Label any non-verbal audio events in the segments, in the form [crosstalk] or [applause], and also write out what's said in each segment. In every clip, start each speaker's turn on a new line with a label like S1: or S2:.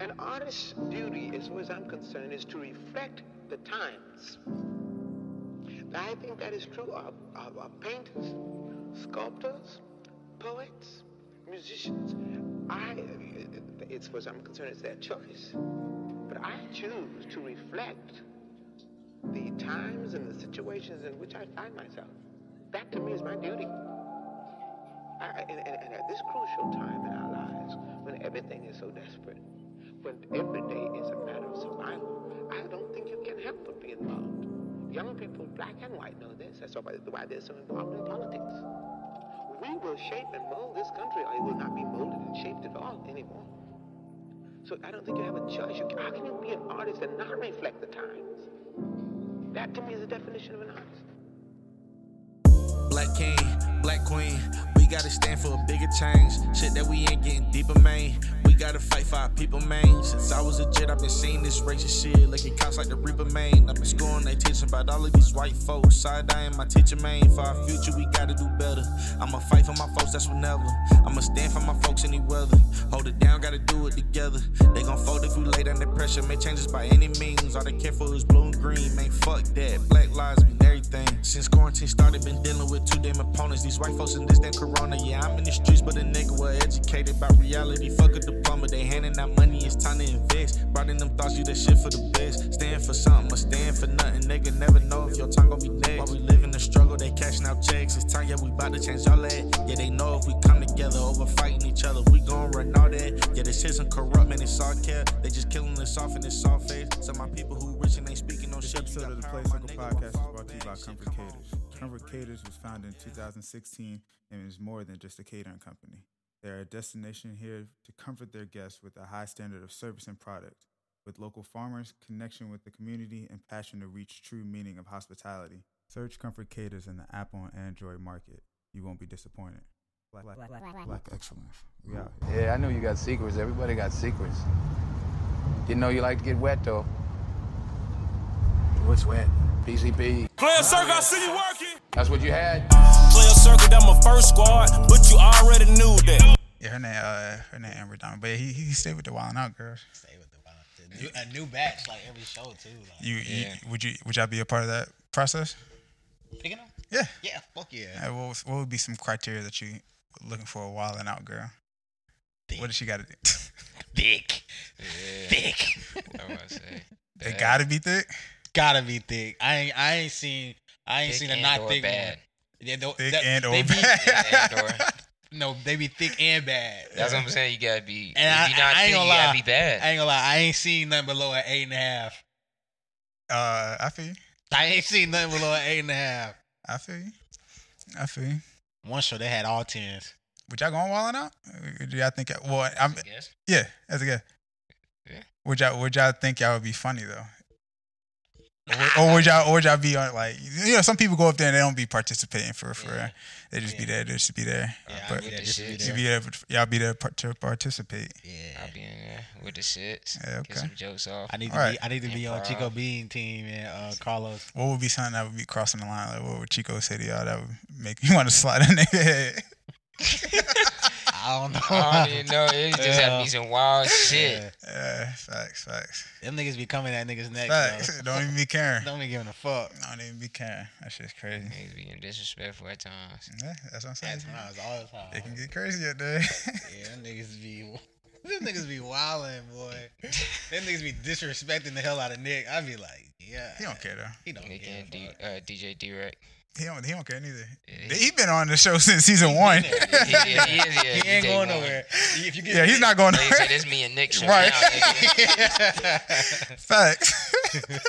S1: An artist's duty, as far as I'm concerned, is to reflect the times. I think that is true of, of, of painters, sculptors, poets, musicians. I, as far as I'm concerned, it's their choice. But I choose to reflect the times and the situations in which I find myself. That to me is my duty. I, and, and, and at this crucial time in our lives, when everything is so desperate, when every day is a matter of survival, I don't think you can help but be involved. Young people, black and white, know this. That's why, why they're so involved in politics. We will shape and mold this country, or it will not be molded and shaped at all anymore. So I don't think you have a choice. You, how can you be an artist and not reflect the times? That to me is the definition of an artist.
S2: Black king, black queen. We gotta stand for a bigger change. Shit that we ain't getting deeper, man. We gotta fight for our people, man. Since I was a kid, I've been seeing this racist shit. Like it cops like the Reaper, man. I've been schooling, they teaching about all of these white folks. Side eyeing my teacher, man. For our future, we gotta do better. I'ma fight for my folks, that's whenever. I'ma stand for my folks any weather. Hold it down, gotta do it together. They gon' fold if we lay under pressure. Make changes by any means. All they care for is blue and green, man. Fuck that. Black lives mean everything. Since quarantine started, been dealing with two damn opponents. These white folks in this damn corona. Yeah, I'm in the streets, but a nigga was educated by reality. Fuck a diploma, they handing out money, it's time to invest. Brought in them thoughts, you that shit for the best. Stand for something or stand for nothing. Nigga, never know if your time gon' be next. While we live in the struggle, they cashing out checks. It's time, yeah, we bout to change all that. Yeah, they know if we come together over fighting each other, we gon' run all that. Yeah, this isn't corrupt, man, it's all care. They just killing us off in this soft face. Some of my people who rich and ain't speaking no
S3: This
S2: shit. You
S3: episode of
S2: got
S3: the
S2: power,
S3: Play
S2: my
S3: Circle
S2: nigga,
S3: podcast
S2: won't
S3: is
S2: fall
S3: brought to you
S2: back.
S3: by
S2: Shit,
S3: Comfort
S2: come on.
S3: Caters. Comfort Caters was founded in 2016 and is more than just a catering company. They are a destination here to comfort their guests with a high standard of service and product, with local farmers, connection with the community, and passion to reach true meaning of hospitality. Search Comfort Caters in the Apple and Android market. You won't be disappointed. Black, black, black excellence. We out here.
S4: Yeah, I know you got secrets. Everybody got secrets. Didn't know you like to get wet though. What's wet? PCP.
S5: Player circle, I see you working.
S4: That's what you had.
S5: Player circle, that my first squad, but you already knew that.
S3: Yeah, her name, uh, her name Amber Diamond, but he, he stayed with the Wild 'N Out girls.
S6: Stay with the wild. New, a new batch like every show too. Like
S3: You, you would you would y'all be a part of that process?
S6: picking up.
S3: Yeah.
S6: Yeah, fuck yeah.
S3: Hey, what, was- what would be some criteria that you were looking for a wild and out girl?
S6: Thick.
S3: What does she got to do? [laughs]
S6: Thick, thick.
S7: I was about to [laughs] say.
S3: they
S7: Yeah.
S3: gotta be thick.
S6: [laughs] Gotta be thick. I ain't. I ain't seen. I ain't
S7: Thick
S6: seen a
S7: and
S6: not
S7: or
S6: thick
S7: bad.
S6: one. Yeah, tho-
S3: Thick
S6: that-
S3: and
S6: they
S3: or
S6: be-
S3: bad.
S7: And or-
S6: [laughs] No, they be thick and bad.
S7: That's what I'm saying. You gotta be.
S6: And
S7: if
S6: I,
S7: you not
S6: I ain't
S7: thick,
S6: gonna
S7: you
S6: lie.
S7: gotta be bad.
S6: I ain't gonna lie. I ain't seen nothing below an eight and a half.
S3: Uh, I feel you.
S6: I ain't seen nothing below an eight and a half.
S3: I feel you. I feel you.
S6: One show they had all tens.
S3: Would y'all go on wild and out? Or Do y'all think? Well, I'm
S7: I guess.
S3: yeah. As a guess.
S7: Yeah.
S3: Would y'all would y'all think y'all would be funny though? Or would- Or would y'all or would y'all be on like you know some people go up there and they don't be participating for for
S6: Yeah.
S3: they just be
S6: Yeah.
S3: there they just be there
S6: Yeah,
S3: but
S6: I mean,
S7: with the
S6: just be
S7: shit.
S3: you
S6: there.
S3: be there for- y'all be there par- to participate
S6: Yeah.
S7: I'll be in there with the shits.
S3: Yeah,
S7: Get
S3: okay.
S7: some jokes off.
S6: I need to
S3: All
S6: be.
S3: right.
S6: I need to be on
S7: Improv.
S6: Chico Bean team and
S7: [laughs]
S6: uh, Carlos.
S3: What would be something that would be crossing the line? Like what would Chico say to y'all that would make you [laughs] want to slide a nigga head?
S6: I [laughs] don't know.
S7: I don't even know. It just have to
S6: Yeah.
S7: be some wild shit.
S6: Yeah.
S3: Yeah, facts, facts,
S6: Them niggas be coming at niggas neck.
S3: facts. [laughs]
S6: though.
S3: Don't even be caring.
S6: [laughs] Don't be giving a fuck.
S3: Don't even be caring. That shit's crazy.
S7: Niggas being disrespectful at times.
S3: Yeah, that's what I'm saying.
S6: At times, all the time.
S3: It can get crazy out there. [laughs]
S6: Yeah, them niggas be. [laughs] Them niggas be wildin', boy. Them niggas be disrespecting the hell out of Nick. I be like, yeah.
S3: he don't care though.
S6: He don't
S7: Nick
S6: care.
S7: and D, uh,
S6: [laughs]
S7: DJ Direct.
S3: He don't. He don't care neither.
S7: Yeah.
S3: He been on the show [laughs] since season one.
S7: He, he, is, he, is, yeah,
S6: He ain't
S7: day
S6: going
S3: [laughs]
S7: one.
S6: nowhere. If you get
S3: yeah, he's not going.
S7: They say
S3: nowhere.
S7: this me
S6: [laughs]
S7: and Nick show
S3: Right.
S7: now.
S3: [laughs]
S7: nigga.
S3: facts.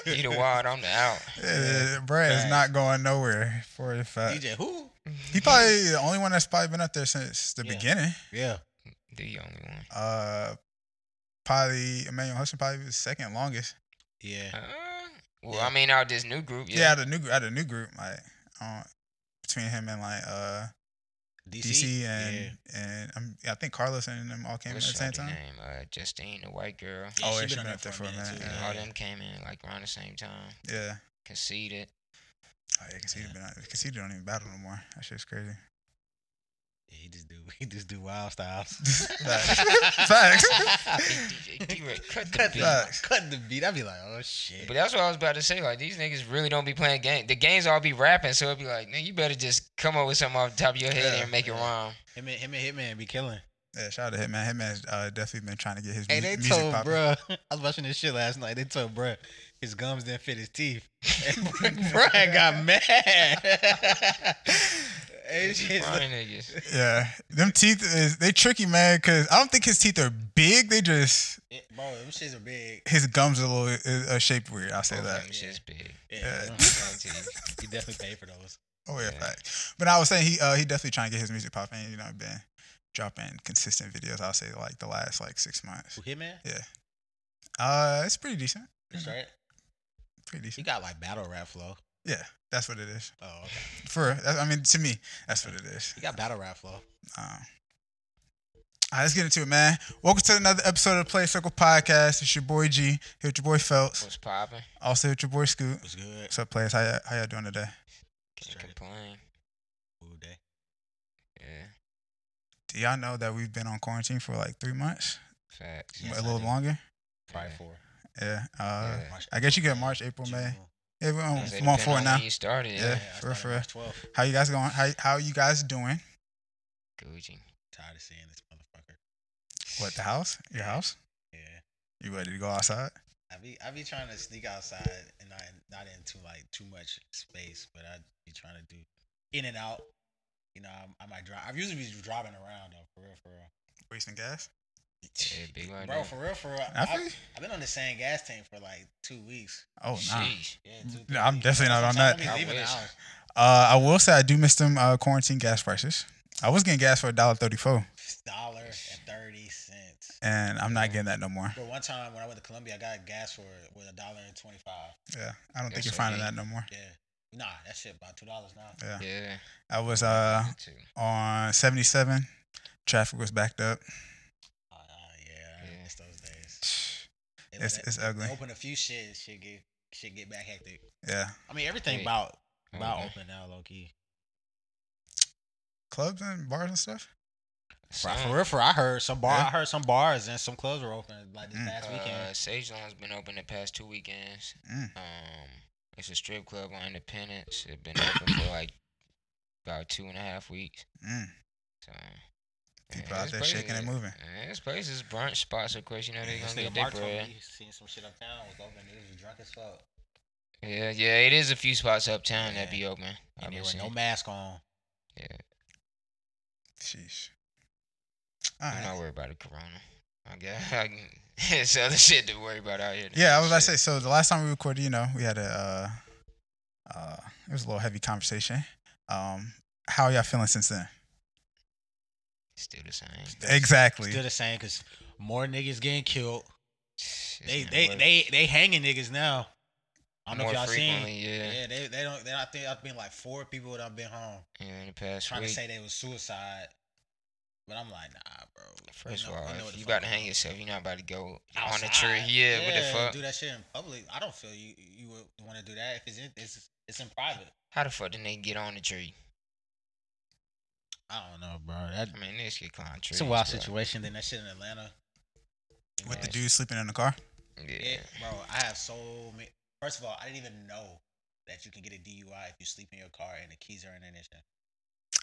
S7: You the wild, I'm the out.
S3: yeah, Brad is
S6: Facts.
S3: not going nowhere for a [laughs]
S6: [laughs]
S3: fact.
S6: DJ who?
S3: He probably the only one that's probably been up there since the
S6: Yeah.
S3: beginning.
S6: Yeah.
S7: The only one.
S3: uh probably Emmanuel Hudson probably was second longest.
S6: Yeah.
S7: Uh, well, I mean, out this new group,
S3: Yeah, out of new out of new group like um, between him and like uh DC, and and um, I think Carlos and them all came in at
S7: What's
S3: the same
S7: her
S3: time.
S7: name? Uh, Justine, the white girl.
S6: Yeah,
S3: oh,
S6: she
S3: yeah,
S6: been
S3: she
S6: on
S3: been
S6: there
S3: up there
S6: for
S3: for
S6: a
S3: a
S6: minute,
S3: minute.
S6: too,
S3: Yeah.
S7: All them came in like around the same time.
S3: yeah.
S7: Conceded.
S3: Oh, yeah, Conceded been on Conceded don't even battle no more. That shit's crazy.
S6: Yeah, he just do [laughs] he just do wild styles.
S3: [laughs]
S6: [laughs]
S3: Facts. Facts.
S7: DJ D-Ray, cut the
S6: Cut
S7: beat.
S6: the, cut the beat. I'd be like, oh shit.
S7: But that's what I was about to say. Like these niggas really don't be playing game. The games all be rapping, so it'd be like, man, you better just come up with something off the top of your head
S3: Yeah,
S7: and make it rhyme.
S6: Him and, him and Hitman be killing.
S3: Yeah, shout out to Hitman. Hitman's uh, definitely been trying to get his
S6: Hey,
S3: mu-
S6: they
S3: music
S6: told
S3: popping.
S6: bruh, [laughs] I was watching this shit last night. They told bruh his gums didn't fit his teeth. [laughs]
S3: [laughs]
S6: And Brian got mad. hey, shit,
S7: Rhyme niggas.
S3: Yeah, them teeth is they tricky, man. Cause I don't think his teeth are big. They just
S6: bro, them shits are big.
S3: his gums are a little is, uh, shaped weird. I'll say
S7: Oh,
S3: that.
S7: them shit's big.
S6: Yeah,
S3: Yeah.
S6: you definitely paid for those.
S3: Oh yeah,
S7: Yeah.
S3: fact. But I was saying he uh, he definitely trying to get his music popping. You know, been dropping consistent videos. I'll say like the last like six months.
S6: Who, Hitman?
S3: Uh, it's pretty decent.
S6: That's right.
S3: Pretty
S6: He
S3: decent.
S6: got like battle rap flow.
S3: Yeah, that's what it is.
S6: Oh, okay.
S3: For real. That's- I mean, to me, that's what it is.
S6: He got battle rap flow.
S3: Um, all right, let's get into it, man. Welcome to another episode of the Play Circle Podcast. It's your boy G. Here with your boy Phelps.
S7: What's popping?
S3: Also with your boy Scoot.
S6: What's good?
S3: What's up, players? How y'all, how y'all doing today?
S7: Can't
S6: Straight.
S7: complain.
S6: Ooh, day.
S7: Yeah,
S3: Do y'all know that we've been on quarantine for like three months,
S7: facts.
S6: Yes,
S3: a
S6: I
S3: little
S6: do.
S3: longer?
S6: Probably
S7: Yeah.
S6: four.
S3: Yeah. Uh,
S7: Yeah.
S6: March,
S3: I guess you get March, April, May.
S6: June.
S3: Yeah, we're on,
S7: It
S3: we're on
S7: depend
S3: four
S7: on
S3: now.
S7: When you started,
S3: Yeah,
S7: yeah.
S6: I
S3: for real,
S6: started
S3: for real.
S6: March 12th.
S3: How you guys going? How how you guys doing?
S7: Gucci.
S6: Tired of seeing this motherfucker.
S3: What the house? Your house?
S6: Yeah.
S3: You ready to go outside?
S6: I be I be trying to sneak outside and not not into like too much space, but I be trying to do in and out. You know, I, I might drive. I usually be driving around though, for real, for real.
S3: Wasting gas?
S7: Yeah, big like
S6: Bro,
S7: that.
S6: for real, for real.
S3: I
S6: I,
S3: feel you.
S6: I've been on the same gas tank for like two weeks.
S3: Oh nah.
S7: Sheesh.
S6: Yeah, two,
S3: No, I'm definitely not on that.
S6: Sometimes I don't be leaving the
S7: I wish.
S6: house.
S3: Uh, I will say I do miss them uh, quarantine gas prices. I was getting gas for a dollar thirty four,
S6: Dollar and thirty cents.
S3: and I'm not getting that no more.
S6: But one time when I went to Columbia, I got gas for with a dollar and twenty five.
S3: Yeah, I don't think
S7: That's
S3: you're finding
S7: okay.
S3: that no more.
S6: Yeah, nah, that shit about two dollars now.
S3: Yeah,
S7: Yeah.
S3: I was uh
S7: me too.
S3: on seventy seven. Traffic was backed up.
S6: Uh, yeah,
S7: Yeah.
S6: it's those days. They let
S3: It's
S6: that-
S3: it's ugly.
S6: They open a few shit, shit get shit get back hectic.
S3: Yeah,
S6: I mean everything
S7: Wait.
S6: about about
S7: Okay.
S6: open now, low key.
S3: clubs and bars and stuff.
S6: For,
S7: Some,
S6: for real, for I heard some bar,
S3: Yeah.
S6: I heard some bars and some clubs were open like this
S3: Mm.
S6: past
S7: uh,
S6: weekend.
S7: Sage Lawn's been open the past two weekends.
S3: Mm.
S7: Um, it's a strip club on Independence. It's been open for like about two and a half weeks.
S3: Mm.
S7: So
S3: People
S7: yeah,
S3: out
S7: this
S3: there
S7: place
S3: shaking
S7: is-
S3: and moving.
S7: Yeah, this place is brunch spots, of course. You know
S6: Yeah,
S7: they're
S6: this
S7: gonna get
S6: nigga
S7: their
S6: Mark told me
S7: bread.
S6: he seen some shit uptown was open. It was drunk as fuck.
S7: Yeah, yeah, it is a few spots uptown that
S6: Yeah.
S7: be open. I've
S6: And there
S7: been
S6: were no
S7: seeing.
S6: mask on.
S7: yeah,
S3: Sheesh. All
S7: I'm
S3: right.
S7: not worried about the corona. I guess [laughs] I can- it's other shit to worry about out here. than
S3: Yeah, I was about to
S7: this
S3: say. So
S7: shit.
S3: the last time we recorded, you know, we had a uh, uh, it was a little heavy conversation. Um, how y'all feeling since then?
S7: Still the same.
S3: Exactly.
S6: Still the same because more niggas getting killed.
S7: It's
S6: They
S7: not
S6: they,
S7: worth-
S6: they they hanging niggas now. I don't know
S7: more
S6: if y'all
S7: frequently,
S6: seen.
S7: Yeah, yeah.
S6: Yeah, they they don't. They, I think I've been like four people that I've been home.
S7: in the past
S6: trying
S7: week.
S6: to say they was suicide, but I'm like, nah, bro. We
S7: First
S6: know-
S7: of
S6: we
S7: all,
S6: know what
S7: if
S6: the
S7: you
S6: fuck
S7: about to
S6: we
S7: hang
S6: doing.
S7: yourself, you're not about to go on a
S6: Outside,
S7: tree. Yeah, what the fuck?
S6: Do that shit in public. I don't feel you. You would want to do that if it's in, it's it's in private.
S7: How the fuck did they get on the tree?
S6: I don't know, bro. That,
S7: I mean, niggas get climb trees.
S6: Mm, it's a wild
S7: bro.
S6: situation. Then that shit in Atlanta. You
S3: With
S6: know,
S3: the dude sleeping in the car.
S7: Yeah.
S6: yeah, bro. I have so many. First of all, I didn't even know that you can get a DUI if you sleep in your car and the keys are in ignition.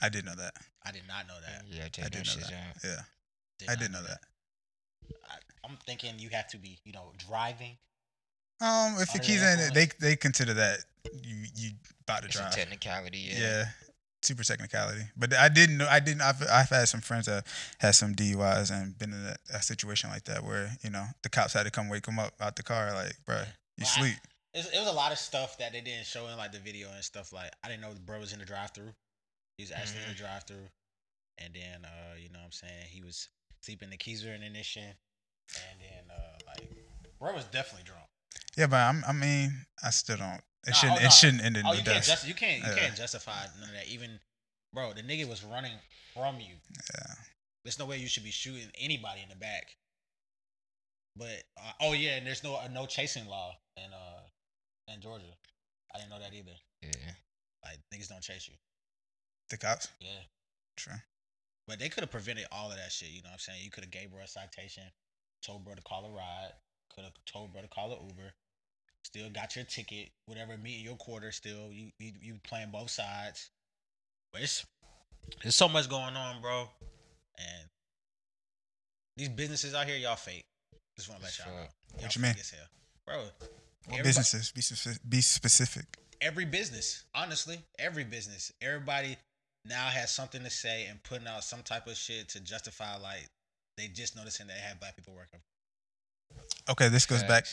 S3: I did know that.
S6: I did not know that.
S7: Yeah,
S3: I
S7: take
S3: did
S7: them
S3: know
S7: shits
S3: that.
S7: out.
S3: Yeah,
S6: Did
S3: I
S6: not
S3: did know that.
S6: I, I'm thinking you have to be, you know, driving.
S3: Um, if the
S6: Under
S3: keys
S6: the
S3: in, it, they
S6: influence.
S3: they consider that you you about to
S7: It's a
S3: drive.
S7: technicality.
S3: Yeah.
S7: Yeah.
S3: super technicality. But I didn't know. I didn't. I've I've had some friends that had some DUIs and been in a, a situation like that where you know the cops had to come wake them up out the car. Like, bruh, you
S6: Well, I-
S3: sleep.
S6: It's, it was a lot of stuff that they didn't show in like the video and stuff. Like I didn't know the bro was in the drive through. He was actually in the
S3: Mm-hmm.
S6: drive through, and then uh, you know what I'm saying he was sleeping the keys were in ignition, and then uh, like bro was definitely drunk.
S3: Yeah, but I'm, I mean, I still don't. It
S6: Nah,
S3: shouldn't.
S6: oh,
S3: it
S6: nah.
S3: shouldn't end in
S6: Oh,
S3: the
S6: you can't
S3: death.
S6: just you can't you
S3: Yeah.
S6: can't justify none of that. Even bro, the nigga was running from you.
S3: Yeah.
S6: There's no way you should be shooting anybody in the back. But uh, oh yeah, and there's no uh, no chasing law in uh in Georgia. I didn't know that either.
S7: Yeah.
S6: Like niggas don't chase you.
S3: the cops.
S6: Yeah.
S3: True.
S6: But they could have prevented all of that shit. You know what I'm saying? You could have gave bro a citation, told bro to call a ride, could have told bro to call an Uber. Still got your ticket, whatever. Me and your quarter. Still, you you, you playing both sides. But it's there's so much going on, bro. And these businesses out here, y'all fake. Just want to let
S7: It's
S6: y'all know.
S7: fucked.
S6: Y'all
S3: What you mean?
S6: fake as hell. bro?
S3: What
S6: everybody-
S3: businesses? Be, speci- be specific.
S6: every business, honestly, every business, everybody now has something to say and putting out some type of shit to justify like they just noticing that they have black people working.
S3: Okay, this goes back.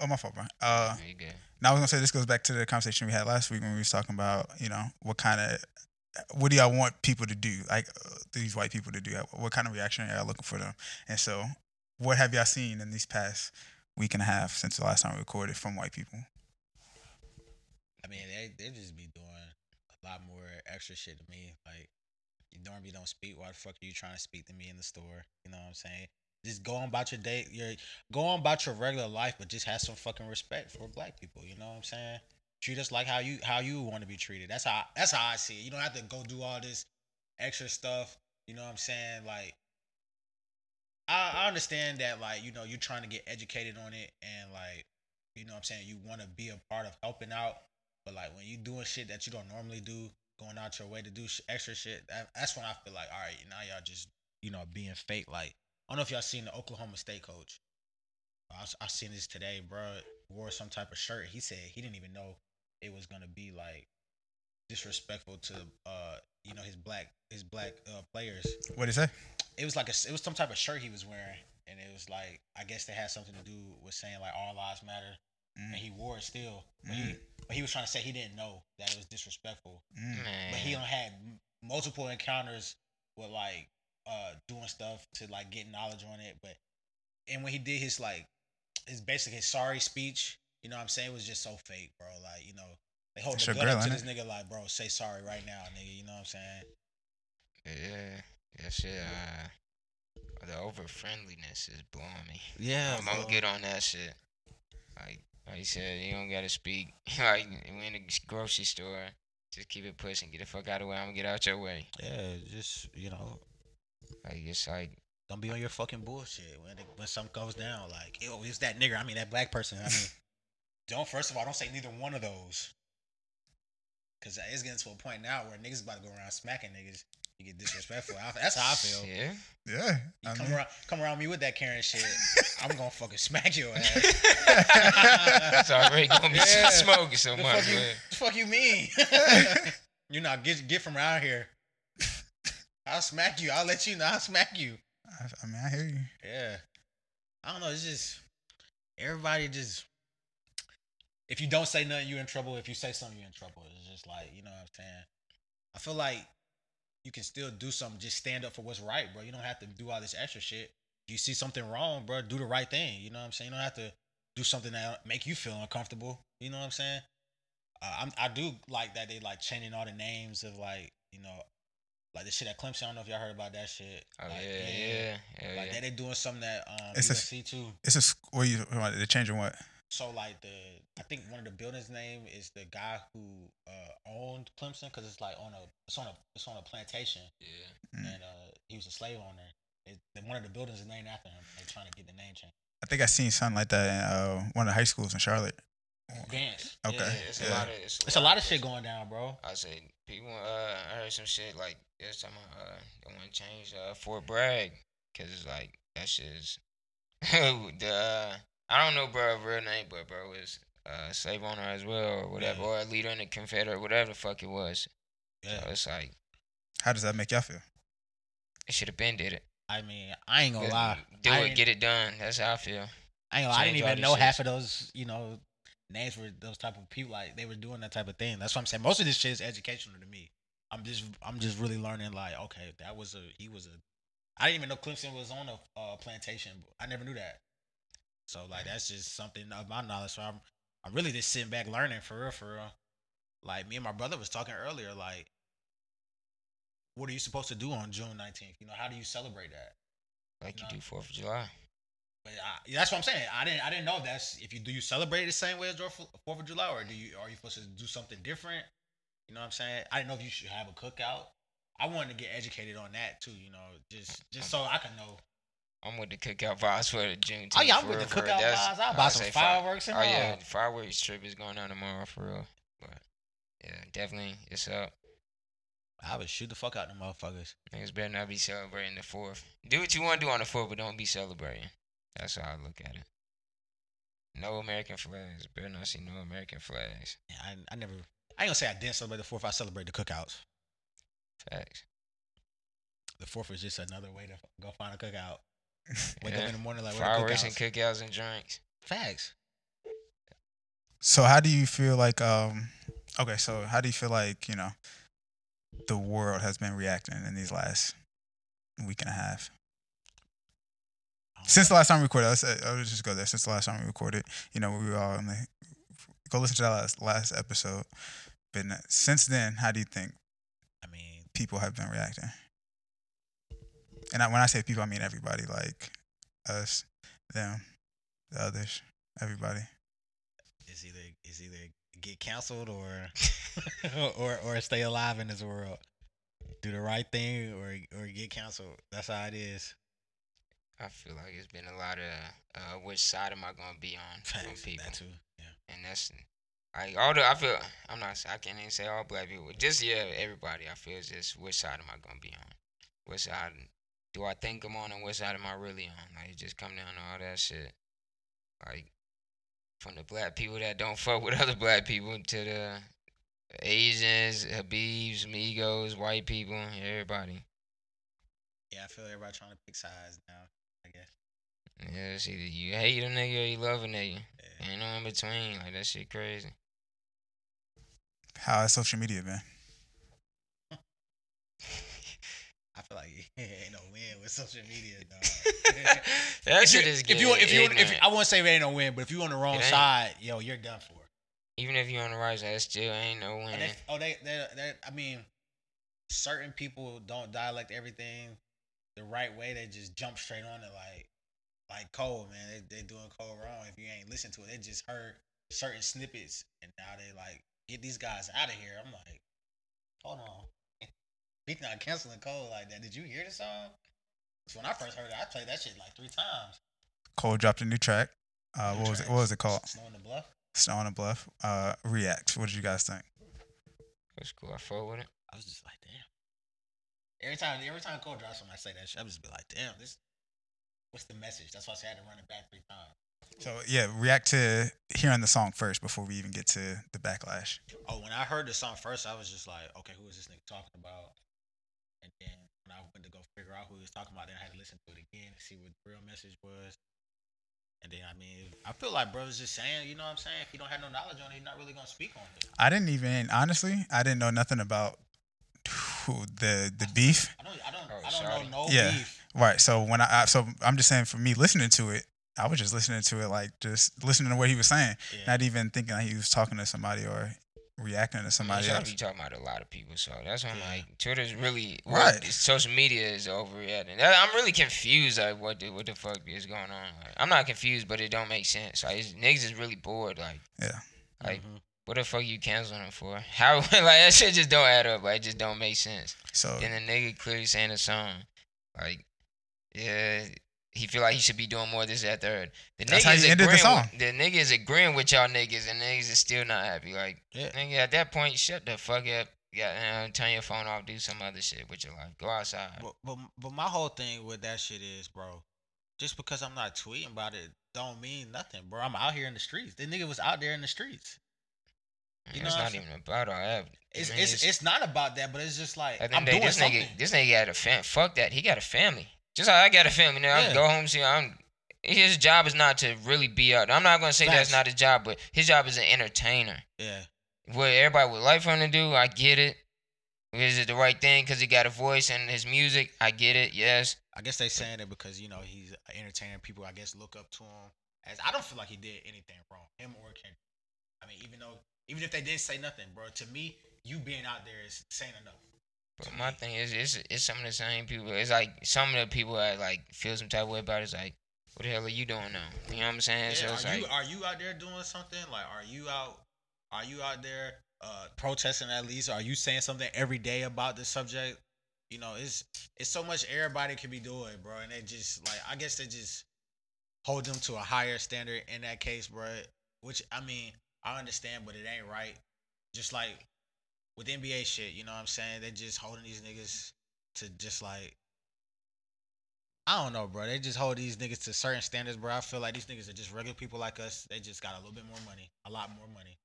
S3: Oh, my fault, bro. Uh,
S7: You good.
S3: now I was gonna say this goes back to the conversation we had last week when we was talking about you know what kind of what do y'all want people to do like uh, these white people to do what kind of reaction are y'all looking for them and so what have y'all seen in these past week and a half since the last time we recorded from white people
S6: I mean, they they just be doing a lot more extra shit to me. Like you normally don't speak. Why the fuck are you trying to speak to me in the store? You know what I'm saying? Just go on about your day. Your go on about your regular life, but just have some fucking respect for black people. You know what I'm saying? Treat us like how you how you want to be treated. That's how that's how I see it. You don't have to go do all this extra stuff. You know what I'm saying? Like I, I understand that like you know you're trying to get educated on it and like you know what I'm saying you want to be a part of helping out but like when you doing shit that you don't normally do, going out your way to do sh- extra shit, that, that's when I feel like, all right, now y'all just you know being fake. Like I don't know if y'all seen the Oklahoma State coach. I, s- I seen this today, bro. Wore some type of shirt. He said he didn't even know it was gonna be like disrespectful to uh you know his black his black uh, players
S3: what is that
S6: it was like a it was some type of shirt he was wearing, and it was like I guess they had something to do with saying like all lives matter,
S3: Mm,
S6: and he wore it still, but, he, but he was trying to say he didn't know that it was disrespectful,
S3: mm,
S7: Man.
S6: Hmm. but he done had m- multiple encounters with like uh doing stuff to like get knowledge on it, but and when he did his like his basic his sorry speech, you know what I'm saying, it was just so fake, bro. Like you know. They hold
S3: That's
S6: the
S3: your
S6: gun up
S3: girl,
S6: to this
S3: ain't
S6: nigga like, bro, say sorry right now, nigga. You know what I'm saying?
S7: Yeah, that shit. Uh, the over friendliness is blowing me.
S6: Yeah,
S7: I'm gonna get on that shit. Like, like you said, you don't gotta speak. [laughs] like, we in the grocery store. Just keep it pushing. Get the fuck out of the way. I'm gonna get out your way.
S6: yeah, just you know,
S7: Like, it's like,
S6: Don't be on your fucking bullshit when it, when something goes down. Like, yo, it's that nigger. I mean, that black person. I mean, don't first of all, don't say neither one of those. Cause it's getting to a point now where niggas about to go around smacking niggas. You get disrespectful. I, that's how I feel.
S7: yeah.
S3: yeah
S6: You
S3: I
S6: come
S3: mean-
S6: around, come around me with that Karen shit. I'm gonna fucking smack your ass.
S7: [laughs] It's already gonna be
S6: Yeah.
S7: smoking so
S6: The
S7: much.
S6: fuck you,
S7: but-
S6: the fuck you mean? you know, get get from around here. I'll smack you. I'll let you know. I'll smack you.
S3: I, I mean i hear you
S6: Yeah. I don't know. It's just everybody just. If you don't say nothing, you're in trouble. If you say something, you're in trouble. It's just like you know what I'm saying. I feel like you can still do something. Just stand up for what's right, bro. You don't have to do all this extra shit. If you see something wrong, bro, do the right thing. You know what I'm saying. You don't have to do something that make you feel uncomfortable. You know what I'm saying. Uh, I'm, I do like that they like changing all the names of like you know, like the shit at Clemson. I don't know if y'all heard about that shit.
S7: Oh
S6: Like,
S7: yeah, yeah, yeah.
S6: like
S7: yeah.
S6: that they doing something that um
S3: It's a-
S6: USC too.
S3: it's a sc- what you the change in what
S6: So like the I think one of the buildings name is the guy who uh owned Clemson because it's like on a it's on a it's on a plantation
S3: Mm.
S6: and uh he was a slave owner. It, the- one of the buildings is named after him. They're trying to get the name changed.
S3: i think i seen something like that in uh, one of the high schools in charlotte
S6: Vance.
S3: okay
S7: Yeah, it's a
S3: yeah.
S7: lot of it's a,
S6: It's a lot of
S7: this.
S6: shit going down, bro.
S7: I said people. Uh, I heard some shit like this time. Uh, they want to change uh Fort Bragg because it's like that shit is. [laughs] the uh, I don't know, bro, real name, but bro was uh slave owner as well or whatever,
S6: Yeah.
S7: or a leader in the Confederate, whatever the fuck it was. So
S6: Yeah.
S7: it's like
S3: how does that make y'all feel
S7: it should have been did it.
S6: I mean, I ain't gonna lie.
S7: Do
S6: Oh, I
S7: it,
S6: ain't-
S7: get it done. That's how I feel.
S6: I, ain't gonna lie. I
S7: change
S6: didn't
S7: all
S6: even
S7: these
S6: know half
S7: shits.
S6: of those, you know, names were those type of people. Like they were doing that type of thing. That's what I'm saying. Most of this shit is educational to me. I'm just, I'm just really learning. Like, okay, that was a, he was a. I didn't even know Clemson was on a uh, plantation. I never knew that. So like, that's just something of my knowledge. So I'm, I'm really just sitting back learning for real, for real. Like me and my brother was talking earlier. Like, what are you supposed to do on June 19th? You know, how do you celebrate that?
S7: Like you
S6: Nah.
S7: do Fourth of July.
S6: But I, that's what I'm saying. I didn't I didn't know that's if you do you celebrate it the same way as your Fo- Fourth of July or do you are you supposed to do something different? You know what I'm saying? I didn't know if you should have a cookout. I wanted to get educated on that too. You know, just just so I can know.
S7: I'm with the cookout vibes for the June.
S6: Oh yeah, I'm with the cookout vibes. I'll buy some fireworks and
S7: Oh
S6: all.
S7: yeah, the fireworks trip is going on tomorrow for real. But yeah, definitely it's up.
S6: I would shoot the fuck out of them motherfuckers.
S7: Niggas better not be celebrating the fourth. Do what you want to do on the fourth, but don't be celebrating. That's how I look at it. No American flags. Better not see no American flags.
S6: Yeah, I, I never. I ain't gonna say I didn't celebrate the fourth. I celebrate the cookouts.
S7: Facts.
S6: The fourth is just another way to go find a cookout. Wake up in the morning like where the
S7: fireworks
S6: cookouts.
S7: and cookouts and drinks.
S6: Facts.
S3: So how do you feel like um okay, so how do you feel like, you know, the world has been reacting in these last week and a half? Since the last time we recorded, let's, uh, I'll just go there. Since the last time we recorded, you know, we were all in the go listen to that last, last episode. But n- since then, how do you think
S6: I mean,
S3: people have been reacting? And I, when I say people, I mean everybody, like us, them, the others, everybody.
S6: it's either it's either get canceled or [laughs] or or stay alive in this world. Do the right thing or or get canceled. That's how it is. [laughs]
S7: I feel like it's been a lot of uh, which side am I gonna be on from
S6: Facts.
S7: people,
S6: That too. Yeah.
S7: and that's like all the I feel. I'm not. I can't even say all black people. Just yeah, everybody. I feel it's just which side am I gonna be on? Which side do I think I'm on, and which side am I really on? Like it just come down to all that shit. Like from the black people that don't [laughs] fuck with other black people to the Asians, Habibs, Migos, white people, everybody.
S6: Yeah, I feel everybody trying to pick sides now. I guess.
S7: Yeah, it's either you hate a nigga or you love a nigga.
S6: Yeah.
S7: Ain't no in between. Like that shit
S6: [laughs]
S7: crazy. [laughs]
S3: How has social media been?
S6: I feel like [laughs] ain't no win with social media, dog.
S7: [laughs] that
S6: if you,
S7: shit is
S6: if you if you if you- I
S7: I,
S6: won't say it ain't no win, but if you on the wrong
S7: ain't.
S6: side, yo, you're done for.
S7: Even if you on the right side, that still ain't no win.
S6: And they, oh, they, they, they, I mean, certain people don't dialect everything the right way. They just jump straight on it, like, like Cole, man. They, they doing Cole wrong if you ain't listen to it. They just heard certain snippets, and now they like get these guys out of here. I'm like, hold on, [laughs] he's not canceling Cole like that. Did you hear the song? 'Cause When I first heard it, I played that shit like three times.
S3: Cole dropped a new track. Uh,
S6: New
S3: what was it?
S6: tracks.
S3: What was it called?
S6: Snow in the Bluff.
S3: Snow on a Bluff. Uh, React. What did you guys think?
S7: That's cool. I fuck with it.
S6: I was just like, damn. Every time, every time Cole drops something, I say that shit. I just be like, damn, this. What's the message? That's why I said I had to run it back three times.
S3: So yeah, react to hearing the song first before we even get to the backlash.
S6: Oh, when I heard the song first, I was just like, okay, who is this nigga talking about? And then when I went to go figure out who he was talking about, then I had to listen to it again to see what the real message was. And then I mean, I feel like brothers just saying, you know what I'm saying? If you don't have no knowledge on it, you're not really gonna speak on it.
S3: I didn't even honestly. I didn't know nothing about who, the the beef.
S6: I don't, I don't,
S7: Oh,
S6: I don't
S7: sorry.
S6: know no
S3: Yeah.
S6: beef.
S3: Right. So when I, I so I'm just saying for me listening to it, I was just listening to it like just listening to what he was saying,
S6: Yeah.
S3: not even thinking like he was talking to somebody or reacting to
S7: I mean,
S3: somebody
S7: y'all
S3: else.
S7: be talking about a lot of people, so that's why I'm
S6: Yeah.
S7: like, Twitter's really
S3: Right.
S7: right. Social media is overreacting. That- I'm really confused. Like, what the what the fuck is going on? Like, I'm not confused, but it don't make sense. Like, it's, niggas is really bored. Like,
S3: Yeah.
S7: like
S6: Mhm.
S7: what the fuck you canceling them for? [laughs] How like that shit just don't add up. Like, it just don't make sense.
S3: So
S7: And the nigga clearly saying a song. Like, yeah, he feel like he should be doing more this, that, third. The
S3: That's how
S7: nigga is
S3: he ended the
S7: agreeing
S3: song.
S7: With, the nigga is agreeing with y'all niggas, and niggas is still not happy. Like,
S6: Yeah.
S7: nigga, at that point, shut the fuck up. Yeah, uh, turn your phone off. Do some other shit with your life. Go outside.
S6: But, but but my whole thing with that shit is, bro, just because I'm not tweeting about it don't mean nothing, bro. I'm out here in the streets. The nigga was out there in the streets. you
S7: it's
S6: know what
S7: not
S6: I'm
S7: even about all that.
S6: It's
S7: I mean,
S6: it's, it's not about that, but it's just like
S7: at the
S6: I'm
S7: end of the
S6: doing
S7: day, this
S6: something.
S7: nigga, this nigga got a fam. Fuck that. He got a family. Just like I got a family. Now I
S6: Yeah.
S7: can go home. See, I'm. His job is not to really be out. I'm not gonna say
S6: Facts.
S7: that's not his job, but his job is an entertainer.
S6: yeah,
S7: what everybody would like for him to do. I get it. Is it the right thing? Because he got a voice and his music. I get it. Yes.
S6: I guess they saying it because you know he's entertaining people. I guess look up to him. As I don't feel like he did anything wrong, him or Kendrick. I mean, even though even if they didn't say nothing, bro, to me, you being out there is saying enough.
S7: But my thing is, it's, it's some of the same people. It's like some of the people that like feel some type of way about it. It's like, what the hell are you doing now? You know what I'm saying? so
S6: Yeah,
S7: it's
S6: are
S7: like,
S6: you are you out there doing something? Like, are you out? Are you out there uh, protesting at least? Are you saying something every day about this subject? You know, it's it's so much everybody can be doing, bro, and they just like I guess they just hold them to a higher standard in that case, bro. Which I mean, I understand, but it ain't right. Just like with NBA shit, you know what I'm saying? They just holding these niggas to just like I don't know, bro. They just hold these niggas to certain standards, bro. I feel like these niggas are just regular people like us. They just got a little bit more money, a lot more money.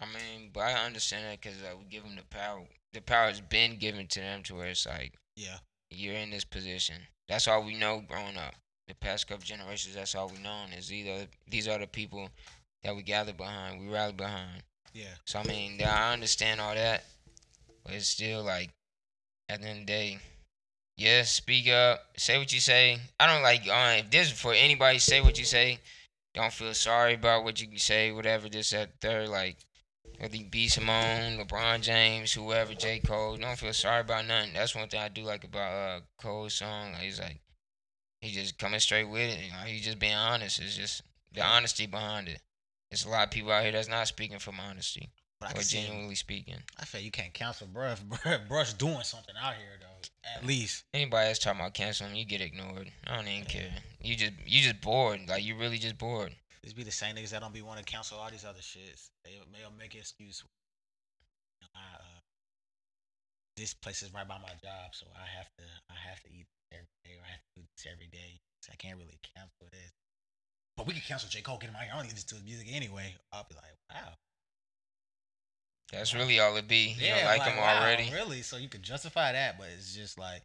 S7: I mean, but I understand that because like, we give them the power. The power has been given to them to where it's like
S6: Yeah,
S7: you're in this position. That's all we know growing up. The past couple generations, that's all we known is either these are the people that we gather behind, we rally behind.
S6: yeah,
S7: So I mean, yeah, I understand all that, but it's still like at the end of the day, yes, speak up, say what you say. I don't like uh, if this is for anybody, say what you say. Don't feel sorry about what you say, whatever. This that third, like whether you be Simone, LeBron James, whoever, J Cole. Don't feel sorry about nothing. That's one thing I do like about uh Cole's song. Like, he's like he just coming straight with it. You know, he just being honest. It's just the honesty behind it. It's a lot of people out here that's not speaking from honesty
S6: but I
S7: or
S6: can see.
S7: genuinely speaking.
S6: I feel you can't cancel bruh, [laughs] bruh. Bruh's doing something out here though. At least
S7: Anybody that's talking about canceling, you get ignored. I don't even care. You just you just bored. Like you really just bored.
S6: it's be the same niggas that don't be want to cancel all these other shits. They they'll make an excuse. I, uh, this place is right by my job, so I have to I have to eat every day. Or I have to do this every day. So I can't really cancel this. But we can cancel J Cole. Get him out here. I don't even listen to his music anyway. I'll be like, wow.
S7: That's really all it be. You don't like, them already.
S6: Wow, really? So you can justify that, but it's just like,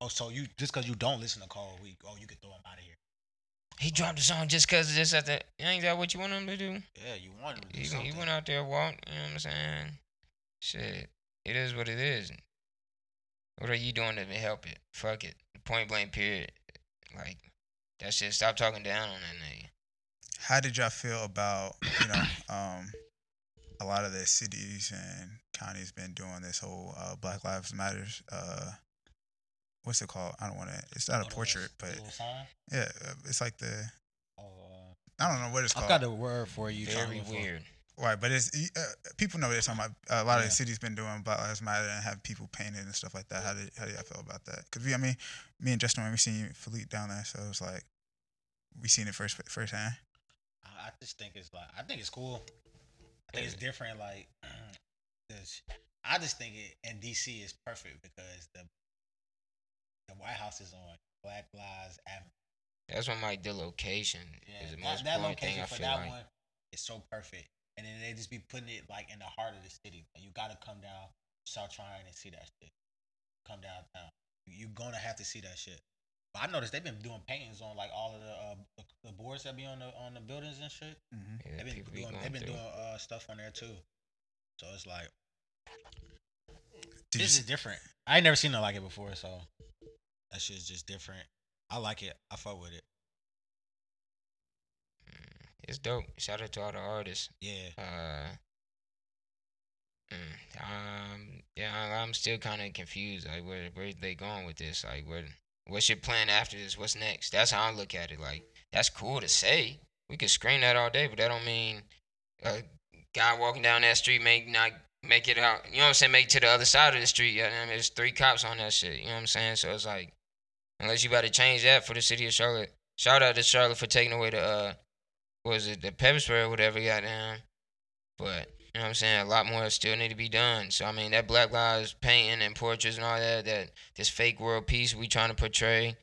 S6: oh, so you just because you don't listen to Cole, we oh you can throw him out of here.
S7: He dropped the song just cause of this at the ain't that what you want him to do?
S6: Yeah, you want him to do
S7: He, he
S6: something.
S7: went out there walked, you know what I'm saying? Shit. It is what it is. What are you doing to help it? Fuck it. Point blank period. Like that shit stop talking down on that nigga.
S3: How did y'all feel about you know um, a lot of the cities and counties been doing this whole uh, Black Lives Matters? Uh, what's it called? I don't want to. It's not a
S6: Little-
S3: portrait, but
S6: little sign?
S3: yeah, uh, it's like the
S6: Oh,
S3: I don't know what it's
S6: uh, I've
S3: called.
S6: got a word for you. trying to
S7: Very
S6: look for-
S7: weird.
S3: Right, but it's y- uh, people know what they're talking about. A lot of
S6: Yeah.
S3: the cities been doing Black Lives Matter and have people painted and stuff like that. How did how do y'all feel about that? Because we, I mean, me and Justin, when we seen Philippe down there, so it was like we seen it first firsthand.
S6: I, I just think it's like I think it's cool. I think it's different. Like, [clears throat] 'cause I just think it in DC is perfect because the the White House is on Black Lives Avenue.
S7: That's when like the location
S6: Yeah,
S7: is the
S6: that,
S7: most
S6: that
S7: important thing
S6: location
S7: I
S6: for
S7: feel
S6: that
S7: like.
S6: one is so perfect. And then they just be putting it like in the heart of the city. Like, you gotta come down South Tryon and see that shit. Come downtown. You're gonna have to see that shit. But I noticed they've been doing paintings on like all of the uh, the, the boards that be on the on the buildings and shit.
S7: Yeah,
S6: They've been
S7: people be
S6: doing
S7: going
S6: they've been
S7: through.
S6: doing uh, stuff on there too. So it's like
S3: Did you
S6: this
S3: s-
S6: is different. I ain't never seen nothing like it before, so that shit's just different. I like it. I fuck with it.
S7: It's dope. Shout out to all the artists.
S6: Yeah.
S7: Uh, mm, um, yeah, I- I'm still kind of confused. Like, where where they going with this? Like, what what's your plan after this? What's next? That's how I look at it. Like, that's cool to say. We could scream that all day, but that don't mean a guy walking down that street may not make it out. You know what I'm saying? Make it to the other side of the street. You know what I mean? There's three cops on that shit. You know what I'm saying? So it's like, unless you about to change that for the city of Charlotte. Shout out to Charlotte for taking away the uh, what was it the pepper spray or whatever? Goddamn. But you know what I'm saying? A lot more still need to be done. So I mean that black lives painting and portraits and all that, that this fake world peace we trying to portray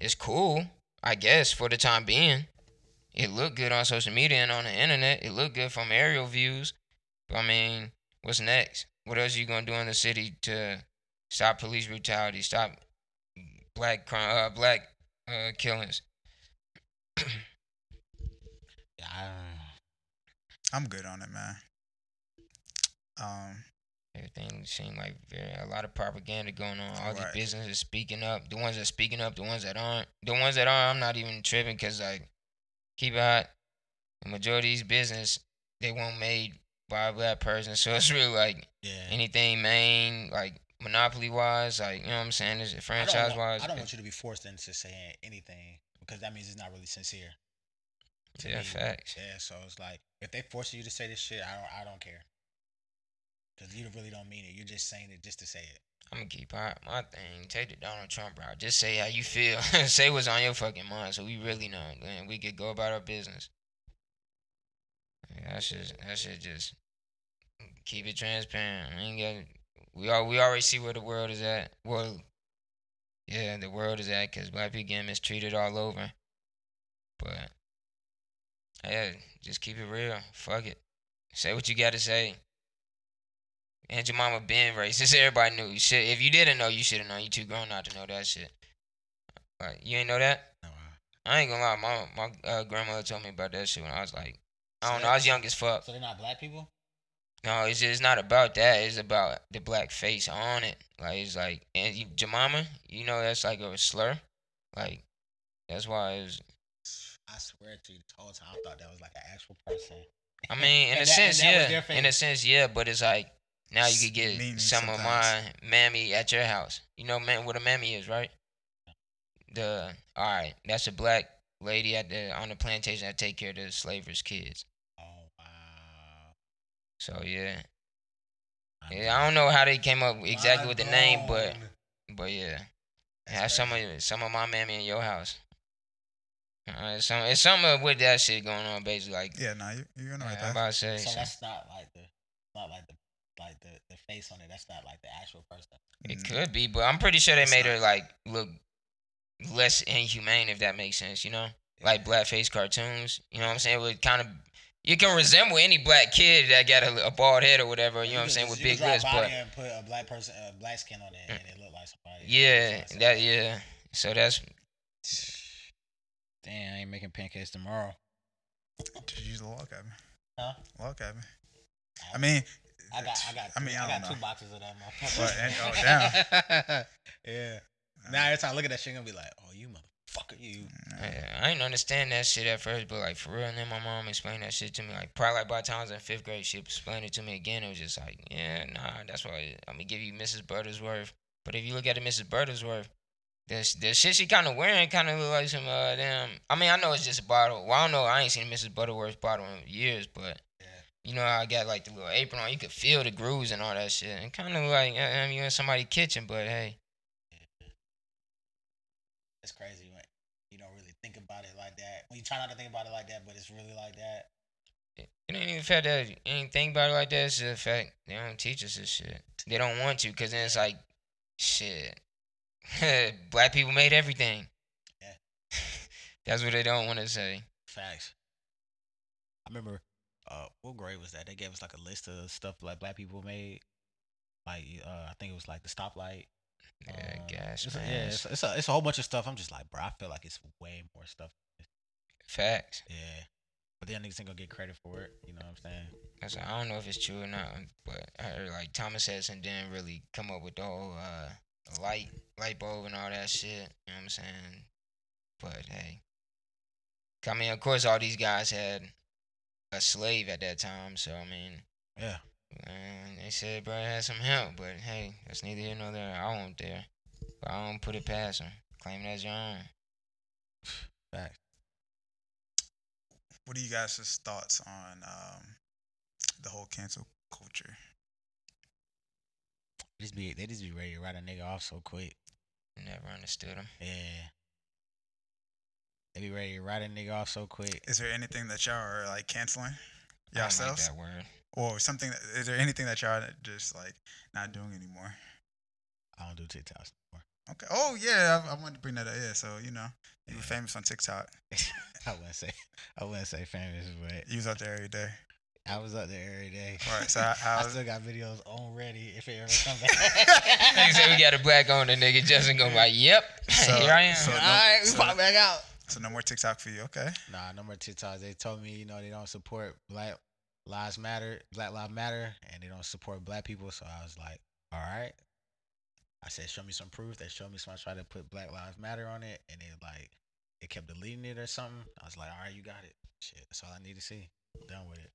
S7: is cool, I guess, for the time being. It looked good on social media and on the internet. It looked good from aerial views. But I mean, what's next? What else you gonna do in the city to stop police brutality, stop black crime, uh, black uh, killings?
S6: Yeah, I don't know.
S3: I'm good on it, man. Um,
S7: Everything seemed like very, a lot of propaganda going on. All
S3: Right.
S7: these businesses speaking up. The ones that speaking up, the ones that aren't. The ones that aren't, I'm not even tripping because, like, keep it hot. The majority of these business, they weren't made by a black person. [laughs] So it's really like
S6: Yeah.
S7: anything main, like monopoly wise, like, you know what I'm saying? Is
S6: I
S7: it
S6: don't
S7: franchise
S6: want-
S7: wise?
S6: I don't want you to be forced into saying anything because that means it's not really sincere. to
S7: Yeah,
S6: me.
S7: facts.
S6: Yeah, so it's like if they force you to say this shit, I don't I don't care. Because you really don't mean it. You're just saying it just to say it.
S7: I'm gonna keep out my thing. Take the Donald Trump route. Just say how you feel. [laughs] say what's on your fucking mind, so we really know, and we could go about our business. Yeah, that should that should just keep it transparent. We ain't got. We all we already see where the world is at. Well, yeah, the world is at because black people getting mistreated all over. But yeah, just keep it real. Fuck it. Say what you got to say. And your mama been racist. Everybody knew. You should. If you didn't know, you should have known. You too grown not to know that shit. Like you ain't know that.
S6: No,
S7: I ain't gonna lie. My my uh, grandmother told me about that shit when I was like, I don't know. I was young as fuck.
S6: So they're not black people?
S7: No, it's it's not about that. It's about the black face on it. Like it's like and you, Jemima, you know that's like a slur. Like that's why it's.
S6: I swear to you, the whole time I thought that was like an actual person.
S7: I mean, in
S6: And
S7: a
S6: that-
S7: sense,
S6: and that was their
S7: yeah.
S6: face.
S7: In a sense, yeah. But it's like now you could get
S3: Meaning
S7: some of my
S3: sometimes.
S7: mammy at your house. You know, man, what a mammy is, right? The all right, that's a black lady at the on the plantation that take care of the slavers' kids.
S6: Oh, wow.
S7: So yeah,
S6: I'm
S7: yeah. I don't know how they came up exactly
S6: mind
S7: with the name, but
S6: blown.
S7: But yeah,
S6: That's
S7: have some
S6: crazy.
S7: of some of my mammy in your house. Uh, it's some it's some of with that shit going on basically. Like
S3: Yeah, nah, you, you're in the right
S7: I'm
S3: path.
S7: about to say,
S6: So
S7: so-
S6: that's not like the, not like the, like the, the face on it. That's not like the actual person.
S7: it
S3: Mm.
S7: could be, but I'm pretty sure they
S3: It's
S7: made
S3: not.
S7: her like look less inhumane if that makes sense. You know, like blackface cartoons. You know what I'm saying? Would kind of you can resemble any black kid that got a, a bald head or whatever. You know what I'm
S6: could
S7: saying
S6: just-
S7: with
S6: you could
S7: big
S6: draw a
S7: lips,
S6: body
S7: but
S6: and put a black person, a black skin on it, and it looked like somebody.
S7: yeah,
S6: That's what I
S7: that
S6: said.
S7: yeah. So that's
S6: Damn, I ain't making pancakes tomorrow.
S3: Just use the log cabin.
S6: Huh?
S3: Log cabin. I mean,
S6: I got, I got,
S3: I mean, I,
S6: I,
S3: don't
S6: got
S3: know.
S6: two boxes of that
S3: But, and-
S6: [laughs]
S3: oh,
S6: motherfucker. yeah. Now every time I look at that shit, I'm gonna be like, "Oh, you motherfucker, you."
S3: Mm.
S7: Yeah, I didn't understand that shit at first, but like for real, and then my mom explained that shit to me. Like probably like by the time I was in fifth grade, she explained it to me again. It was just like, yeah, nah, that's why I'm gonna give you Mrs. Buttersworth. But if you look at it, Mrs. Buttersworth, the the shit she kind of wearing kind of look like some uh damn. I mean, I know it's just a bottle. Well, I don't know. I ain't seen Mrs. Butterworth's bottle in years, but. You know, how I got like the little apron on. You could feel the grooves and all that shit. And kind of like, I mean, you in somebody's kitchen, but hey,
S6: It's crazy when you don't really think about it like that. When you try not to think about it like that, but it's really like that.
S7: It ain't even fact that anything about it like that. It's just a fact they don't teach us this shit. They don't want to, cause then it's like, shit. [laughs] Black people made everything.
S6: Yeah.
S7: [laughs] That's what they don't want to say.
S6: Facts. I remember, uh, what grade was that? They gave us like a list of stuff like black people made. Like, uh, I think it was like the stoplight.
S7: Yeah,
S6: uh,
S7: gas
S6: it's a- Yeah,
S7: masks.
S6: it's, it's a it's a whole bunch of stuff. I'm just like, bro, I feel like it's way more stuff.
S7: Facts.
S6: Yeah, but then niggas ain't gonna get credit for it. You know what I'm saying?
S7: That's I don't know if it's true or not, but I heard like Thomas Edison didn't really come up with the whole uh, light light bulb and all that shit. You know what I'm saying? But hey, I mean, of course, all these guys had a slave at that time, so I mean.
S6: Yeah,
S7: And they said, bro, I had some help, but hey, that's neither here nor there. I won't there. But I don't put it past them. Claim it as your own.
S6: facts.
S3: What are you guys' thoughts on um, the whole cancel culture?
S6: They just be they just be ready to write a nigga off so quick.
S7: Never understood them.
S6: Yeah, they be ready to write a nigga off so quick.
S3: Is there anything that y'all are like canceling
S7: I don't like
S3: yourselves,
S7: that word. [laughs]
S3: or something? That, is there anything that y'all are just like not doing anymore?
S6: I don't do TikToks anymore.
S3: Okay. Oh yeah, I, I wanted to bring that up. Yeah, so you know, you were famous on TikTok.
S6: [laughs] I wouldn't say I wouldn't say famous, but
S3: You was out there every day.
S6: I was up there every day.
S3: Right.
S6: [laughs]
S3: So I,
S6: I
S3: I was.
S6: still got videos on ready if it ever
S3: [laughs]
S6: comes back.
S7: Nigga
S6: [laughs]
S7: said we got a black on the nigga. Justin go like, yep, [laughs]
S3: So-
S7: here I am.
S3: so-
S6: All right, we
S3: so-
S6: pop back out.
S3: So no more TikTok for you. Okay.
S6: Nah, no more TikToks. They told me, you know, they don't support Black Lives Matter, Black Lives Matter, and they don't support Black people. So I was like, all right. I said, show me some proof. They showed me, so I tried to put Black Lives Matter on it, and it like it kept deleting it or something. I was like, all right, you got it. Shit, that's all I need to see. done with it.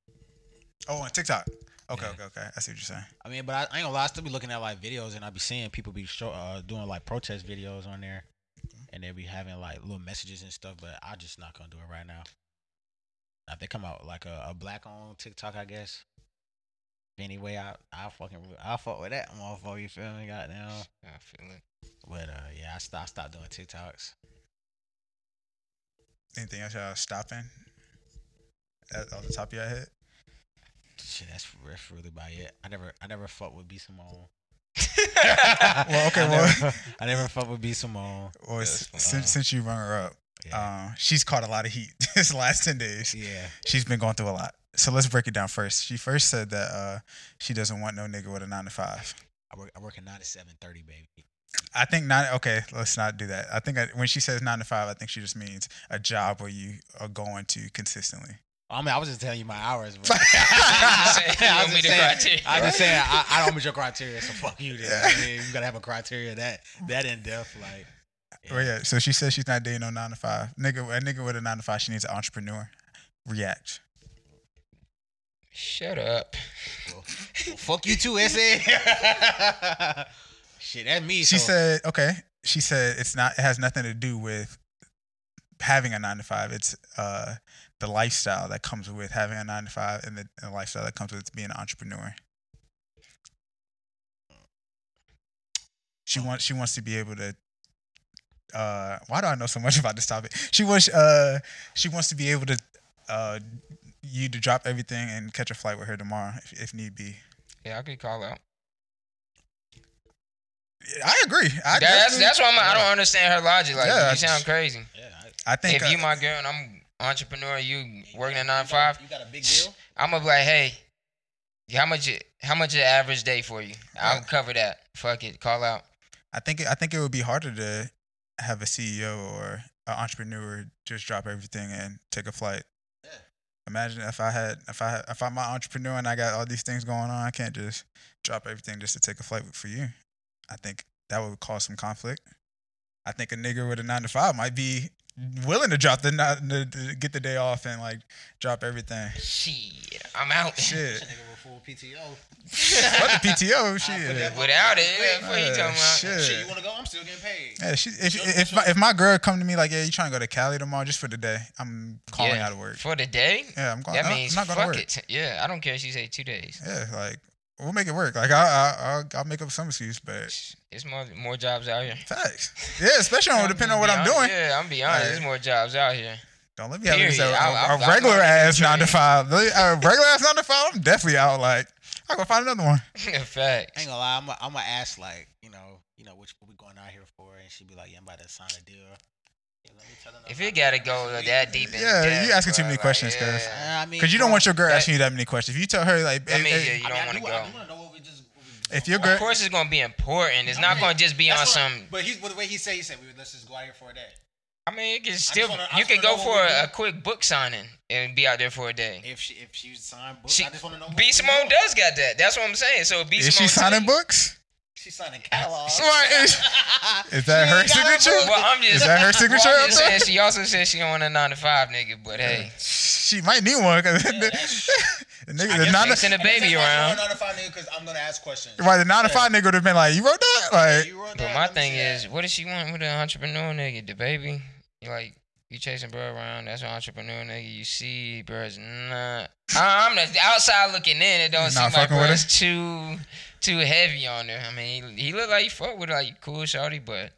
S3: Oh, on TikTok. Okay.
S6: Yeah.
S3: Okay. Okay. I see what you're saying.
S6: I mean, but I, I ain't gonna lie. I still be looking at like videos, and I be seeing people be show, uh, doing like protest videos on there, and they be having like little messages and stuff. But I just not gonna do it right now. Now, If they come out like a, a black on TikTok, I guess Anyway, I I fucking I fuck with that motherfucker. You feel me? Goddamn.
S7: I feel it.
S6: But uh, yeah, I stopped stopped doing TikToks.
S3: Anything else y'all stopping? At, off the top of your head?
S6: Shit, that's, that's really about it. I never I never fucked with B Simone. [laughs]
S3: Well, okay,
S6: I
S3: well-
S6: never, fu- I never fucked with B Simone.
S3: Or
S7: that's
S3: s- since, since you run her up,
S6: Yeah,
S3: um, she's caught a lot of heat [laughs] this last 10 days.
S6: yeah,
S3: She's been going through a lot. So let's break it down first. She first said that uh, she doesn't want no nigga with a nine to five.
S6: I work I work at nine to seven thirty, baby.
S3: I think not. Okay, let's not do that. I think I, when she says nine to five, I think she just means a job where you are going to consistently.
S6: I mean, I was just telling you my hours, but
S7: saying,
S6: [laughs]
S7: you don't
S6: was
S7: meet
S6: just
S7: the criteria,
S6: I was just
S7: right?
S6: saying I, I don't meet your criteria, so fuck you. Then I mean, you gotta have a criteria that that in depth, like
S3: Oh yeah. So she says she's not dating no nine to five nigga. A nigga with a nine to five, she needs an entrepreneur. React.
S7: Shut up.
S6: well, well, fuck you too, SA. [laughs] Shit, that's me.
S3: She
S6: so-
S3: said, okay. She said it's not. It has nothing to do with having a nine to five. It's uh the lifestyle that comes with having a nine to five and the, and the lifestyle that comes with being an entrepreneur. She wants. She wants to be able to. Uh, why do I know so much [laughs] about this topic? She wants. Uh, she wants to be able to. Uh, you to drop everything and catch a flight with her tomorrow if, if need be.
S7: Yeah, I could call out.
S3: I agree. I
S7: that's
S3: definitely-
S7: that's why I'm, I don't understand her logic. Like
S3: Yeah, I
S7: you sound
S3: just-
S7: crazy.
S6: Yeah, I,
S3: I think
S7: if you
S3: uh,
S7: my girl and I'm entrepreneur, you working at
S6: you got-
S7: nine to five.
S6: You got a big deal.
S7: I'm gonna be like, hey, how much? it- How much an average day for you? I'll
S3: Right.
S7: cover that. Fuck it, call out.
S3: I think I think it would be harder to have a CEO or an entrepreneur just drop everything and take a flight.
S6: Yeah.
S3: Imagine if I had if I had, if I'm an entrepreneur and I got all these things going on, I can't just drop everything just to take a flight for you. I think that would cause some conflict. I think a nigga with a nine to five might be willing to drop the, ni- the, the get the day off and like drop everything.
S7: Shit, I'm out.
S3: Shit,
S6: That nigga with full PTO.
S3: fuck the PTO. Shit.
S6: that-
S7: [laughs] Without it, yeah, what you
S3: Yeah,
S7: talking about?
S3: shit.
S6: Shit, you wanna go? I'm still getting paid.
S3: Yeah, she, if if my, if my girl come to me like, yeah, you trying to go to Cali tomorrow just for the day? I'm calling
S7: Yeah,
S3: out of work.
S7: for the day.
S3: Yeah, I'm going.
S7: that
S3: I'm,
S7: means
S3: I'm not going to work.
S7: fuck it. Yeah, I don't care. if She say two days.
S3: Yeah, like we'll make it work. Like I, I I'll, I'll make up some excuse, but
S7: There's more more jobs out here.
S3: facts. Yeah, especially on depending on what I'm
S7: Be honest-
S3: doing.
S7: Yeah, I'm be honest.
S3: Like-
S7: There's more jobs out here.
S3: Don't let me have this
S7: Period.
S3: a,
S7: I'll-
S3: a,
S7: I'll-
S3: a
S7: I'll
S3: regular
S7: not
S3: ass
S7: even
S3: nine to
S7: trade.
S3: five.
S7: [laughs]
S3: A regular ass nine to five. I'm definitely out. Like I go find another one.
S6: I
S7: [laughs] Facts.
S6: ain't gonna lie, I'm i I'm gonna ask like, you know, you know, which what we going out here for, and she'd be like, yeah, I'm about to sign a deal. Yeah, let me tell her
S7: If
S6: no,
S7: it
S6: no,
S7: gotta
S6: no,
S7: go
S6: she-
S7: that deep, in
S3: Yeah,
S7: depth,
S3: you asking too
S7: bruh,
S3: many
S7: like,
S3: questions, cuz.
S6: Uh,
S7: yeah.
S6: I mean,
S3: Cause you don't want your girl
S7: that-
S3: asking you that many questions. If you tell her like,
S7: That
S3: eh,
S7: means
S3: eh,
S7: yeah, you don't want
S6: to
S7: to go.
S6: I do wanna know what we just. What we
S3: If your
S7: Of
S3: girl-
S7: course, it's gonna be important. It's
S6: I
S7: not
S6: mean,
S7: gonna just be on
S6: that's what I-
S7: some.
S6: But he's but the way he said, he said, "We- let's just go out here for a day.
S7: I mean, it can still.
S6: wanna- I
S7: you
S6: just
S7: could
S6: wanna know
S7: go for
S6: what we
S7: a,
S6: do.
S7: a quick book signing and be out there for a day.
S6: If she if she was signed books,
S7: She,
S6: I just want to know. what
S7: B
S6: we
S7: Simone
S6: doing.
S7: does got that. That's what I'm saying. So B
S3: is
S7: Simone
S3: she signing
S7: take-
S3: books? eh,
S6: She signing catalogs.
S3: Right, is- Is that her
S6: ain't got her
S7: [laughs]
S3: signature?
S7: Well, I'm just.
S3: Is that her signature
S7: Well, I'm
S3: up
S7: just
S3: there?
S7: saying she also said she don't want a nine to five nigga, but hey,
S3: [laughs] She might need one because [laughs] the nigga, the nine,
S7: they send a baby around.
S6: I'm notifying you because I'm gonna ask questions.
S3: right, the nine to five nigga would have been like, "You wrote that?" Like,
S6: You wrote
S7: But
S6: that,
S7: my
S6: let me
S7: thing
S6: see that.
S7: is, what does she want with an entrepreneur nigga? The baby, you like you chasing bro around. That's an entrepreneur nigga. You see, bro, it's not. I- I'm the outside looking in. It don't
S3: Not
S7: seem like
S3: fucking
S7: bro,
S3: with her?
S7: it's too too heavy on her. I mean, he, he look like he fuck with like cool shawty, but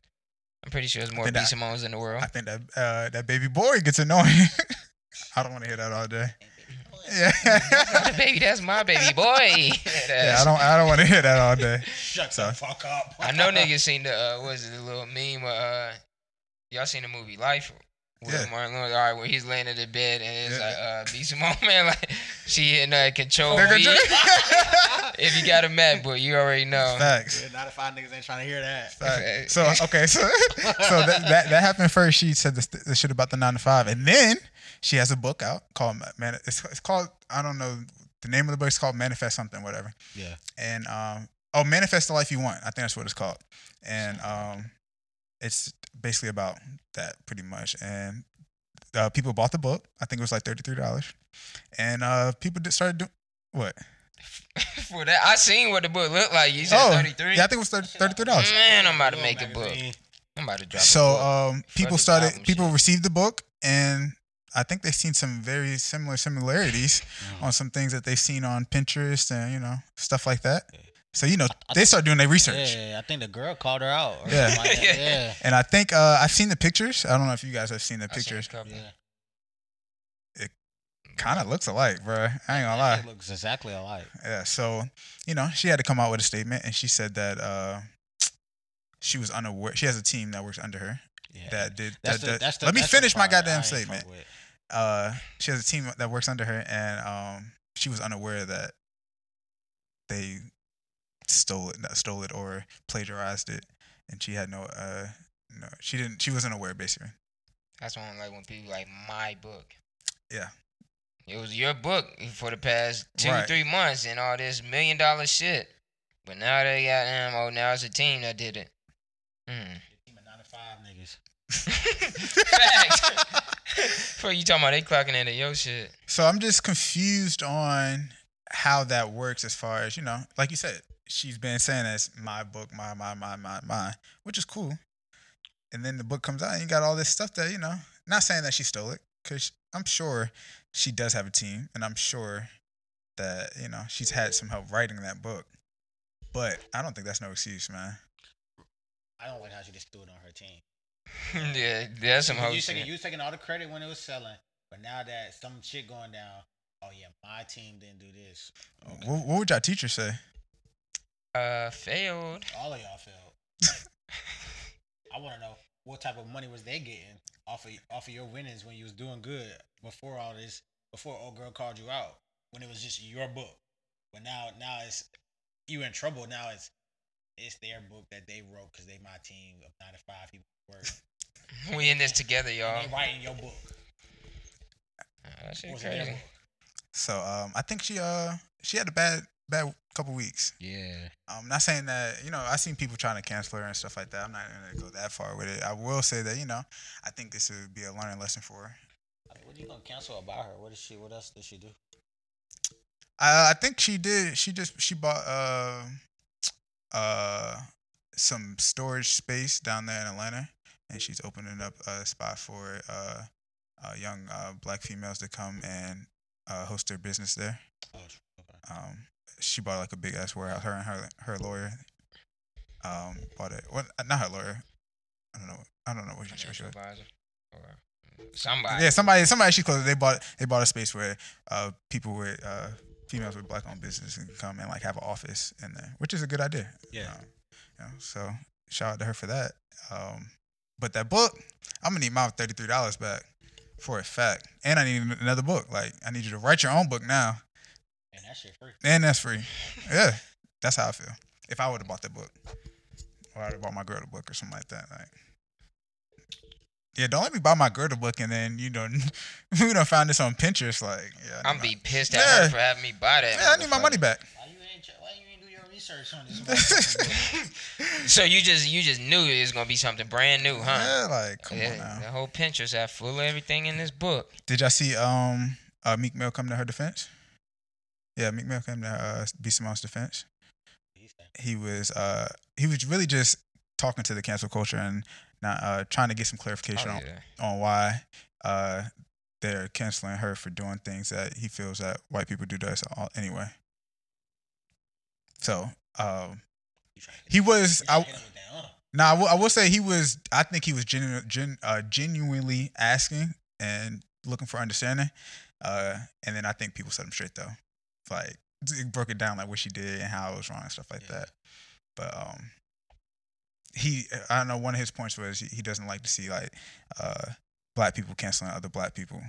S7: I'm pretty sure there's more
S3: think
S7: B
S3: that-
S7: Simones in the world.
S3: I think that uh, that baby boy gets annoying. [laughs] I don't want to hear that all day. Yeah, [laughs]
S7: Not the [laughs] baby, that's my baby boy.
S3: yeah I don't, I don't want to hear that all day.
S6: Shut
S3: So-
S6: the fuck up. [laughs]
S7: I know niggas seen the uh, what is it, the little meme? where, Uh, y'all seen the movie Life with
S3: Yeah.
S7: Martin Lawrence? All right, where he's laying in the bed and it's
S3: Yeah.
S7: like, uh, be some more man, [laughs] like she hitting uh,
S3: [laughs]
S7: control
S3: Nigga,
S7: V.
S3: ju-
S7: if you got a MacBook, you already know.
S3: Facts.
S6: Yeah, not if I niggas ain't trying to hear that.
S3: Facts. So okay, so [laughs] so that, that that happened first. She said this, this shit about the nine to five, and then she has a book out called Ma- man. It's, it's called I don't know the name of the book. It's called Manifest something, whatever.
S6: Yeah.
S3: and um oh manifest the life you want i think that's what it's called and um it's basically about that pretty much and uh, people bought the book i think it was like $33 and uh people did started doing what
S7: [laughs] For that, I seen what the book looked like. You said 33.
S3: Oh, yeah i think it was 30, $33
S7: Man, I'm about to make a
S6: Magazine.
S7: book. I'm about to drop. a
S3: so
S7: book.
S3: um people
S7: Fucking
S3: started
S7: album
S3: people
S7: shit.
S3: received the book and I think they've seen some very similar similarities
S7: Mm.
S3: on some things that they've seen on Pinterest and you know stuff like that. So you know they start doing their research.
S6: Yeah, I think the girl called her out. Or
S3: Yeah.
S6: yeah.
S7: [laughs]
S6: Like that. yeah.
S3: And I think uh, I've seen the pictures. I don't know if you guys have seen the
S7: I seen a
S3: pictures.
S7: couple.
S6: Yeah.
S3: Kind of looks alike, bro. I ain't gonna lie.
S6: It looks exactly alike.
S3: Yeah, so you know, she had to come out with a statement, and she said that uh, she was unaware. She has a team that works under her
S6: Yeah.
S3: that did.
S6: That's
S3: that,
S6: the-
S3: that-
S6: that's the-
S3: let me
S6: that's the
S3: finish my
S6: part I
S3: goddamn
S6: ain't fuck
S3: statement.
S6: with.
S3: Uh, she has a team that works under her, and um, she was unaware that they stole it, not stole it, or plagiarized it, and she had no. Uh, no, she didn't. She wasn't aware, basically.
S7: That's when like when people like my book.
S3: Yeah.
S7: It was your book for the past two,
S3: Right.
S7: three months and all this million dollar shit. But now they got them. Oh, now it's a team that did it. Mm. [laughs]
S6: Team of nine to five niggas.
S7: Facts. [laughs] Bro, you talking about they clocking into your shit? [laughs]
S3: So I'm just confused on how that works as far as, you know, like you said, she's been saying that's my book, my, my, my, my, my, which is cool. And then the book comes out and you got all this stuff that, you know, not saying that she stole it, because I'm sure she does have a team and I'm sure that, you know, she's had some help writing that book. But I don't think that's no excuse, man.
S6: I don't like how she just threw it on her team.
S7: yeah, that's some
S6: Because
S7: whole
S6: you
S7: shit.
S6: taking you was taking all the credit when it was selling, but now that some shit going down, oh yeah, my team didn't do this.
S3: What, what would y'all teacher say?
S7: uh, failed. [laughs]
S6: All of y'all failed. I want to know what type of money was they getting off of off of your winnings when you was doing good before all this, before old girl called you out when it was just your book, but now now it's you in trouble. Now it's it's their book that they wrote because they my team of nine to five people
S7: [laughs]
S6: work.
S7: We in this together, y'all.
S6: They writing your book.
S7: Uh, that shit
S6: Was it their
S7: crazy.
S6: book?
S3: So um, I think she uh she had a bad bad couple weeks.
S6: Yeah.
S3: I'm not saying that, you know, I've seen people trying to cancel her and stuff like that. I'm not going to go that far with it. I will say that, you know, I think this would be a learning lesson for her.
S6: What are you gonna cancel about her? What is she? What else did she do?
S3: I, I think she did. She just, she bought uh, uh, some storage space down there in Atlanta, and she's opening up a spot for uh, uh, young uh, black females to come and uh, host their business there.
S6: Oh, true. Okay.
S3: um, she bought like a big ass warehouse. Her and her her lawyer um, bought it. What? Not her lawyer. I don't know. I don't know what she, what she
S7: Financial
S3: was.
S7: advisor or somebody.
S3: Yeah, somebody somebody she closed. They bought they bought a space where uh, people with uh, females with black owned business can come and like have an office in there, which is a good idea.
S6: Yeah.
S3: Um, you know, so shout out to her for that. Um, but that book, I'm gonna need my thirty three dollars back for a fact, and I need another book. Like I need you to write your own book now.
S6: And that shit free.
S3: And that's free. Yeah. That's how I feel. If I would have bought that book. Or I'd have bought my girl the book or something like that. Like Yeah, don't let me buy my girl the book and then, you know, [laughs] we don't found this on Pinterest. Like, yeah. I
S7: I'm
S3: need
S7: be
S3: my-
S7: pissed at
S3: Yeah.
S7: her for having me buy that.
S3: Yeah, I need my
S7: motherfucker.
S3: money back.
S6: Why you ain't? Why you ain't do your research on this? motherfucking book?
S7: [laughs] So you just you just knew it was gonna be something brand new, huh?
S3: Yeah, like, come on
S7: Yeah, the
S3: now.
S7: whole Pinterest had full of everything in this book.
S3: Did y'all see um uh, Meek Mill come to her defense? Yeah, Meek Mill came to uh, B. Simone's defense.
S6: He said,
S3: he was uh he was really just talking to the cancel culture and not uh trying to get some clarification
S7: Oh,
S3: on,
S7: yeah.
S3: on why uh they're canceling her for doing things that he feels that white people do to us all anyway. So um
S6: "You trying to
S3: he was
S6: you trying
S3: I
S6: to hit him with that, huh?"
S3: now I will, I will say he was I think he was genu- gen, uh, genuinely asking and looking for understanding, uh and then I think people set him straight though, like it broke it down like what she did and how it was wrong and stuff like
S6: Yeah.
S3: that, but um he I don't know one of his points was he, he doesn't like to see like uh black people canceling other black
S7: [laughs]
S3: people,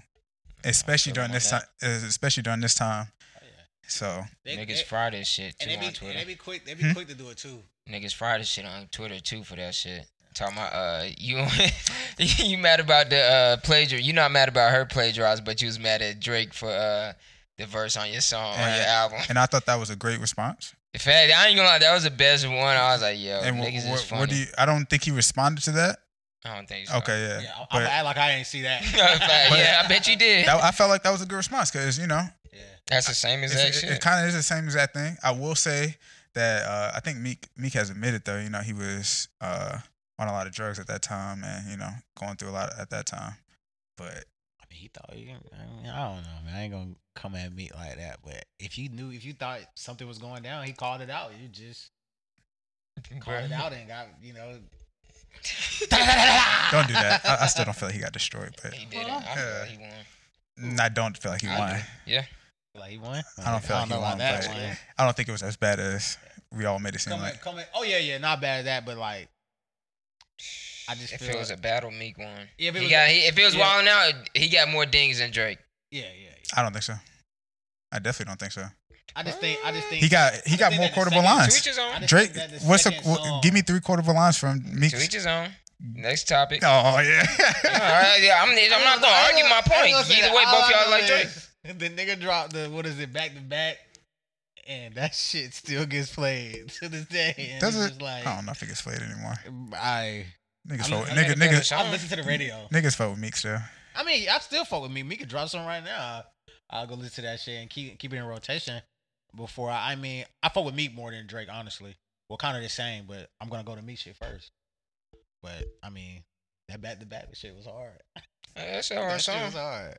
S3: especially
S7: feel
S3: during
S7: him on
S3: this time
S7: that.
S3: especially during this time,
S6: Oh, yeah.
S3: so
S6: They,
S7: Niggas
S6: they-
S7: fry this shit too
S6: and they
S7: on
S6: be, and they
S7: Twitter.
S6: be quick. They
S7: [laughs]
S6: be quick to do it too.
S7: Niggas fry this shit on Twitter too for that shit. Talking about uh you [laughs] you mad about the uh plagiar you not mad about her plagiarized, but you was mad at Drake for uh the verse on your song on
S3: And-
S7: your album.
S3: and I thought that was a great response.
S7: In fact, I ain't gonna lie, that was the best one. I was like, yo,
S3: and wh-
S7: Oh, niggas is
S3: what,
S7: funny.
S3: what do you I don't think he responded to that.
S7: I don't think so.
S3: Okay, yeah.
S6: Yeah, I,
S3: but
S6: I'm act like I ain't
S3: [laughs]
S6: see that.
S7: In
S6: [laughs]
S7: fact, yeah, I bet you did.
S3: that, I felt like that was a good response because you know
S6: Yeah,
S7: That's the same
S3: it's,
S7: exact
S3: it,
S7: shit.
S3: kind of is the same exact thing. I will say that uh, I think Meek Meek has admitted though, you know, he was uh, on a lot of drugs at that time and you know going through a lot at that time. But
S6: I he thought he, I, mean, I don't know, man. I ain't gonna come at me like that. But if you knew, if you thought something was going down, he called it out. You just called it out and got, you know.
S3: [laughs] Don't do that. I, I still don't feel like he got destroyed, but
S7: He did it. I feel
S3: Yeah.
S7: like he won.
S3: mm, I don't feel like he
S7: I
S3: won.
S7: Yeah.
S6: [laughs] Like he won.
S3: I don't feel like he
S6: know
S3: won,
S6: about that
S3: but
S6: one.
S3: I don't think it was as bad as we all made it seem
S6: Coming,
S3: like.
S6: coming. Oh yeah, yeah. Not bad at that, but like, I just
S7: if
S6: feel
S7: it was
S6: like-
S7: a battle, Meek won.
S6: Yeah,
S7: Yeah,
S6: if it
S7: he
S6: was
S7: got,
S6: a-
S7: he, if it was
S6: yeah.
S7: Wildin' Out, he got more dings than Drake.
S6: yeah, yeah. yeah.
S3: I don't think so. I definitely don't think so.
S6: I just think, I just think
S3: He got he
S6: I
S3: got
S6: think
S3: more
S6: that the
S3: quotable
S6: second-
S7: To
S3: lines.
S7: each his
S6: I
S7: own.
S3: [laughs]
S6: just
S3: Drake,
S6: think that the
S3: what's a
S6: second
S3: wha-
S6: song-
S3: give me three quotable lines from Meek?
S7: To each his own. Next topic.
S3: Oh yeah. [laughs]
S7: All right, yeah, I'm, I'm not gonna argue my point. Either way, both y'all like Drake.
S6: Drake. The nigga dropped the what is it back to back, and that shit still gets played [laughs] to this day. And
S3: Does
S6: it's
S3: it?
S6: just like
S3: I don't know if it gets played anymore.
S6: I
S3: Niggas
S6: I'm
S3: fuck
S6: not-
S3: with
S6: I'm
S3: nigga,
S6: not a
S3: niggas,
S6: I listen to the radio.
S3: niggas fuck with Meek still.
S6: I mean, I still fuck with me. Me could drop some right now. I'll go listen to that shit and keep keep it in rotation. Before I, I mean, I fuck with Meek more than Drake, honestly. Well, kind of the same, but I'm gonna go to Meek shit first. But I mean, that back to back shit was hard.
S7: Yeah, That's a hard
S6: That shit
S7: song.
S6: was hard.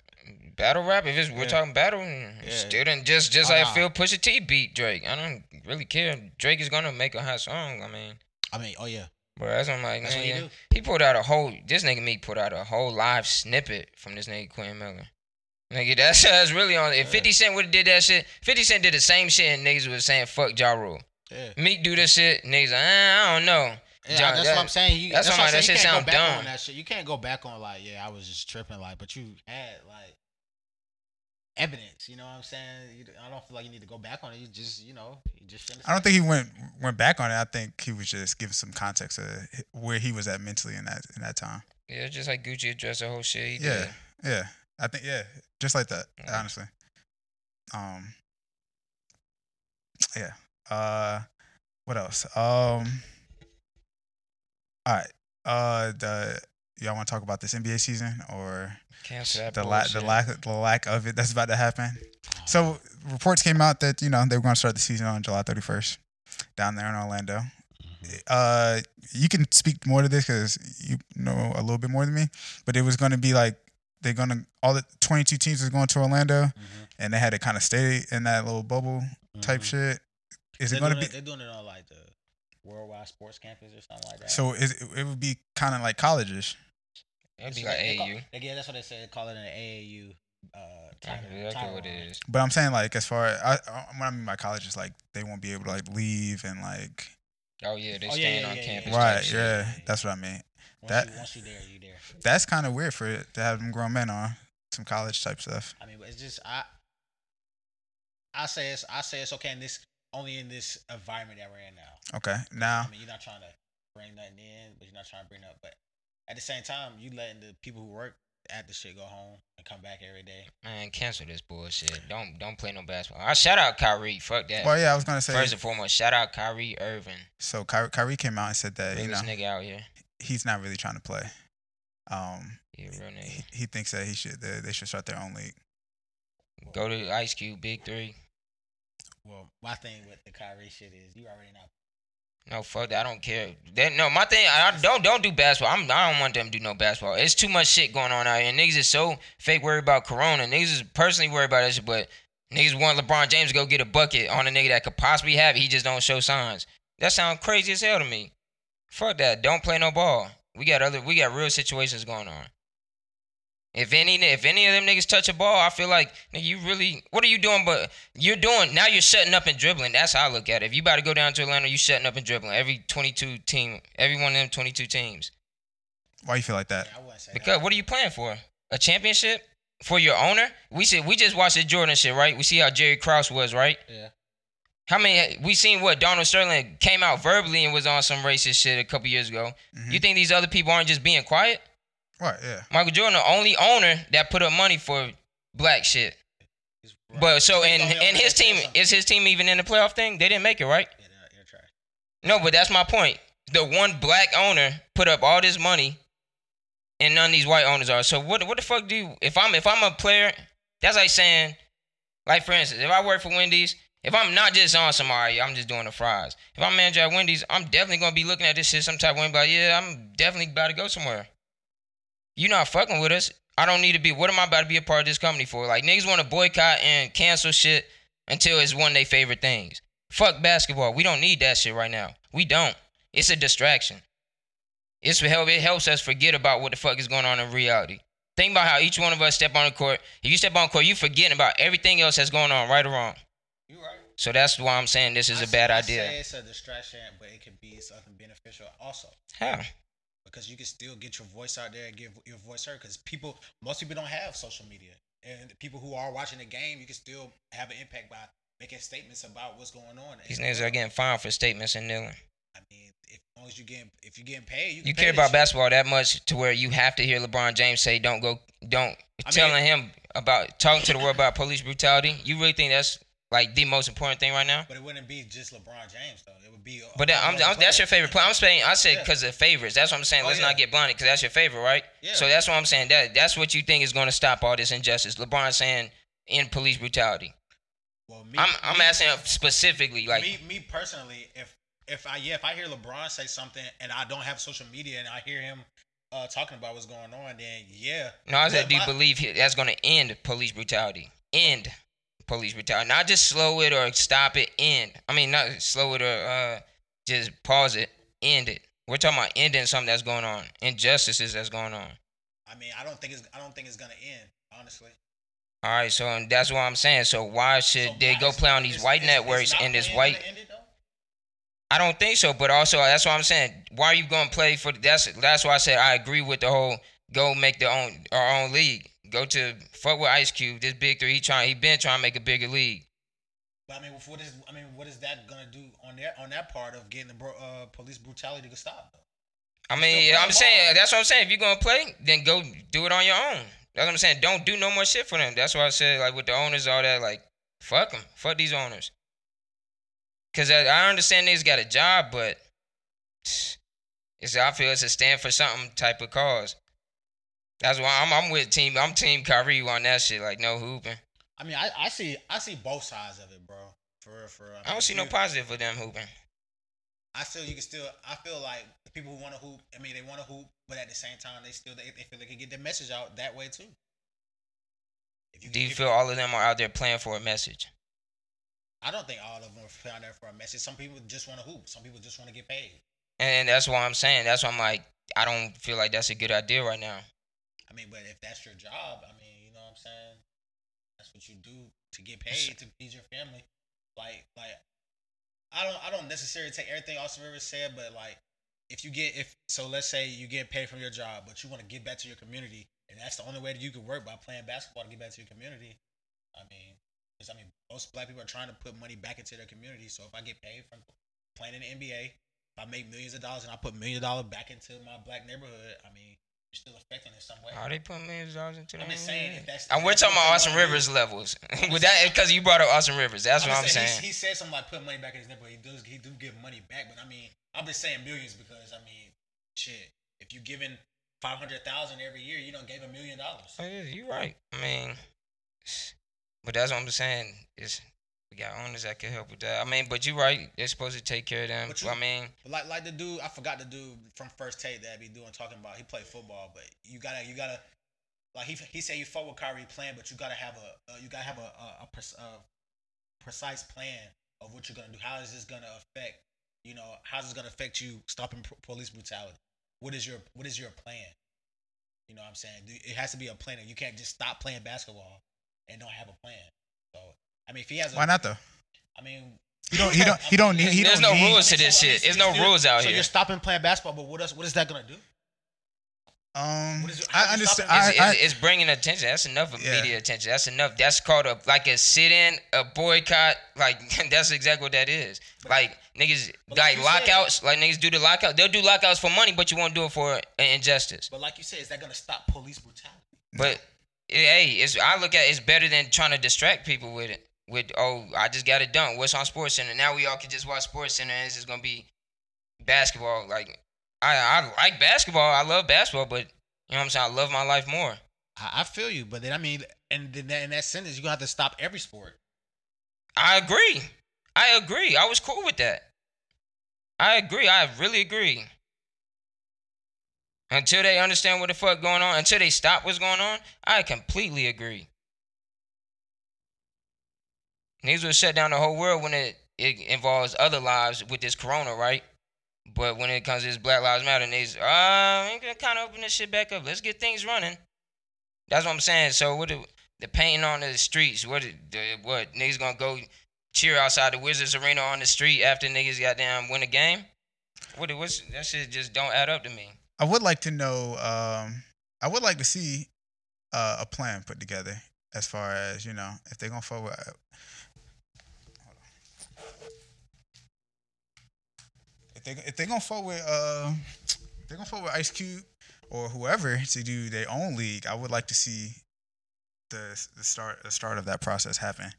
S7: Battle rap. If it's, we're
S6: Yeah.
S7: talking battle, mm, still didn't just just
S6: Oh,
S7: like
S6: nah.
S7: Phil Pusha T beat Drake. I don't really care. Drake is gonna make a hot song. I mean,
S6: I mean, oh yeah,
S7: bro, that's what I'm like.
S6: That's
S7: man,
S6: what he
S7: yeah.
S6: do.
S7: He pulled out a whole. This nigga Meek pulled out a whole live snippet from this nigga Quinn Miller. Nigga, [laughs] that's, that's really on. If 50 Cent would have did that shit, 50 Cent did the same shit and niggas was saying fuck Ja Rule.
S6: yeah.
S7: Meek do this shit, niggas, like, eh, I don't know.
S6: Yeah,
S7: Ja-
S6: that's
S7: that-
S6: what I'm saying. You,
S7: that's
S6: that's,
S7: why
S6: what I'm
S7: that
S6: saying.
S7: shit
S6: you can't
S7: sound
S6: go back
S7: dumb.
S6: on that shit. You can't go back on like, yeah, I was just tripping, like, but you had like evidence. You know what I'm saying? You, I don't feel like you need to go back on it. You just, you know, you just. shouldn't-
S3: I don't think he went went back on it. I think he was just giving some context of where he was at mentally in that in that time.
S7: Yeah, it's just like Gucci addressed the whole shit. He
S3: Yeah,
S7: did.
S3: yeah. I think yeah, just like that.
S6: Mm.
S7: Yeah.
S3: Honestly, um, yeah. Uh, what else? Um, all right. Uh, the y'all want to talk about this NBA season or?
S7: Cancel that
S3: the lack, the
S7: bullshit.
S3: lack, the lack of it that's about to happen. So reports came out that you know they were going to start the season on July 31st down there in Orlando. Uh, you can speak more to this because you know a little bit more than me, but it was going to be like they're going to all the 22 teams was going to Orlando,
S6: Mm-hmm,
S3: and they had to kind of stay in that little bubble type
S7: Mm-hmm.
S3: shit. Is
S6: They're
S3: it going to
S6: doing
S3: be?
S6: it- They're doing it on like the worldwide sports campus or something like that.
S3: So is, it would be kind of like colleges.
S7: It'd
S6: It's
S7: be like
S6: they call-
S7: AU.
S6: yeah, that's what they say. They call it an AAU. Uh,
S7: That's
S6: Tyron-
S7: exactly what
S6: Tyron.
S7: it is.
S3: But I'm saying like as far as I, I, what I mean by college is like they won't be able to like leave and like
S7: Oh yeah, they
S6: Oh, yeah,
S7: staying
S6: yeah,
S7: on
S6: yeah, yeah,
S7: campus.
S6: yeah.
S7: type
S3: Right,
S7: shit.
S3: yeah, that's what I mean.
S6: Once,
S3: That-
S6: you, once you there, you there.
S3: That's kind of weird for it to have them grown men on some college type stuff.
S6: I mean, but it's just I. I say it's I say it's okay in this only in this environment that we're in now.
S3: Okay, now
S6: I mean, you're not trying to bring nothing in, but you're not trying to bring up. But at the same time, you letting the people who work at the shit go home and come back every day.
S7: Man, cancel this bullshit. Don't don't play no basketball. I shout out Kyrie. Fuck that.
S3: well, yeah, I was gonna say.
S7: First and foremost, shout out Kyrie Irving.
S3: so Ky- Kyrie came out and said that you know
S7: Realest nigga out here.
S3: he's not really trying to play. Um,
S7: Yeah, real nigga.
S3: he, he thinks that he should that they should start their own league.
S7: Go to Ice Cube, Big Three.
S6: Well, my thing with the Kyrie shit is you already know.
S7: No, fuck that. I don't care. That, no, my thing. I I don't don't do basketball. I'm, I don't want them to do no basketball. It's too much shit going on out here. Niggas is so fake worried about Corona. Niggas is personally worried about that shit, but niggas want LeBron James to go get a bucket on a nigga that could possibly have it. He just don't show signs. That sounds crazy as hell to me. Fuck that. Don't play no ball. We got other. We got real situations going on. If any if any of them niggas touch a ball, I feel like nigga, you really what are you doing? But you're doing now. You're shutting up and dribbling. That's how I look at it. If you about to go down to Atlanta, you shutting up and dribbling. Every 22 team, every one of them 22 teams.
S3: Why you feel like that?
S6: I wouldn't say that.
S7: Because what are you playing for? A championship for your owner? We said we just watched the Jordan shit, right? We see how Jerry Krause was, right?
S6: Yeah.
S7: How many we seen what Donald Sterling came out verbally and was on some racist shit a couple years ago?
S3: Mhm.
S7: You think these other people aren't just being quiet?
S3: Right, yeah.
S7: Michael Jordan, the only owner that put up money for black shit.
S6: He's
S7: But so
S6: He's
S7: and
S6: gonna help
S7: and
S6: me
S7: his
S6: say
S7: team
S6: something.
S7: is his team even in the playoff thing? They didn't make it, right?
S6: Yeah, they're- they're trash.
S7: No, but that's my point. The one black owner put up all this money, and none of these white owners are. So what? What the fuck do you? If I'm if I'm a player, that's like saying, like for instance, if I work for Wendy's, if I'm not just on somebody, I'm just doing the fries. If I'm manager at Wendy's, I'm definitely gonna be looking at this shit some type of way. But yeah, I'm definitely about to go somewhere. You're not fucking with us. I don't need to be. What am I about to be a part of this company for? Like niggas want to boycott and cancel shit until it's one of their favorite things. Fuck basketball. We don't need that shit right now. We don't. It's a distraction. It's for help. It helps us forget about what the fuck is going on in reality. Think about how each one of us step on the court. If you step on the court, you forgetting about everything else that's going on, right or wrong.
S6: You right.
S7: So that's why I'm saying this is
S6: I
S7: a
S6: say-
S7: bad
S6: I Say
S7: idea.
S6: it's a distraction, but it could be something beneficial also
S7: How?
S6: because you can still get your voice out there and give your voice heard. Because people, most people don't have social media, and the people who are watching the game, you can still have an impact by making statements about what's going on.
S7: These niggas are getting fined for statements and kneeling.
S6: I mean, if, as long as you getting, if you getting paid, you, can
S7: You
S6: pay
S7: care
S6: that
S7: about
S6: shit.
S7: basketball that much to where you have to hear LeBron James say, "Don't go, don't."
S6: I
S7: telling him about talking to the world about police brutality. You really think that's like the most important thing right now?
S6: But it wouldn't be just LeBron James though. It would be. a-
S7: But that, I'm,
S6: another
S7: I'm, that's
S6: player.
S7: your favorite player. I'm saying I said
S6: Yeah.
S7: because of favorites. That's what I'm saying.
S6: Oh,
S7: Let's
S6: yeah.
S7: not get blinded because that's your favorite, right?
S6: Yeah.
S7: So that's what I'm saying. That that's what you think is going to stop all this injustice. LeBron saying in police brutality.
S6: Well, me,
S7: I'm I'm
S6: me-
S7: asking specifically like
S6: me, me personally, if if I yeah, if I hear LeBron say something and I don't have social media and I hear him uh, talking about what's going on, then yeah.
S7: No, I said,
S6: But
S7: do you
S6: my-
S7: believe he- that's going to end police brutality? End police brutality. Not just slow it or stop it. End. I mean, not slow it or uh, just pause it. End it. We're talking about ending something that's going on, injustices that's going on.
S6: I mean, I don't think it's I don't think it's gonna end. Honestly,
S7: All right, so and that's what I'm saying. So why should
S6: So
S7: they
S6: why
S7: go
S6: is-
S7: play on these
S6: is-
S7: white
S6: is- is
S7: networks
S6: not
S7: and this
S6: playing
S7: white?
S6: gonna end it, though?
S7: I don't think so. But also, uh, that's what I'm saying. Why are you going to play for? That's that's why I said I agree with the whole go make their own our own league. Go to fuck with Ice Cube. This big three, he trying he been trying to make a bigger league.
S6: But I mean, what is I mean, what is that gonna do on their on that part of getting the bro, uh, police brutality to stop? though?
S7: I
S6: Still
S7: mean,
S6: play
S7: I'm
S6: ball.
S7: saying that's what I'm saying. If you're gonna play, then go do it on your own. That's what I'm saying. Don't do no more shit for them. That's why I said like with the owners, all that like, fuck them, fuck these owners. Cause I, I understand niggas got a job, but it's I feel it's a stand for something type of cause. That's why I'm I'm with team I'm team Kyrie on that shit. Like no hooping.
S6: I mean, I, I see I see both sides of it, bro. For real, for real.
S7: I don't see no
S6: You-
S7: positive for them hooping.
S6: I feel you can still. I feel like the people who want to hoop. I mean, they want to hoop, but at the same time, they still they, they feel they can get their message out that way too. If
S7: Do you
S6: if-
S7: feel all of them are out there playing for a message?
S6: I don't think all of them are out there for a message. Some people just want to hoop. Some people just want to get paid.
S7: And that's why I'm saying that's why I'm like I don't feel like that's a good idea right now.
S6: I mean, but if that's your job, I mean, you know what I'm saying. That's what you do to get paid to feed your family. Like, like, I don't, I don't necessarily take everything Austin Rivers said, but like, if you get, if so, let's say you get paid from your job, but you want to give back to your community, and that's the only way that you can work by playing basketball to get back to your community. I mean, because I mean, most black people are trying to put money back into their community. So if I get paid from playing in the NBA, if I make millions of dollars and I put million dollars back into my black neighborhood, I mean, you're still affecting in some way.
S7: Are they putting millions of dollars into
S6: I'm
S7: the
S6: just
S7: NBA?
S6: saying if that's-
S7: And we're
S6: if
S7: talking
S6: that's what they
S7: about Austin
S6: wanna do.
S7: Rivers levels. [laughs] With that, because you brought up Austin Rivers. That's what I'm
S6: just
S7: saying.
S6: he's- He said something like put money back in his neighborhood. He does. He do give money back, but I mean, I'm just saying millions because I mean, shit. If you giving five hundred thousand every year, you don't gave a million dollars.
S7: Oh, yeah, You're right. I mean, but that's what I'm saying. Is we got owners that can help with that. I mean, but you're right. They're supposed to take care of them.
S6: But you-
S7: I mean,
S6: But like like the dude, I forgot the dude from First Take that I be doing talking about. He played football, but you gotta you gotta like he he said you fought with Kyrie plan, but you gotta have a uh, you gotta have a a, a, pres- a precise plan of what you're gonna do. How is this gonna affect you know how's this gonna affect you stopping pro- police brutality? What is your what is your plan? You know what I'm saying? Do- It has to be a plan. You can't just stop playing basketball and don't have a plan. So I mean, if he has, a,
S3: Why not though?
S6: I mean,
S3: He don't. He don't. He don't need. He
S7: There's
S3: don't
S7: no
S3: need,
S7: rules. to this shit. There's no
S6: you're-
S7: rules out
S6: So
S7: here.
S6: you're stopping playing basketball, but what else? What is that gonna do?
S3: Um,
S6: What is it- how
S3: I
S6: do you stop
S3: understand.
S6: him?
S3: I,
S7: it's,
S3: I,
S7: it's, it's bringing attention. That's enough of
S3: Yeah.
S7: media attention. That's enough. That's called a like a sit-in, a boycott. Like [laughs] that's exactly what that is. Like niggas,
S6: but like
S7: like
S6: you said-
S7: lockouts. Like niggas do the lockout. They'll do lockouts for money, but you won't do it for an injustice.
S6: But like you said, is that gonna stop police brutality?
S7: But hey, it's I look at it's better than trying to distract people with it. With oh, I just got it done. What's on Sports Center now? We all can just watch Sports Center, and it's just gonna be basketball. Like I, I like basketball. I love basketball, but you know what I'm saying. I love my life more.
S6: I, I feel you, but then I mean, and then that, in that sentence, you're gonna have to stop every sport.
S7: I agree. I agree. I was cool with that. I agree. I really agree. Until they understand what the fuck going on, until they stop what's going on, I completely agree. Needs will shut down the whole world when it, it involves other lives with this corona, right? But when it comes to this Black Lives Matter, needs uh, we can kind of open this shit back up. Let's get things running. That's what I'm saying. So what the, the painting on the streets? What the, the- what niggas gonna go cheer outside the Wizards Arena on the street after niggas goddamn win a game? What the- what's that shit just don't add up to me.
S3: I would like to know. Um, I would like to see uh, a plan put together as far as you know if they're gonna fuck with. uh, If they if they gonna fuck with uh, if they gonna fuck with Ice Cube or whoever to do their own league. I would like to see the the start the start of that process happen.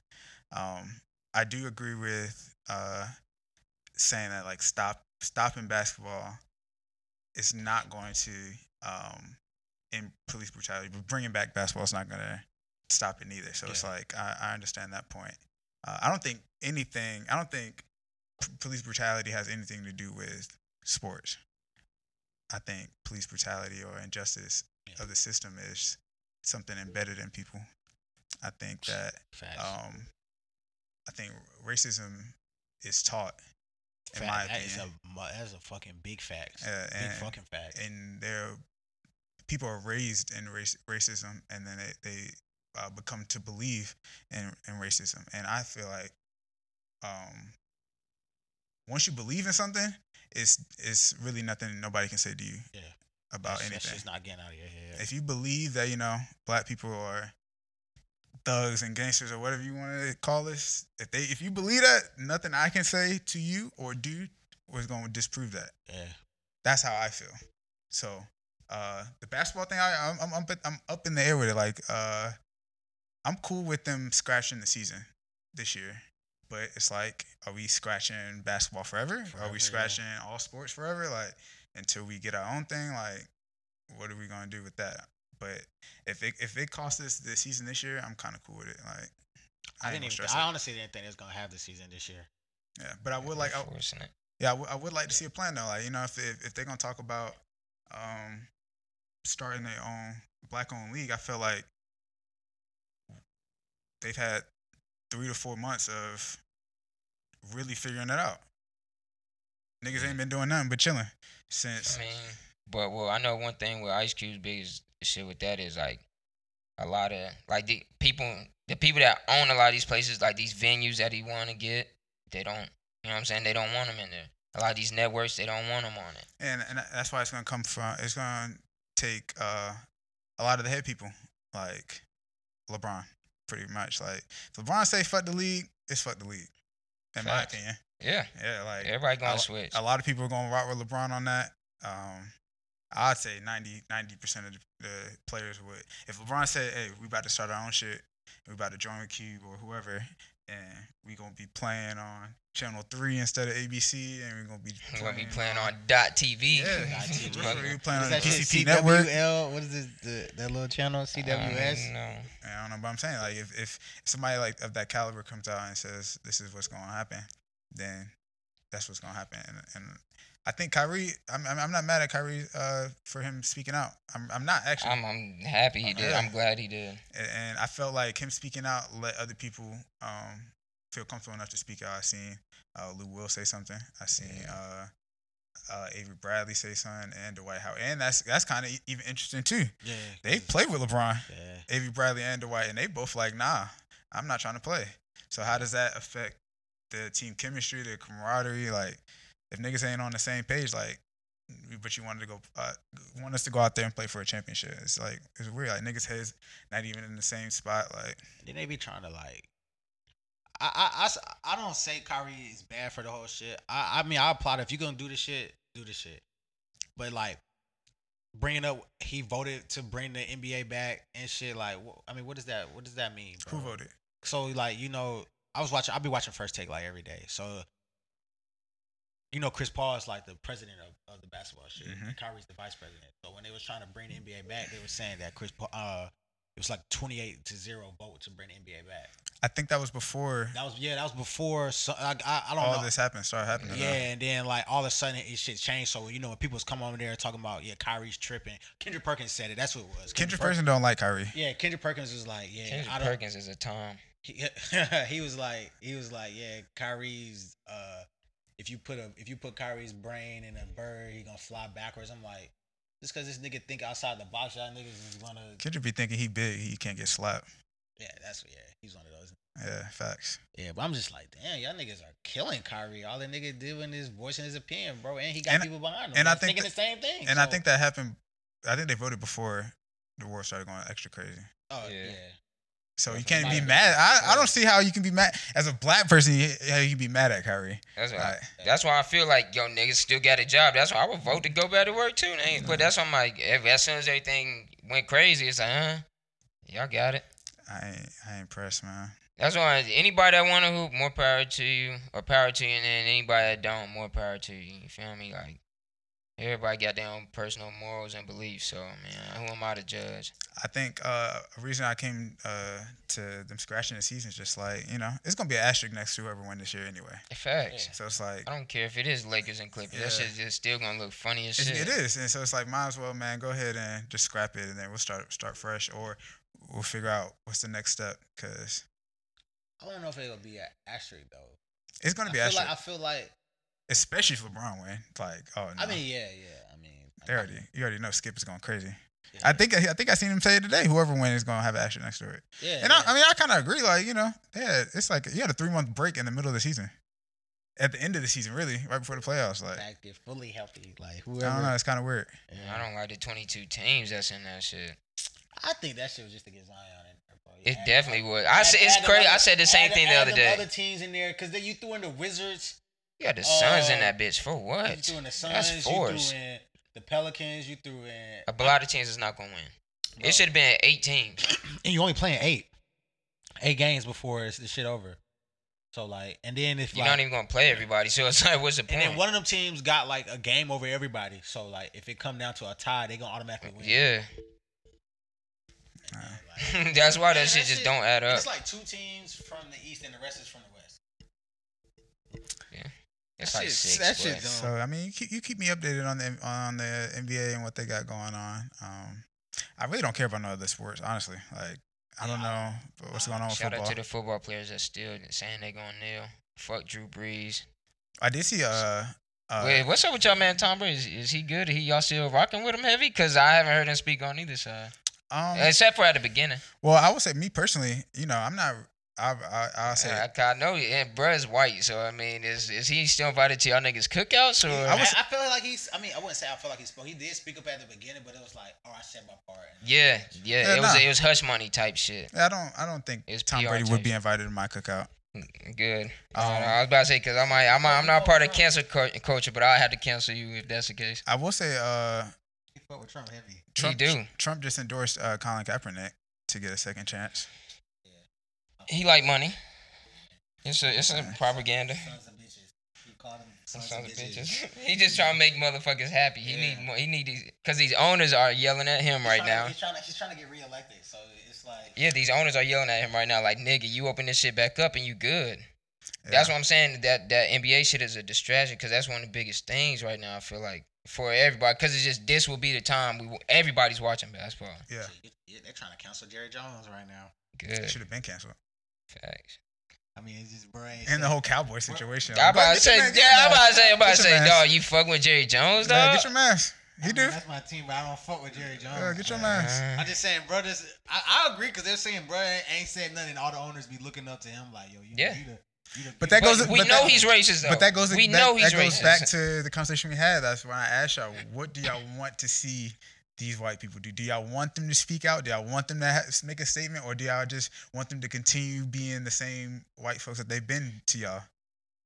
S3: Um, I do agree with uh, saying that like stop stopping basketball it's not going to um in police brutality but bringing back basketball is not going to stop it neither so it's
S6: Yeah.
S3: like I, I understand that point uh, i don't think anything i don't think p- police brutality has anything to do with sports i think police brutality or injustice
S6: Yeah.
S3: of the system is something embedded in people i think that
S6: Facts.
S3: um, I think racism is taught, in
S6: Fact.
S3: my
S6: That is
S3: opinion.
S6: a mu- that's a fucking big fact.
S3: Yeah,
S6: big
S3: and-
S6: fucking fact.
S3: and they're people are raised in race, racism, and then they they uh, become to believe in in racism. And I feel like, um, once you believe in something, it's it's really nothing nobody can say to you
S6: Yeah.
S3: about
S6: That's- That's
S3: anything.
S6: just not getting out of your head.
S3: if you believe that you know black people are thugs and gangsters or whatever you want to call this, if they if you believe that, nothing I can say to you or do was going to disprove that.
S6: yeah.
S3: That's how I feel. So uh, the basketball thing, I, I'm, I'm I'm I'm up in the air with it. Like uh, I'm cool with them scratching the season this year. But it's like, are we scratching basketball forever?
S6: Forever,
S3: are
S6: yeah.
S3: we scratching all sports forever? Like until we get our own thing, like what are we gonna do with that? But if it if it costs us the season this year, I'm kind of cool with it. Like
S6: I,
S3: ain't
S6: didn't
S3: gonna
S6: even.
S3: stress
S6: I
S3: it.
S6: honestly didn't think it was gonna have the season
S3: [laughs]
S6: this year.
S3: Yeah, but I would like oh. I,
S7: Forcing it.
S3: yeah, I would- I would like to see a plan though. Like you know, if if, if they're gonna talk about um, starting their own black-owned league, I feel like they've had three to four months of really figuring it out. Niggas ain't been doing nothing but chilling since.
S7: I mean, but well, I know one thing with Ice Cube's biggest shit with that is like a lot of like the people, the people that own a lot of these places, like these venues that he want to get, they don't. You know what I'm saying? They don't want him in there. A lot of these networks, they don't want him on it.
S3: and and that's why it's gonna come from. It's gonna take uh, a lot of the head people, like LeBron, pretty much. Like if LeBron say fuck the league, it's fuck the league, in my
S7: Facts.
S3: opinion.
S7: Yeah,
S3: Yeah, like
S7: everybody gonna
S3: I-
S7: switch.
S3: a lot of people are going to rock with LeBron on that. Um, I'd say 90 percent of the, the players would. If LeBron said, "Hey, we about to start our own shit. We about to join with Cube or whoever, and we gonna be playing on Channel Three instead of ABC, and we gonna be
S7: We're gonna be playing on Dot TV. [laughs]
S3: Yeah.
S6: TV.
S3: We're gonna be
S7: Fuck.
S3: playing on
S6: What
S3: the
S6: is that
S3: GCP
S6: shit?
S3: network. Uh,
S6: CWL? What is this? The, that little channel CWS?
S7: Um, no.
S3: I don't know, but I'm saying like if, if somebody like of that caliber comes out and says this is what's going to happen, then that's what's going to happen. And, and I think Kyrie, I'm I'm I'm not mad at Kyrie uh, for him speaking out. I'm I'm not actually,
S7: I'm I'm happy he did. I'm glad he did.
S3: and, and I felt like him speaking out let other people um, feel comfortable enough to speak out. I seen uh, Lou Will say something. I seen. Uh, uh, Avery Bradley say something and Dwight Howard, and that's that's kind of even interesting too.
S6: Yeah.
S3: They play with LeBron.
S6: Yeah.
S3: Avery Bradley and Dwight, and they both like, nah, I'm not trying to play. So how does that affect the team chemistry, the camaraderie? Like, if niggas ain't on the same page, like, but you wanted to go, uh, want us to go out there and play for a championship. It's like it's weird. Like niggas heads not even in the same spot. Like,
S6: Then they be trying to like. I- I, I, s- I don't say Kyrie is bad for the whole shit. I, I mean, I applaud it. if you're gonna do the shit, do the shit. But like, bringing up he voted to bring the NBA back and shit. Like, wh- I mean, what does that? What does that mean?
S3: who
S6: bro?
S3: voted?
S6: so like you know i was watching i'll be watching first take like every day so you know chris paul is like the president of, of the basketball shit
S3: Mhm.
S6: and kyrie's the vice president so when they was trying to bring the nba back they were saying that chris paul uh It was like twenty eight to zero vote to bring the NBA back.
S3: I think that was before
S6: That was yeah, that was before. So I I, I don't
S3: all
S6: know.
S3: this happened started happening.
S6: yeah, and then like all of a sudden it shit changed. So you know when people was coming over there talking about yeah Kyrie's tripping. Kendrick Perkins said it. That's what it was.
S3: Kendrick
S6: Perk-
S3: Person don't like Kyrie.
S6: Yeah, Kendrick Perkins was like yeah.
S7: Kendrick
S6: I don't,
S7: Perkins is a Tom.
S6: he, [laughs] he was like he was like yeah Kyrie's uh if you put a if you put Kyrie's brain in a bird he gonna fly backwards I'm like just cause this nigga think outside the box y'all niggas is gonna
S3: Kendrick be thinking he big, he can't get slapped.
S6: yeah that's yeah he's one of those
S3: Yeah, facts.
S6: yeah but I'm just like damn y'all niggas are killing Kyrie all that nigga doing is voicing his opinion bro and he got
S3: And-
S6: people behind him
S3: and I
S6: that's
S3: think
S6: thinking
S3: that-
S6: the same thing
S3: And I
S6: so-
S3: think that happened. I think they voted before the war started going extra crazy.
S6: oh
S7: Yeah.
S6: yeah,
S3: So you
S7: That's
S3: can't be
S6: right.
S3: mad. I, I don't see how you can be mad as a black person. you- How you can be mad at Kyrie?
S7: That's why.
S3: Right.
S7: That's why I feel like yo niggas still got a job. That's why I would vote to go back to work too. Nigga. But that's why I'm like, ev- as soon as everything went crazy, it's like, huh? Y'all got it.
S3: I ain't, I ain't impressed, man.
S7: That's why anybody that want to hoop, more power to you, or power to you, and then anybody that don't, more power to you. You feel me? Like everybody got their own personal morals and beliefs. So man, who am I to judge?
S3: I think uh, a reason I came uh, to them scratching the season is just like you know it's gonna be an asterisk next to whoever win this year anyway.
S7: Facts.
S3: So it's like
S7: I don't care if it is Lakers and Clippers. That
S3: Yeah.
S7: shit just still gonna look funny as
S3: It's-
S7: shit.
S3: It is, and so it's like, might as well, man, go ahead and just scrap it, and then we'll start start fresh, or we'll figure out what's the next step because
S6: I don't know if it'll be an asterisk though
S3: it's gonna
S6: I
S3: be
S6: feel
S3: asterisk,
S6: like I feel like
S3: especially if LeBron win. Like, oh no,
S6: I mean yeah yeah I mean
S3: they already you already know Skip is going crazy.
S6: yeah,
S3: I think I think I seen him say it today. Whoever wins is gonna have an asterisk next to it,
S6: yeah
S3: and I, I mean I kind of agree. Like you know, yeah, it's like you had a three month break in the middle of the season, at the end of the season, really, right before the playoffs. Like,
S6: active fully healthy like
S3: I
S6: whoever
S3: don't know, it's kind of weird.
S6: Yeah.
S7: I don't like the 22 teams that's in that shit.
S6: I think that shit was just to get Zion in there, bro.
S7: It
S6: Add-
S7: definitely would. I
S6: add-
S7: said it's
S6: add
S7: crazy.
S6: them
S7: I said the
S6: other-
S7: same
S6: add-
S7: thing the
S6: add
S7: other
S6: them
S7: day.
S6: Other teams in there because then you threw in the Wizards,
S7: You got the Suns in
S6: uh,
S7: that bitch for
S6: you
S7: what?
S6: threw in the
S7: That's
S6: Suns, you
S7: forced.
S6: threw in the Pelicans, you threw in,
S7: A lot of teams is not gonna win.
S6: Bro.
S7: It should have been eight teams.
S6: and you only playing eight, eight games before it's the shit over. So like, and then if
S7: You're
S6: like,
S7: not even gonna play everybody, so it's like, what's the
S6: and
S7: point?
S6: then one of them teams got like a game over everybody. So like, if it come down to a tie, they gonna automatically win.
S7: yeah,
S3: Uh,
S6: Like,
S7: [laughs] that's why
S6: man,
S7: that shit just don't add
S6: and
S7: up.
S6: It's like two teams from the east and the rest is from the west.
S7: It's
S6: that
S7: like
S6: shit-
S7: six.
S6: that
S7: but-
S6: shit
S3: So I mean, you keep, you keep me updated on the on the NBA and what they got going on. Um, I really don't care about no other sports, honestly. Like I don't know but what's going on with
S7: Shout
S3: football.
S7: out to the football players that still saying they gonna kneel. Fuck Drew Brees.
S3: I did see uh, uh
S7: Wait, what's up with y'all, man? Tom Brady is, is he good? He y'all still rocking with him heavy? Cause I haven't heard him speak on either side,
S3: um
S7: except for at the beginning.
S3: well, I would say me personally, you know, I'm not. I I I'll say
S7: Uh, I, I know, and bruh's white, so I mean, is is he still invited to y'all niggas cookouts? Or
S6: I, was, I, feel like he's. I mean, I wouldn't say I feel like he spoke. He did speak up at the beginning, but it was like, oh, I said my part. And
S7: yeah, yeah,
S3: Yeah,
S7: it was
S3: nah.
S7: it was hush money type shit.
S3: I don't I don't think
S7: It's
S3: Tom
S7: PR
S3: Brady would
S7: type
S3: be invited to my cookout.
S7: Good.
S3: Um,
S7: I was about to say because I might, I might, I'm not part of cancel cul- culture, but I will have to cancel you if that's the case.
S3: I will say uh
S6: He fucked with Trump heavy.
S3: Trump
S7: do.
S3: Trump just endorsed uh, Colin Kaepernick to get a second chance.
S7: He like money. It's a, it's a propaganda.
S6: Sons of bitches. He called them sons,
S7: Sons
S6: of
S7: of
S6: bitches.
S7: bitches. [laughs] He just trying to make motherfuckers happy. He
S6: Yeah.
S7: need more. He need these because these owners are yelling at him
S6: He's
S7: right
S6: tryna-
S7: now.
S6: he's trying to he's trying to get reelected, so it's like
S7: Yeah, these owners are yelling at him right now. Like nigga, you open this shit back up and you good.
S3: Yeah.
S7: That's what I'm saying. That that NBA shit is a distraction because that's one of the biggest things right now. I feel like for everybody because it's just this will be the time we everybody's watching basketball.
S3: yeah.
S6: shit, yeah, they're trying to cancel Jerry Jones right now.
S7: Good
S3: Should have been canceled.
S7: facts.
S6: I mean, it's just brain.
S3: And the whole cowboy situation. Like,
S7: I'm about
S3: get
S7: to
S3: your
S7: say,
S3: man, get
S7: yeah,
S3: your
S7: I'm
S3: man.
S7: about to say, I'm about to
S3: Get your
S7: say,
S3: mask.
S7: dog, you fuck with Jerry Jones, dog.
S3: Yeah, get your mask. He
S6: I
S3: do.
S6: mean, That's my team, but I don't fuck with Jerry Jones.
S3: Yeah, get your
S6: man.
S3: mask.
S6: I'm just saying, bro. This I, I agree because they're saying, bro, ain't said nothing. All the owners be looking up to him like, yo, you,
S7: Yeah.
S6: you the, you the
S3: But that
S6: big
S7: But
S3: goes-
S7: we
S3: but
S7: know
S3: that-
S7: he's racist, though.
S3: But that goes.
S7: We
S3: that,
S7: know he's
S3: that goes
S7: racist. [laughs]
S3: back to the conversation we had. That's why I asked y'all, what do y'all want to see these white people do? Do y'all want them to speak out? Do y'all want them to ha- make a statement, or do y'all just want them to continue being the same white folks that they've been to y'all?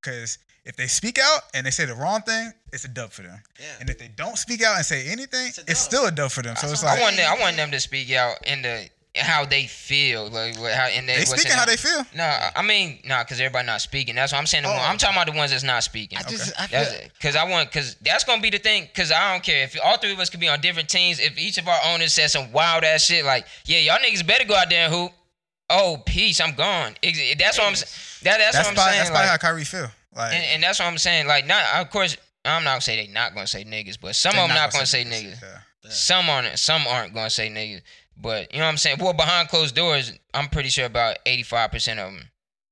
S3: Because if they speak out and they say the wrong thing, it's a dub for them.
S6: Yeah.
S3: And if they don't speak out and say anything,
S6: It's a
S3: it's,
S6: dub.
S3: still a dub for them. So it's
S6: what
S3: like
S7: I want them, I want them to speak out in the how they feel, like what, how and they,
S3: They
S7: what's in
S3: speaking
S7: it.
S3: how they feel.
S7: No, I mean no, because everybody not speaking. That's what I'm saying. The
S3: Oh.
S7: one, I'm talking about the ones that's not speaking.
S6: I just, I feel,
S7: That's Because I want, because that's gonna be the thing. Because I don't care if all three of us could be on different teams. If each of our owners says some wild ass shit, like, yeah, y'all niggas better go out there and hoop. Oh, peace, I'm gone. Ex- That's what I'm. s- That, that's,
S3: That's
S7: what I'm
S3: probably that's
S7: saying.
S3: probably how
S7: like,
S3: Kyrie feel. Like
S7: and, and that's what I'm saying. Like, not of course. I'm not gonna say they not gonna say niggas, but some
S3: they
S7: of them not gonna say niggas.
S3: Yeah.
S7: Some aren't. Some aren't gonna say niggas. But you know what I'm saying. Well, behind closed doors, I'm pretty sure about 85 percent of them.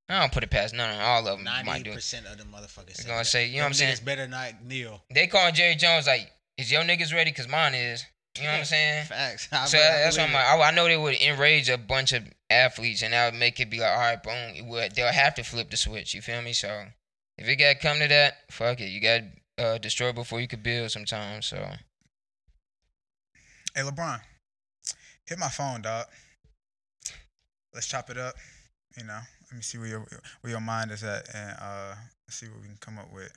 S7: I don't put it past none. of All of them might
S6: ninety
S7: do.
S6: percent of the motherfuckers.
S7: They gonna say, you know what I'm saying?
S6: It's better not kneel.
S7: They calling Jerry Jones like, is your niggas ready? Cause mine is.
S6: [laughs]
S7: You know what I'm saying?
S6: Facts. I
S7: so
S6: be- I
S7: that's what I'm
S6: believe
S7: like. I, I know they would enrage a bunch of athletes, and that would make it be like, all right, boom. It would, they'll have to flip the switch. You feel me? So if it got to come to that, fuck it. You got to uh, destroy before you could build. Sometimes. So
S3: Hey LeBron, hit my phone, dog. Let's chop it up. You know, let me see where your where your mind is at, and uh, let's see what we can come up with.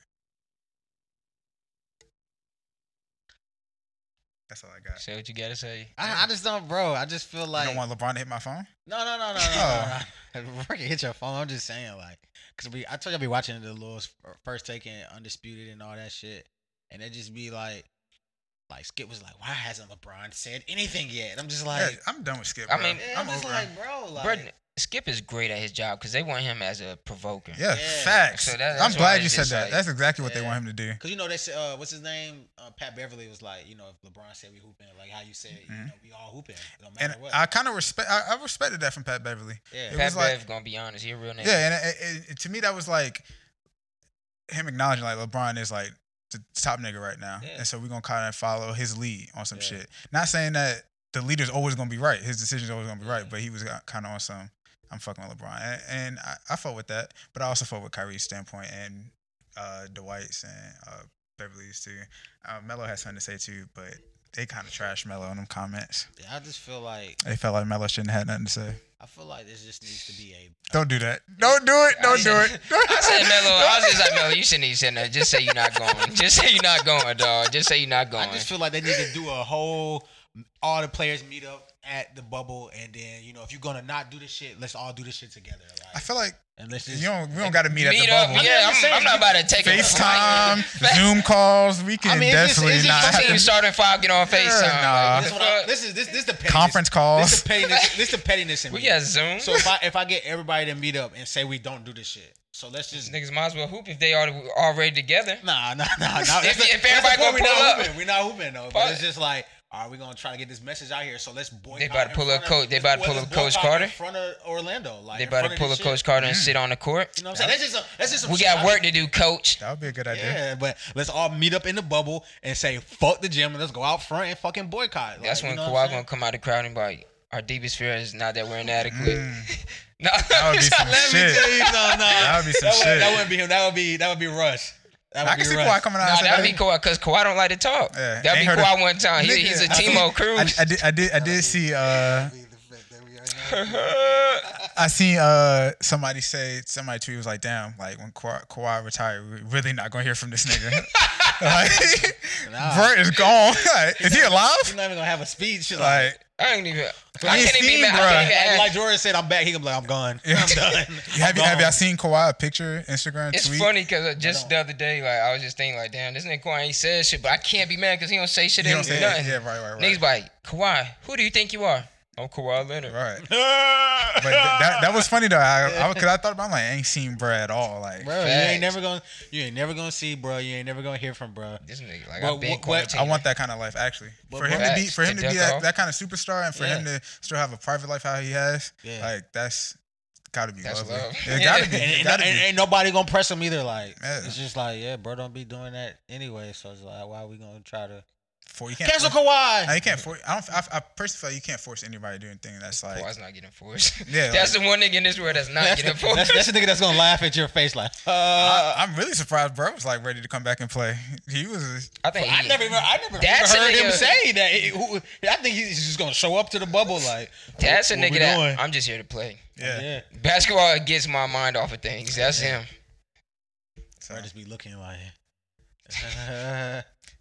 S3: That's all I got.
S7: say what you gotta say.
S6: it. I, I just don't, bro. I just feel like
S3: you don't Oh. want LeBron to hit my phone?
S6: no, no, no, no, no, no. [laughs] no. Before you hit your phone, I'm just saying like, cause we, I told you I be watching the Lord's first taking undisputed and all that shit, and it just be like, like Skip was like, why hasn't LeBron said anything yet? I'm just like,
S3: Yeah, I'm done with Skip.
S7: I
S3: Bro.
S7: mean,
S6: Yeah,
S3: I'm
S6: I'm, just
S3: over.
S6: like,
S3: him.
S6: bro, like,
S7: Bro, Skip is great at his job because they want him as a provoker.
S3: yeah,
S6: yeah.
S3: facts.
S7: So that-
S3: I'm
S7: that's why
S3: glad you
S7: it's
S3: said
S7: just
S3: that.
S7: like-
S3: that's exactly what they
S6: Yeah.
S3: want him to do.
S6: Cause you know they said uh, what's his name? Uh, Pat Beverly was like, you know, if LeBron said we hooping, like how you said, you know, we all hooping, no matter
S3: Mm-hmm. And
S6: what.
S3: I kind of respect. I, I respected that from Pat Beverly.
S6: yeah,
S3: it
S7: Pat
S3: was like-
S7: Bev, gonna be honest, he a real nigga.
S3: Yeah, and it, it, it- to me that was like him acknowledging like LeBron is like the top nigga right now,
S6: Yeah.
S3: and so we're gonna kind of follow his lead on some
S6: Yeah.
S3: shit. Not saying that the leader's always gonna be right, his decision's always gonna be right, but he was kind of on some. I'm fucking with LeBron, and, and I, I fought with that, but I also fought with Kyrie's standpoint and uh, Dwight's and uh, Beverly's too. Uh, Melo had something to say too, but they kind of trashed Melo in them comments.
S6: Yeah, I just feel like
S3: They felt like Melo shouldn't have nothing to say.
S6: I feel like this just needs to be a.
S3: Don't do that. Don't do it. Don't do it.
S7: I
S3: [laughs]
S7: said Melo. I was just like Melo. You shouldn't even say that. Just say you're not going. Just say you're not going, dog. Just say you're not going.
S6: I just feel like they need to do a whole, all the players meet up at the bubble, and then you know if you're gonna not do this shit, let's all do this shit together.
S3: I
S6: Like,
S3: feel like
S6: and let's just
S3: You don't, we don't got to meet, at
S7: Meet
S3: the
S7: up.
S3: bubble.
S7: Yeah,
S6: I'm
S7: I'm,
S6: just saying,
S7: I'm not about to take a [laughs]
S3: FaceTime, Zoom calls. We can
S6: I mean, it's just-
S3: definitely
S6: it's just
S3: not
S6: something
S3: have
S7: Team
S3: to-
S7: starting five get on FaceTime.
S3: nah.
S7: Like,
S6: This,
S7: what
S6: one,
S7: the fuck?
S6: this is this this the pettiness.
S3: conference
S6: This
S3: calls.
S6: the pettiness. This the pettiness in me.
S7: we got Zoom.
S6: So if I if I get everybody to meet up and say we don't do this shit, so let's just
S7: These niggas might as well hoop if they are already together.
S6: Nah, nah, nah, nah.
S7: [laughs] If-
S6: That's the- that's
S7: if
S6: the
S7: everybody
S6: point.
S7: gonna
S6: we
S7: pull
S6: not
S7: up.
S6: hooping. we not hooping though. But
S7: Fuck.
S6: it's just like, all right, we're gonna try to get this message out here. So let's boycott.
S7: They about to
S6: in
S7: pull up
S6: front of-
S7: Coach- they about to
S6: let's
S7: pull up Coach
S6: boycott
S7: Carter.
S6: in front of Orlando. Like
S7: They
S6: in
S7: about
S6: front
S7: to
S6: of
S7: pull a
S6: this
S7: Coach
S6: shit.
S3: Mm.
S7: Carter and sit on the court.
S6: You know what I'm saying? That's just a, that's just some
S7: We
S6: shit
S7: got
S6: I
S7: work
S6: mean,
S7: to do,
S3: [laughs]
S7: Coach.
S3: That would be a good idea.
S6: Yeah, but let's all meet up in the bubble and say fuck the gym and let's go out front and fucking boycott. Like,
S7: That's
S6: you
S7: when
S6: know what I'm
S7: Kawhi
S6: saying?
S7: gonna come out of the crowd and be like, "Our deepest fear is not that we're inadequate." [laughs] no,
S3: Mm. That would be some
S7: let me
S3: shit.
S6: [laughs]
S7: tell you.
S6: Please, no, no.
S3: That would be some
S6: that Would,
S3: shit.
S6: that wouldn't be him. That would be that would be Russ. That would
S3: I can
S6: be
S3: see
S6: Russ.
S3: Kawhi coming out.
S7: Nah,
S3: and say
S7: that'd be Kawhi because Kawhi don't like to talk.
S3: Yeah,
S7: that'd
S3: ain't
S7: be
S3: heard of-
S7: Kawhi one time. He, he's a
S3: Nigga, I-
S7: Timo
S3: I,
S7: Cruz.
S3: I did. I did. I did see. Uh,
S7: Uh,
S3: I seen uh somebody say somebody tweet was like, "Damn, like when Kawhi, Kawhi retired, we really not gonna hear from this
S7: [laughs]
S3: nigga." [laughs] like,
S6: Nah.
S3: Bert is gone. [laughs] Like, is he
S6: He's
S3: alive?
S6: not even gonna have a speech. Like,
S3: Like,
S7: I ain't even.
S3: I
S7: I
S3: ain't
S7: can't even.
S3: seen,
S7: ima- I can't
S3: bruh.
S7: even
S6: like,
S7: ask-
S6: like Jordan said, I'm back. He gonna be like, I'm [laughs] gone. I'm done.
S3: have
S6: I'm
S3: you have y'all
S6: gone.
S3: seen Kawhi a picture, Instagram
S7: It's
S3: tweet?
S7: funny because just
S6: don't.
S7: the other day, like I was just thinking, like, damn, this nigga Kawhi ain't said shit, but I can't be mad because he don't say shit.
S3: You know what I'm
S7: ain't
S3: saying?
S7: nothing.
S3: Yeah, right, right, right.
S7: Niggas be like Kawhi, who do you think you are? I'm Kawhi Leonard.
S3: Right. but th- that, that was funny though. I, I, cause I thought about it, I'm like, I ain't seen Brad at all. Like,
S6: Bro, you ain't
S7: Facts.
S6: never gonna, you ain't never gonna see, bro. You ain't never gonna hear from, bro.
S7: This nigga, like,
S6: But
S7: I've been
S6: what- what-
S7: quarantined.
S3: I want that kind of life actually.
S6: But
S3: for him to be
S7: Brad-
S3: for him to
S7: to
S3: be
S7: duck
S3: that,
S7: off.
S3: that kind of superstar and for him to still have a private life how he has,
S6: Yeah.
S3: like that's gotta be
S7: That's
S3: lovely.
S7: love.
S3: It gotta
S6: [laughs]
S3: be.
S6: and,
S3: It
S6: and-
S3: gotta
S6: and-
S3: be.
S6: ain't nobody gonna press him either. Like,
S3: Yeah.
S6: it's just like, yeah, bro, don't be doing that anyway. So it's like, why are we gonna try to
S3: For, you can't
S6: cancel
S3: force,
S6: Kawhi?
S3: no, you can't for, I don't I, I personally feel like you can't force anybody to do anything that's like
S7: Kawhi's not getting forced.
S3: Yeah,
S7: [laughs] that's the one nigga in this world that's
S3: [laughs]
S6: [laughs]
S7: not
S6: That's the,
S7: getting forced.
S6: that's, that's the nigga that's gonna laugh at your face, like, uh,
S3: I, I'm really surprised bro was like ready to come back and play. [laughs] He was
S7: I think
S6: I
S7: he-
S6: never, even, I never
S7: That's a
S6: even heard him
S7: nigga-
S6: say that. He- who- I think he's just gonna show up to the bubble, like,
S7: That's a
S6: what we
S7: nigga that
S6: doing?
S7: I'm just here to play.
S3: yeah.
S6: yeah.
S7: Basketball gets my mind off of things. That's him.
S3: So,
S6: Bro, just be
S3: [laughs]
S6: looking [laughs] like.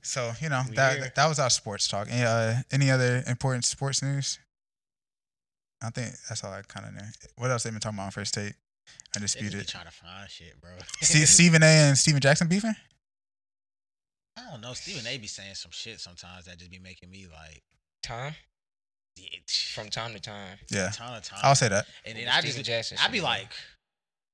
S3: so you know
S6: We
S3: that
S6: here.
S3: that was our sports talk. Any, uh, any other important sports news? I think that's all I kind of knew. What else they been talking about on first take?
S6: They just be
S3: Undisputed.
S6: trying to find shit, bro. [laughs]
S3: See, Stephen A. and Stephen Jackson beefing.
S6: I don't know. Stephen A. be saying some shit sometimes that just be making me like,
S7: Time
S6: yeah, [laughs]
S7: from time to time.
S3: Yeah,
S6: ton of time.
S3: I'll say that.
S6: And then
S7: With
S6: I
S7: Steven
S6: just,
S7: Jackson
S6: I'd be
S7: syndrome.
S6: like,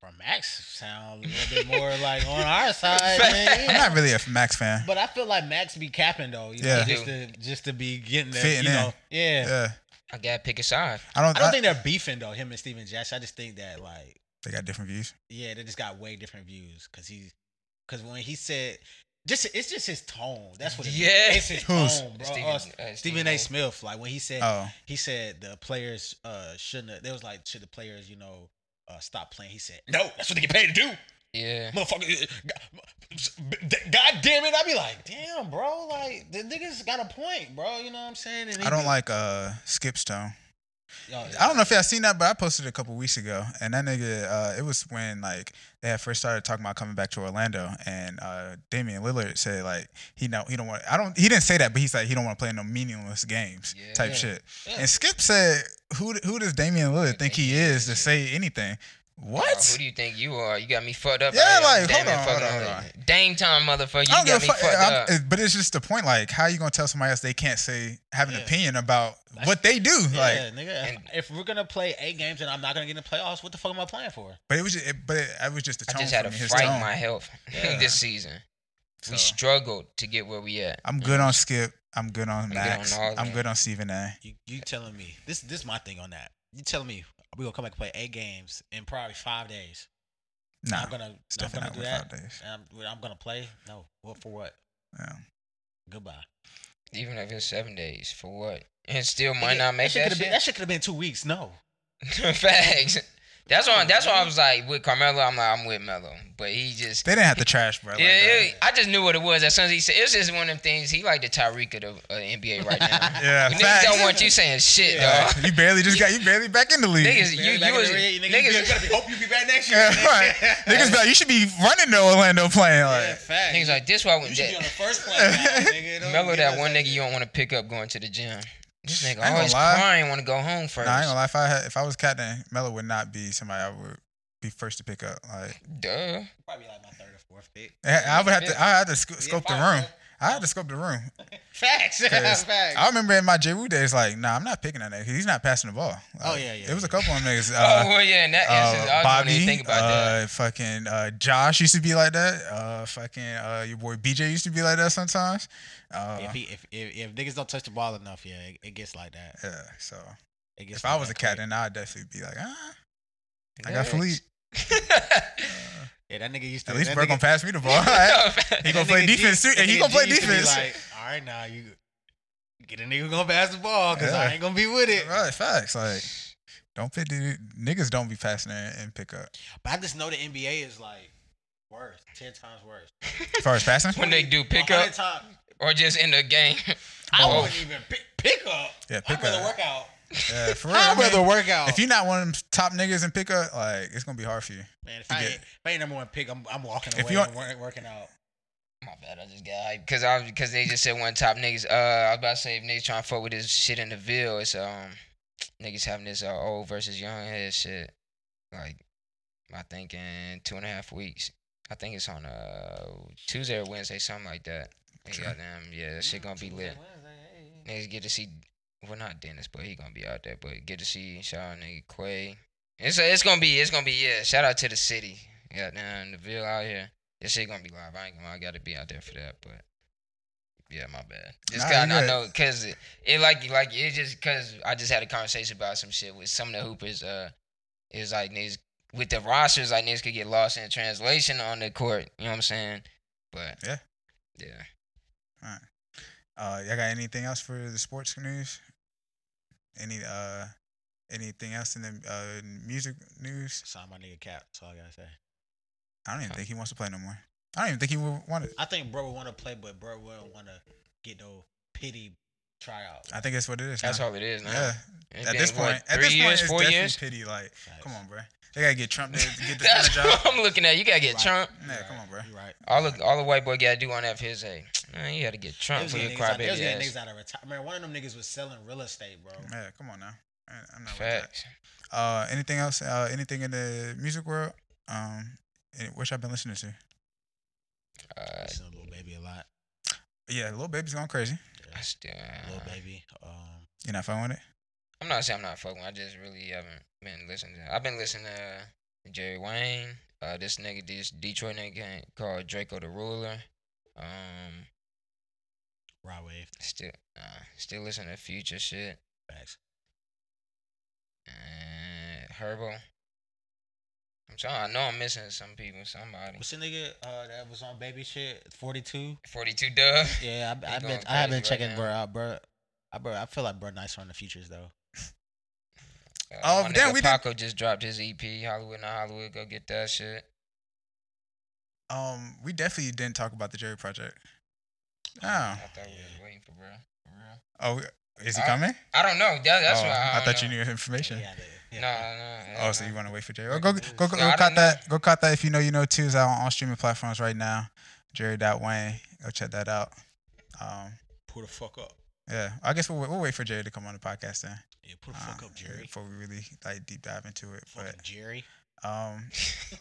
S6: bro, Max sound a
S3: [laughs]
S6: little bit more like on our side, man.
S3: I'm not really a Max fan.
S6: [laughs] But I feel like Max be capping though, you
S3: Yeah.
S6: know, just to just to be getting the,
S3: Fitting
S6: you know,
S3: in.
S6: yeah.
S3: Yeah,
S7: I gotta pick a side.
S3: I don't.
S6: I don't think they're beefing though, him and Steven Jackson. I just think that like,
S3: they got different views.
S6: yeah, they just got way different views because he, because when he said, just it's just his tone. That's what it is.
S7: Yeah.
S6: It's his
S3: [laughs] Who's?
S6: tone, bro.
S7: Stephen-
S6: Uh,
S7: uh,
S6: Stephen,
S7: Stephen
S6: A.
S7: A.
S6: Smith, like when he said,
S3: Oh,
S6: he said the players uh shouldn't. have, They was like, should the players, you know. Uh, stop playing. He said, "No, that's what they get paid to do,
S7: Yeah.
S6: motherfucker." God, God damn it! I'd be like, "Damn, bro, like the niggas got a point, bro." You know what I'm saying? And
S3: I don't like uh Skip Stone.
S6: Yo,
S3: I don't know if y'all seen that, but I posted it a couple weeks ago, and that nigga, uh, it was when like they had first started talking about coming back to Orlando, and uh, Damian Lillard said like he know he don't want I don't he didn't say that, but he's like he don't want to play no meaningless games type
S7: Yeah.
S3: shit.
S6: Yeah.
S3: And Skip said, "Who who does Damian Lillard think he is to say anything?
S7: Bro,
S3: What?
S7: who do you think you are? You got me fucked up.
S3: Yeah,
S7: out here.
S3: like,
S7: Damn
S3: hold
S7: it,
S3: on,
S7: fucking
S3: hold on, hold
S7: out here. Dame time, motherfucker. You
S3: I don't
S7: got
S3: give a
S7: me
S3: fuck.
S7: fucked
S3: I'm-
S7: up.
S3: it- But it's just the point. Like, how you gonna tell somebody else they can't say have an
S6: Yeah.
S3: opinion about what they do? Like,
S6: yeah, nigga. if-
S7: and-
S6: if we're gonna play eight games and I'm not gonna get in the playoffs, what the fuck am I playing for?
S3: but it was just, it, but it, it was just the
S7: I
S3: tone
S7: just had
S3: for
S7: to
S3: me. His
S7: fight
S3: tone.
S7: my health [laughs]
S6: Yeah.
S7: this season.
S3: So,
S7: We struggled to get where we at.
S3: I'm good on Skip. I'm good on
S7: good
S3: Max.
S7: on all
S3: I'm
S7: them.
S3: good on Stephen A.
S6: You you telling me this this my thing on that? You telling me we gonna come back and play eight games in probably five days?
S3: Nah,
S6: I'm gonna
S3: it's
S6: I'm
S3: definitely
S6: gonna
S3: not
S6: do
S3: worth
S6: that.
S3: five days.
S6: And I'm, I'm gonna play. No, what for what?
S3: Yeah.
S6: Goodbye.
S7: Even if it's seven days, for what? And still might not make
S6: shit.
S7: that
S6: could've Been, that shit
S7: shit.
S6: could have been two weeks. No,
S7: [laughs] Facts. That's why. That's why I was like with Carmelo. I'm like I'm with Melo, but he just.
S3: They didn't have to trash, bro. Like
S7: Yeah,
S3: that.
S7: yeah, I just knew what it was. As soon as he said, it's just one of them things. He like the Tyreek of the uh, NBA right now.
S3: uh, Yeah,
S7: niggas
S3: facts.
S7: don't want you saying shit,
S3: Yeah, [laughs]
S7: dog.
S3: you barely just got you barely back in the league. [laughs]
S7: [laughs] Niggas, you, you was niggas,
S6: be, hope you be back
S7: [laughs]
S6: next
S3: Yeah, right. Niggas, back, you should be running to Orlando playing.
S6: Yeah,
S3: Like,
S6: fact.
S7: niggas like this. Why
S6: you
S7: wouldn't
S6: should be on the
S7: that?
S6: first play,
S7: [laughs]
S6: nigga. Don't
S7: Melo
S6: get
S7: that
S6: us
S7: one
S6: out
S7: nigga
S6: here.
S7: you don't want to pick up going to the gym. This
S3: I ain't
S7: nigga
S3: gonna
S7: always
S3: lie.
S7: crying, want to go home first.
S3: nah, I ain't gonna lie. If I had, if I was Captain, Melo would not be somebody I would be first to pick up. Like, Uh,
S7: Duh.
S6: Probably like my third or fourth pick.
S3: I I would have to. I had to sc- scope the
S6: probably,
S3: room. I had to scope the
S7: [laughs]
S3: room.
S6: Facts. [laughs]
S3: 'Cause
S6: Facts.
S3: I remember in my J. Wu days, like, nah, I'm not picking that nigga. He's not passing the ball.
S6: Oh,
S3: Like,
S6: yeah, yeah,
S3: It was a
S6: yeah.
S3: couple of
S7: [laughs]
S3: niggas.
S7: oh
S3: Uh,
S7: well, yeah. In that instance,
S3: uh,
S7: I didn't even
S3: Bobby,
S7: think about that.
S3: uh, fucking uh, Josh used to be like that. Uh, fucking uh, your boy BJ used to be like that sometimes. Uh,
S6: if, he, if, if if niggas don't touch the ball enough, yeah, it, it gets like that.
S3: yeah. So
S6: It gets
S3: if
S6: like
S3: I was
S6: that
S3: a cat,
S6: quick.
S3: then I'd definitely be like, ah, I got
S7: Next.
S3: Philippe.
S7: [laughs]
S6: yeah, that nigga used to
S3: At least
S6: that
S3: Bird
S6: nigga-
S3: gonna pass me
S6: [laughs]
S3: the ball. [laughs] All right. He
S6: that
S3: gonna play
S6: nigga
S3: defense
S6: D-
S3: too,
S6: that
S3: and he
S6: nigga
S3: gonna play
S6: D used to be
S3: defense.
S6: Like, all right, now you get a nigga who gonna pass the ball because I
S3: Yeah.
S6: ain't gonna be with it.
S3: Right, facts. Like, don't pick the niggas. Don't be passing there and pick up.
S6: But I just know the NBA is like worse, ten times worse.
S3: As
S6: [laughs]
S3: far as passing,
S7: When they do pick
S6: 100
S7: up
S6: times-
S7: [laughs] or just in the game.
S6: I
S3: Oh.
S6: wouldn't even pick, pick up.
S3: Yeah,
S6: I'd
S3: pick
S6: rather
S3: up.
S6: work out.
S3: yeah,
S6: [laughs]
S3: for real. I
S6: I'd
S3: mean,
S6: rather work out.
S3: If you're not one of them top niggas in pickup, like it's gonna be hard for you.
S6: man, if I,
S3: forget
S6: ain't, if I ain't number one pick, I'm, I'm walking
S3: If
S6: away.
S3: you
S6: and wor- working out.
S7: My bad, I just got hyped because I because they just said one top niggas. Uh, I was about to say if niggas trying to fuck with this shit in the Ville, it's um niggas having this uh, old versus young head shit. Like I think in two and a half weeks. I think it's on uh Tuesday or Wednesday, something like that. They
S3: Sure.
S7: got them, yeah, that shit gonna be lit. Niggas get to see, well not Dennis, but he gonna be out there. But get to see shout out nigga Quay. It's it's gonna be it's gonna be yeah. Shout out to the city, yeah, down the Ville out here. This shit gonna be live. I ain't gonna. lie, I gotta be out there for that, but. Yeah, my bad.
S3: Nah,
S7: Just cause I
S3: you good.
S7: know, cause it, it like like it just cause I just had a conversation about some shit with some of the hoopers. Uh, it's like niggas with the rosters, like niggas could get lost in translation on the court. You know what I'm saying? But
S3: Yeah.
S7: yeah.
S3: Uh, y'all got anything else for the sports news? Any uh, anything else in the uh music news?
S6: Sign my nigga cap. That's all I gotta say.
S3: I don't even think he wants to play no more. I don't even think he would want it.
S6: I think bro would want to play, but bro wouldn't want to get no pity tryout.
S3: I think that's what it is.
S7: That's
S3: now.
S7: all it is now.
S3: Yeah.
S7: It's
S3: At
S7: been,
S3: this
S7: what,
S3: point, at
S7: three
S3: this point,
S7: years,
S3: it's
S7: four
S3: definitely
S7: years.
S3: pity. Like,
S6: Facts.
S3: come on, bro. They gotta get
S7: [laughs]
S3: Trump to get this
S7: That's
S3: job.
S7: what I'm looking at. You gotta get
S6: Right.
S7: Trump.
S3: Yeah, come on, bro.
S6: You right?
S7: All the all the white boy gotta do on that for his age. Man, you gotta get
S6: They
S7: Trump
S6: was
S7: for your
S6: getting niggas out- they was
S7: crybaby
S6: getting
S7: ass.
S6: niggas out of retirement. Man, one of them niggas was selling real estate, bro.
S3: Yeah, come on now. I- I'm not with that.
S7: Facts.
S3: Uh, anything else? Uh, anything in the music world? Um, and what y'all been listening to?
S7: Uh,
S6: Listen to Lil Baby a lot.
S3: Yeah, little baby's going crazy.
S7: I still.
S6: Lil Baby. Um,
S3: You're not following it.
S7: I'm not saying I'm not fucking. I just really haven't been listening. to I've been listening to Jerry Wayne. Uh, this nigga, this Detroit nigga called Draco the Ruler. Um,
S6: Raw Wave.
S7: still, uh, still listening to Future shit.
S6: Facts.
S7: Uh, Herbal. I'm trying. I know I'm missing some people, somebody.
S6: What's the nigga uh, that was on Baby shit? 42.
S7: Forty two Dub.
S6: Yeah, I, I've
S7: going
S6: been I have been
S7: crazy right
S6: checking
S7: now.
S6: bro out, bro. I bro, I feel like bro nicer on the futures though.
S7: Uh,
S3: Oh,
S7: my
S3: damn,
S7: nigga
S3: we did-
S7: Paco just dropped his EP, Hollywood Not Hollywood. Go get that shit.
S3: Um, we definitely didn't talk about the Jerry Project.
S7: I
S3: Oh,
S7: thought we was waiting for bro. For real.
S3: oh, is he
S7: I-
S3: coming?
S7: I don't know. That, that's
S3: oh,
S7: why I,
S3: I,
S7: don't
S3: thought you
S7: know.
S3: knew information.
S6: Yeah, they-
S7: No,
S6: yeah.
S7: no. hell
S3: Oh, so
S7: no.
S3: you want to wait for Jerry? Oh, go, go, go, go,
S7: No, I
S3: caught
S7: didn't
S3: that. Go caught that. If you know, you know too is out on all streaming platforms right now. Jerry Dot Wayne, go check that out. Um,
S6: Pull the fuck up.
S3: yeah, I guess we'll, wait- we'll wait for Jerry to come on the podcast then.
S6: Yeah, pull the fuck
S3: uh,
S6: up, Jerry.
S3: Before we really like deep dive into it,
S6: Fucking Jerry.
S3: but um,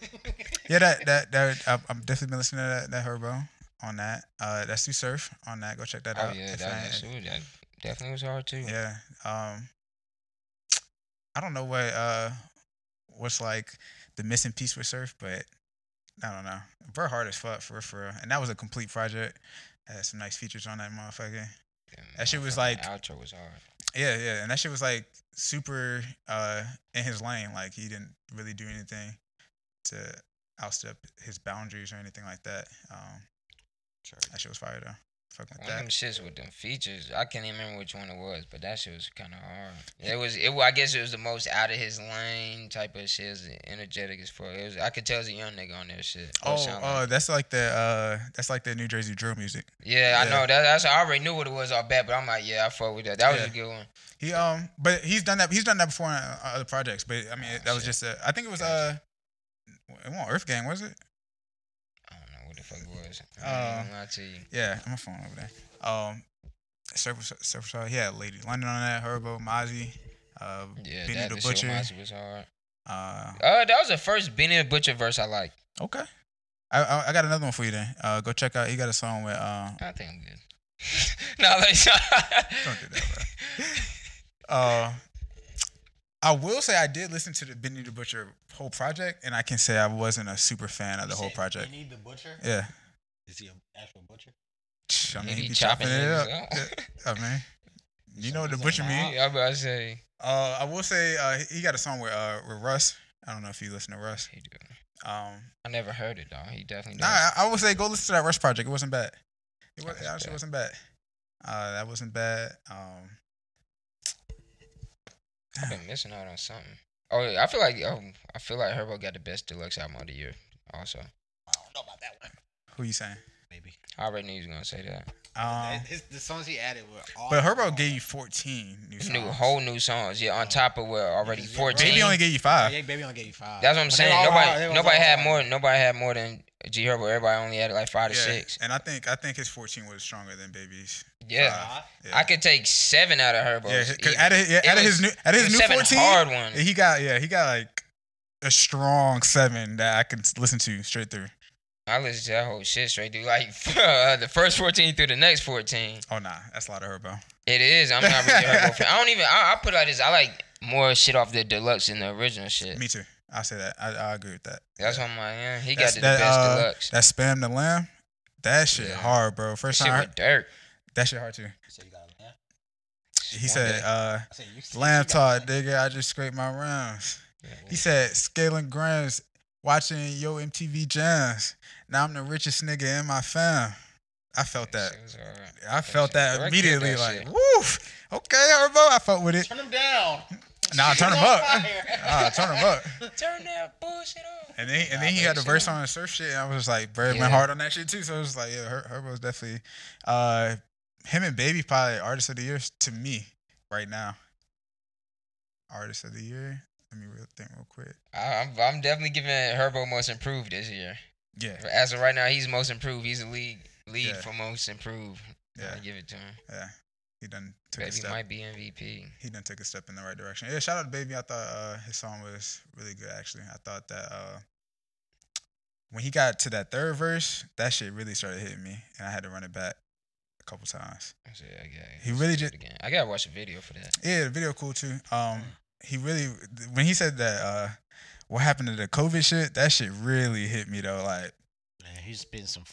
S7: [laughs]
S3: yeah, that that that I've, I've definitely been listening to that that Herbo on that. Uh, that's through Surf on that. Go check that
S7: Oh
S3: out.
S7: yeah,
S3: if
S7: that,
S3: I-
S7: that's ooh, that definitely was hard too.
S3: Yeah. Um I don't know what uh what's like the missing piece with surf, but I don't know. Burr hard as fuck for real, for real. And that was a complete project. Had some nice features on that motherfucker.
S7: Damn,
S3: That shit was
S7: motherfucking
S3: like-
S7: outro was hard.
S3: Yeah, yeah. And that shit was like super uh in his lane. Like he didn't really do anything to outstep his boundaries or anything like that. Um that shit was fire though. Fuck with
S7: One of them
S3: that.
S7: shits with them features, I can't even remember which one it was, but that shit was kind of hard. It was, it, wa- I guess it was the most out of his lane type of shit. It was energetic as fuck. It was, I could tell it was a young nigga on that shit. It
S3: Oh,
S7: sound like-
S3: uh, that's like the uh, that's like the New Jersey drill music.
S7: yeah,
S3: yeah.
S7: I know that. That's I already knew what it was off bat, but I'm like, yeah, I fuck with that. That was
S3: Yeah.
S7: a good one.
S3: He um, but he's done that. He's done that before on uh, other projects. But I mean,
S7: Oh,
S3: that was
S7: shit.
S3: just a. I think it was uh,
S7: Gotcha.
S3: it was Earth Gang, was it?
S7: I don't know what the fuck it was.
S3: Uh,
S7: I ain't gonna lie to you.
S3: Yeah, I'm a phone over there. Um, Surfer Surfer Star, yeah, Lady London on that. Herbo, Mozzie, uh,
S7: Yeah,
S3: Benny
S7: that
S3: the
S7: the shit with
S3: Butcher.
S7: Mozzie was hard.
S3: Uh,
S7: Uh, that was the first Benny the Butcher verse I liked.
S3: okay. I, I I got another one for you then. Uh, go check out. He got a song with uh,
S7: I think I'm good. [laughs] no, like, [laughs]
S3: Don't do that, uh. I will say I did listen to the Benny the Butcher whole project, and I can say I wasn't a super fan of the
S6: You
S3: whole
S6: said
S3: project.
S6: Benny the butcher.
S3: Yeah.
S6: Is he an actual butcher?
S3: I mean,
S7: He
S3: he
S7: be
S3: be
S7: chopping
S3: chopping, it up.
S7: niggas up.
S3: Yeah, I mean, you know what the
S6: he's a
S3: butcher
S6: mob.
S3: mean.
S7: Yeah, I about to say
S3: Uh, I will say uh, he got a song with uh with Russ. I don't know if you listen to Russ.
S7: he do.
S3: Um,
S7: I never heard it though. He definitely
S3: nah,
S7: does.
S3: I, I will say go listen to that Russ project. It wasn't bad. It was,
S7: That's
S3: it actually
S7: bad.
S3: wasn't bad. Uh, that wasn't bad. Um,
S7: I've been missing out on something. Oh, yeah, I feel like oh, I feel like Herbo got the best deluxe album of the year. Also,
S6: I don't know about that one.
S3: who you saying?
S6: Maybe.
S7: I already knew he was gonna say that.
S3: Um,
S6: It's- the songs he added were all.
S3: but Herbo gave you fourteen new songs. Oh.
S7: New whole new songs. Yeah, on top of what already
S6: Because
S7: fourteen.
S3: Baby only gave you five.
S6: Yeah, baby only gave you five.
S7: That's what I'm
S6: But they
S7: saying.
S6: all hard.
S7: Nobody
S6: They was
S7: nobody
S6: all
S7: had
S6: hard.
S7: more. Nobody had more than G Herbo. Everybody only had like five to six.
S3: And I think I think his fourteen was stronger than Baby's.
S7: Yeah.
S3: five. Yeah.
S7: I could take seven out of Herbo.
S3: Yeah, because out of, yeah,
S7: It
S3: out of
S7: was-
S3: his new out of
S7: it
S3: his
S7: was
S3: new
S7: seven
S3: fourteen,
S7: hard ones.
S3: He got yeah, he got like a strong seven that I can s- listen to straight through.
S7: I listened to that whole shit straight through, like [laughs] uh, the first fourteen through the next fourteen.
S3: Oh nah, that's a lot of herbo.
S7: It is. I'm not really a
S3: [laughs]
S7: Herbo fan. I don't even. I, I put out this. I like more shit off the deluxe than the original shit.
S3: Me too. I say that. I, I agree with that.
S7: That's what I'm like. Yeah, he
S3: That's-
S7: got the
S3: that,
S7: best
S3: uh,
S7: deluxe.
S3: That spam the lamb. That shit
S7: Yeah.
S3: hard, bro. First
S7: Shit
S3: time I
S7: with
S3: heard,
S7: Dirk.
S3: that shit hard too.
S6: So you got a lamb.
S3: He
S7: One
S3: said,
S7: day.
S3: uh,
S6: I said you. you
S3: "Lamb
S6: got a
S3: talk, nigga. I just scraped my rounds."
S7: Yeah,
S3: He said, "Scaling grams, watching yo MTV jams. Now I'm the richest nigga in my fam." I felt that.
S7: shit was alright.
S3: I felt
S7: shit.
S3: that
S7: Dirk did
S3: immediately.
S7: that
S3: Like,
S7: shit.
S3: woof. Okay, Herbo. I fuck with it.
S6: Turn him [laughs] down.
S3: Nah, turn him
S6: on
S7: [laughs]
S3: up.
S6: fire.
S3: Nah, turn him up.
S7: Turn that bullshit off.
S3: And then, and
S7: Nah,
S3: then he
S7: but
S3: had a
S7: shit
S3: verse
S7: on-
S3: on the surf shit, and I was just like, Bird
S7: Yeah.
S3: went hard on that shit too. So it was like, yeah, Her- Herbo's definitely, uh, him and Baby probably artist of the year to me right now. Artist of the year. Let me real think real quick.
S7: I, I'm, I'm definitely giving Herbo most improved this year.
S3: Yeah,
S7: As of right now, he's most improved. He's a league lead
S3: Yeah.
S7: for most improved.
S3: Yeah.
S7: I give it to him.
S3: yeah. he done took a
S7: Baby
S3: step.
S7: might be MVP.
S3: He done took a step in the right direction. Yeah, shout out to Baby. I thought uh, his song was really good. Actually, I thought that uh, when he got to that third verse, that shit really started hitting me, and I had to run it back a couple times.
S7: I said, I got
S3: He really
S7: do it
S3: did-
S7: Again. I gotta watch a video for that.
S3: Yeah, the video cool too. Um, he really when he said that uh, what happened to the COVID shit, that shit really hit me though. Like,
S6: Man, he's spitting some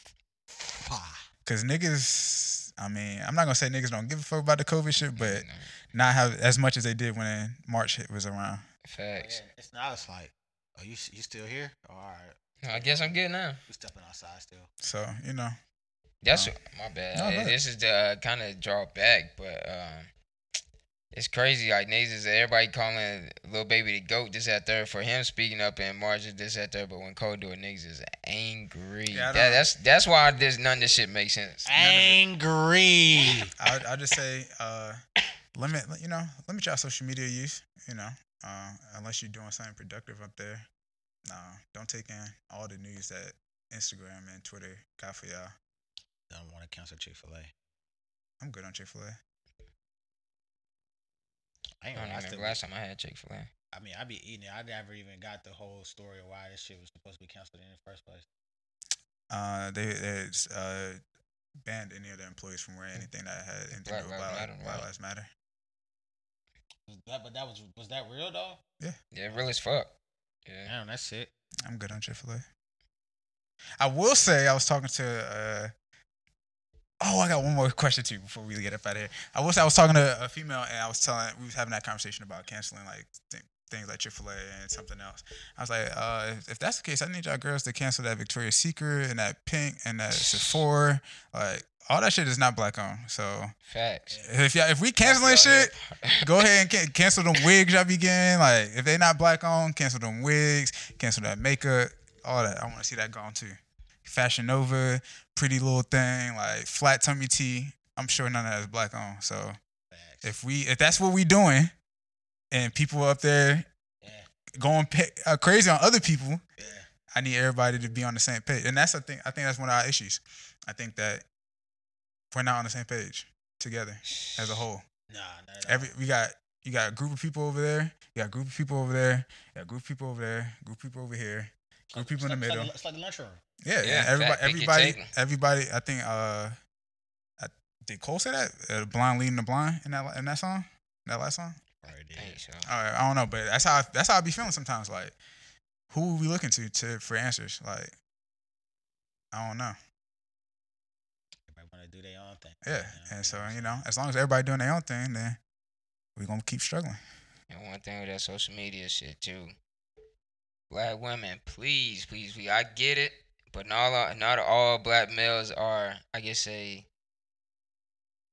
S6: fire.
S3: cause niggas, I mean, I'm not gonna say niggas don't give a fuck about the COVID shit, but
S7: You know,
S3: not have as much as they did when March hit was around.
S7: facts.
S6: It's now it's like, oh, you you still here? Oh, all right,
S7: No, I guess I'm good now.
S6: we stepping outside still.
S3: So you know,
S7: That's
S3: No.
S7: what- my bad.
S3: No,
S7: Uh,
S3: look.
S7: This is the uh, kind of draw back, but um, it's crazy. Like niggas, everybody calling little baby the goat. This that third for him speaking up and margin this that third. But when Cole do it, niggas is angry.
S3: Yeah, I
S7: That-
S3: don't-
S7: that's that's why this none of this shit makes sense.
S6: Angry. [laughs]
S3: I I just say uh, limit you know limit your social media use. You know, uh, unless you're doing something productive up there. No, don't take in all the news that Instagram and Twitter got for y'all.
S6: Don't want to cancel Chick Fil A.
S3: I'm good on Chick Fil A.
S6: I
S7: I
S6: ain't
S7: don't
S6: gonna lie, I
S7: remember
S6: still.
S7: last time I had Chick Fil A.
S6: I mean, I be eating it. I never even got the whole story of why this shit was supposed to be canceled in the first place.
S3: Uh, they they uh, banned any of their employees from wearing anything that had anything to
S7: Black
S3: do with Black
S7: Lives Matter, right?
S3: Black Lives Matter.
S6: Was that, but that was was that real though?
S7: Yeah, real as fuck. Yeah.
S6: Damn, that's it.
S3: I'm good on Chick Fil A. I will say I was talking to. Uh, oh, I got one more [laughs] question too before we get up out of here. I will say I was talking to a female and I was telling we was having that conversation about canceling like th- things like Chick Fil A and something else. I was like, uh, if, if that's the case, I need y'all girls to cancel that Victoria's Secret and that Pink and that Sephora. Like all that shit is not black owned. So
S7: Facts.
S3: if y'all if we canceling shit, go ahead and can- cancel them wigs y'all be getting. Like if they not black on, cancel them wigs, cancel that makeup, all that. I want to see that gone too. Fashion Nova, pretty little thing, like flat tummy tee. I'm sure none of that is black on. So
S6: Facts.
S3: if we if that's what we doing, and people up there
S6: Yeah.
S3: going pa- uh, crazy on other people,
S6: Yeah.
S3: I need everybody to be on the same page. And that's the thing. I think that's one of our issues. I think that we're not on the same page together as a whole.
S6: Nah, not at all.
S3: Every we got you got a group of people over there, you got a group of people over there, you got a group of people over there, group of people over here,
S6: It's
S3: group
S6: like-
S3: of people in the
S6: it's like-
S3: middle.
S6: It's like, the lunchroom.
S3: Yeah,
S7: Yeah,
S3: yeah. Everybody,
S7: fact, pick your
S3: everybody,
S7: table.
S3: everybody. I think uh, I, did Cole say that uh, blind leading the blind in that in that song, that last song.
S6: Right,
S7: I think so.
S3: All right, I don't know, but that's how I, that's how I be feeling sometimes. Like, who are we looking to to for answers? Like, I don't know.
S6: Everybody want to do their own thing.
S3: Yeah, and so you know, as long as everybody doing their own thing, then we gonna keep struggling.
S7: And one thing with that social media shit too. Black women, please, please, please. I get it, but not all, not all black males are. I guess say.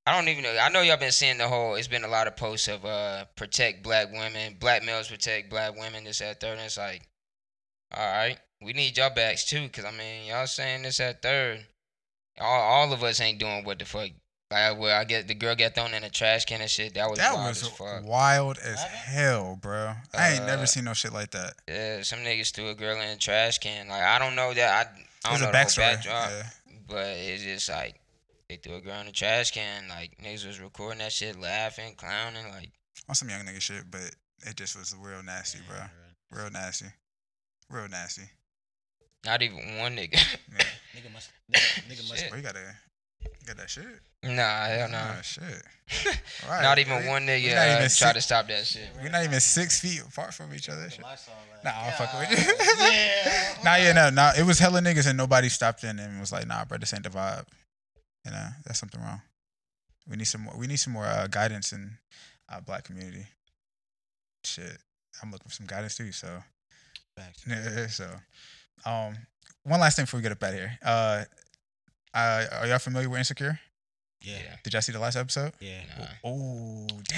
S7: I don't even know. I know y'all been seeing the whole. It's been a lot of posts of uh protect black women, black males protect black women. This that third. And it's like, all right, we need y'all backs too, cause I mean y'all saying this that third. All all of us ain't doing what the fuck. Like, well, I get the girl got thrown in a trash can and shit. That was
S3: That
S7: wild
S3: was
S7: as fuck.
S3: wild as
S6: What happened?
S3: hell, bro. I ain't never
S7: Uh,
S3: seen no shit like that.
S7: Yeah, some niggas threw a girl in a trash can. Like I don't know that I, I
S3: There's
S7: don't
S3: a
S7: know the whole
S3: backstory.
S7: backdrop,
S3: yeah.
S7: but it's just like they threw a girl in a trash can. Like niggas was recording that shit, laughing, clowning. Like
S3: On some young nigga shit, but it just was real nasty, bro. Real nasty. Real nasty.
S7: not even one nigga. [laughs]
S3: Yeah.
S6: Nigga must. Nigga, [laughs] nigga must.
S7: Shit.
S3: Bro, you gotta you got that shit.
S7: nah, hell no.
S3: Nah,
S7: [laughs]
S3: shit. All right.
S7: Not even
S3: We-
S7: one
S3: we
S7: nigga
S3: not
S7: uh,
S3: even
S7: try
S3: six-
S7: to stop that shit.
S3: We're not even six feet apart from each other. Shit.
S6: Nah, like,
S3: Nah, I'm fucking with
S6: God,
S3: you.
S6: [laughs] yeah.
S3: Nah, yeah, no, nah. It was hella niggas and nobody stopped in and was like, nah, bro, this ain't the vibe. You know, that's something wrong. We need some more. We need some more uh, guidance in our black community. Shit, I'm looking for some guidance too. So. [laughs]
S6: Facts.
S3: Yeah, so, um, one last thing before we get up out of here. Uh, uh, are y'all familiar with Insecure?
S6: Yeah.
S7: Yeah.
S3: Did y'all see the last episode?
S6: Yeah.
S7: Nah.
S3: Oh, damn.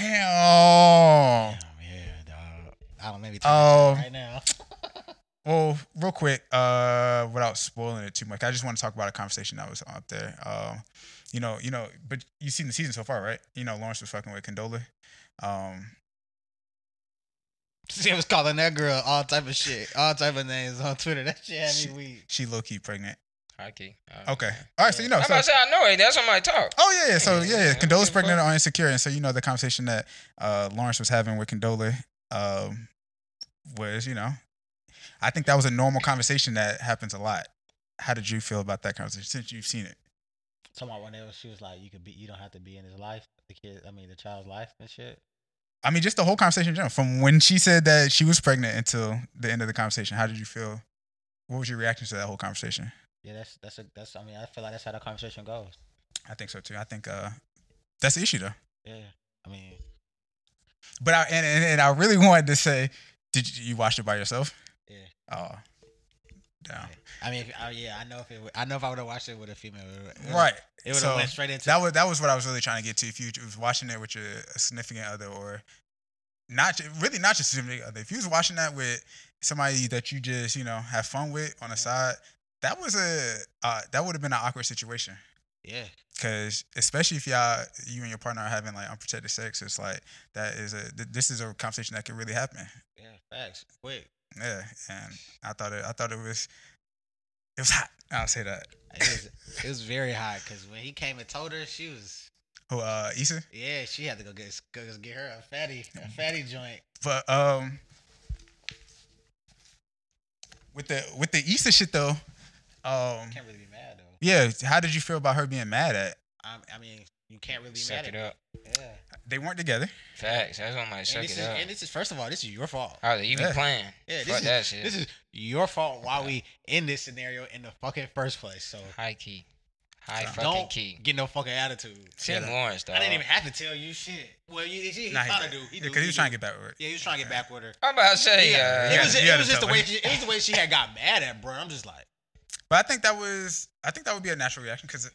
S6: Damn, yeah, dog. I don't maybe.
S3: Oh.
S6: Oh. Right now. [laughs]
S3: Well, real quick, uh, without spoiling it too much, I just want to talk about a conversation that was up there. Um, you know, you know, but you've seen the season so far, right? You know, Lawrence was fucking with Condola. Um,
S6: She was calling that girl all type of shit, all type of names on Twitter. That shit had me weak.
S3: she low key pregnant.
S7: Hockey. I don't
S3: Okay.
S7: know.
S3: All right. So you know.
S7: I'm
S3: So,
S7: about to say I know it. That's how I talk.
S3: oh yeah, yeah. So yeah,
S7: Yeah, yeah,
S3: yeah.
S7: I'm
S3: Condola's
S7: good,
S3: pregnant
S7: bro.
S3: on Insecure, and so you know the conversation that uh, Lawrence was having with Condola um, was, you know, I think that was a normal conversation that happens a lot. How did you feel about that conversation since you've seen it?
S6: Talking about when they was, she was like, "You could be, you don't have to be in his life, the kid. I mean, the child's life and shit."
S3: I mean, just the whole conversation in general, from when she said that she was pregnant until the end of the conversation. How did you feel? What was your reaction to that whole conversation?
S6: Yeah, that's that's a that's. I mean, I feel like that's how the conversation goes.
S3: I think so too. I think uh, that's the issue though.
S6: Yeah, I mean,
S3: But I and, and, and I really wanted to say, did you, you watch it by yourself?
S6: Yeah.
S3: Oh, damn.
S6: I mean, if, I, yeah, I know if it, wa- I know if I would have watched it with a female, it would've-
S3: Right.
S6: It would have
S3: So,
S6: went straight into
S3: That was that was what I was really trying to get to. If you was watching it with your significant other, or not ju- really not your significant other, if you was watching that with somebody that you just you know have fun with on the side, that was a uh, that would have been an awkward situation.
S6: yeah,
S3: Cause especially if y'all, you and your partner are having like unprotected sex, it's like that is a th- this is a conversation that could really happen.
S6: yeah, facts. Quick,
S3: Yeah, and I thought it. I thought it was. It was hot. I'll say that.
S6: it was, it was very hot because when he came and told her, she was
S3: Oh, uh, Issa.
S6: yeah, she had to go get go get her a fatty a fatty joint.
S3: But um, with the with the Issa shit though, um,
S6: Can't really be mad though.
S3: yeah. How did you feel about her being mad at?
S6: I, I mean, you can't really be
S7: Suck
S6: mad
S7: it
S6: at
S7: up.
S6: Yeah,
S3: They weren't together.
S7: Facts. That's what I'm like.
S6: and
S7: Suck
S6: this
S7: it
S6: is
S7: up.
S6: and this is first of all, this is your fault.
S7: I was like, you
S3: Yeah.
S7: be playing.
S6: Yeah, this
S7: Fuck
S6: is
S7: that shit.
S6: this is your fault. Why we in this scenario in the fucking first place? So
S7: high key. High fucking
S6: don't
S7: key.
S6: get no fucking attitude.
S7: Tim Lawrence, dog.
S6: I didn't even have to tell you shit. Well, you, he, he
S3: Nah,
S6: thought to do.
S3: did.
S6: He
S3: Yeah,
S6: do,
S3: he was trying to
S6: do.
S3: get back with it.
S6: Yeah, he was trying to get back with her.
S7: I'm about to say, uh,
S3: Yeah,
S7: yeah.
S3: uh, you gotta-
S6: it was,
S3: you
S6: it
S3: gotta
S6: was just the
S3: tell
S6: way
S3: her.
S6: she, it was the way she had got mad at bro. I'm just like,
S3: But I think that was I think that would be a natural reaction because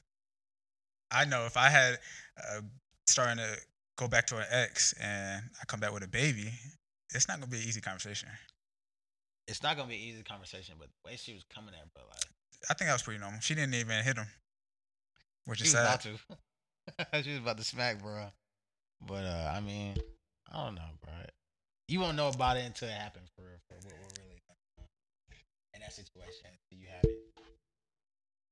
S3: I know if I had uh, starting to go back to an ex and I come back with a baby, it's not gonna be an easy conversation.
S6: it's not gonna be an easy conversation, but the way she was coming at bro, like
S3: I think that was pretty normal. She didn't even hit him, which
S6: she
S3: is
S6: was
S3: sad.
S6: about to, [laughs] she was about to smack bro. But uh, I mean, I don't know, bro. You won't know about it until it happened for real. For what we're really in that situation, do you have it?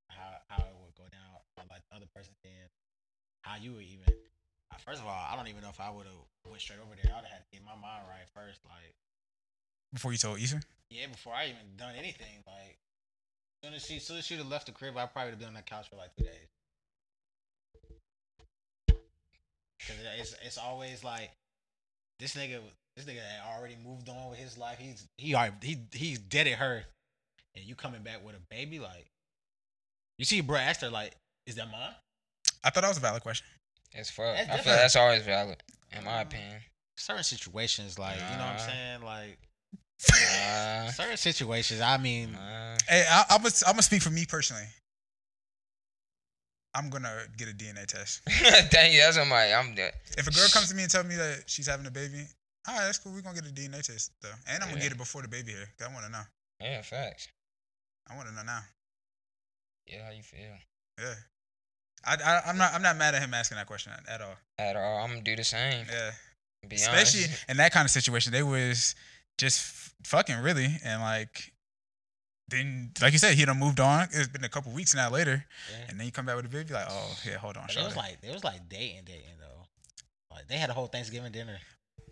S6: How how it would go down? How like the other person then? How you would even? uh, First of all, I don't even know if I would have went straight over there. I'd have had to get my mind right first, like.
S3: Before you told Ethan,
S6: Yeah, before I even done anything, like soon as she soon as she'd have left the crib, I probably would have been on that couch for like two days. Cause it- it's it's always like this nigga this nigga had already moved on with his life. He's he already he he's dead at her, and you coming back with a baby like you see, bro asked her like, "Is that mine?"
S3: I thought that was a valid question.
S7: It's fuck.
S6: That's
S7: I feel
S6: different.
S7: that's always valid, in my opinion.
S6: Certain situations, like you know what I'm
S7: Nah.
S6: saying, like
S7: Uh,
S6: certain situations. I mean,
S7: [laughs] uh,
S3: Hey, I, I'm gonna I'm gonna speak for me personally. I'm gonna get a DNA test.
S7: Thank you. That's what I'm like. I'm the,
S3: If a girl comes to me and tells me that she's having a baby, all right, that's cool. We're gonna get a DNA test though, and I'm gonna
S7: Yeah.
S3: get it before the baby here. 'cause I want to know.
S7: yeah, facts.
S3: I want to know now.
S7: Yeah, how you feel?
S3: Yeah. I, I I'm not I'm not mad at him asking that question at, at all.
S7: At all, I'm gonna do the same.
S3: Yeah.
S7: Be
S3: Especially
S7: honest.
S3: in that kind of situation, they was just f- fucking really, and like, then like you said, he done moved on. It's been a couple weeks now later,
S6: Yeah.
S3: and then you come back with a baby, like, oh yeah, hold on,
S6: But it
S3: shawty.
S6: was like it was like dating, dating though. Like they had a whole Thanksgiving dinner.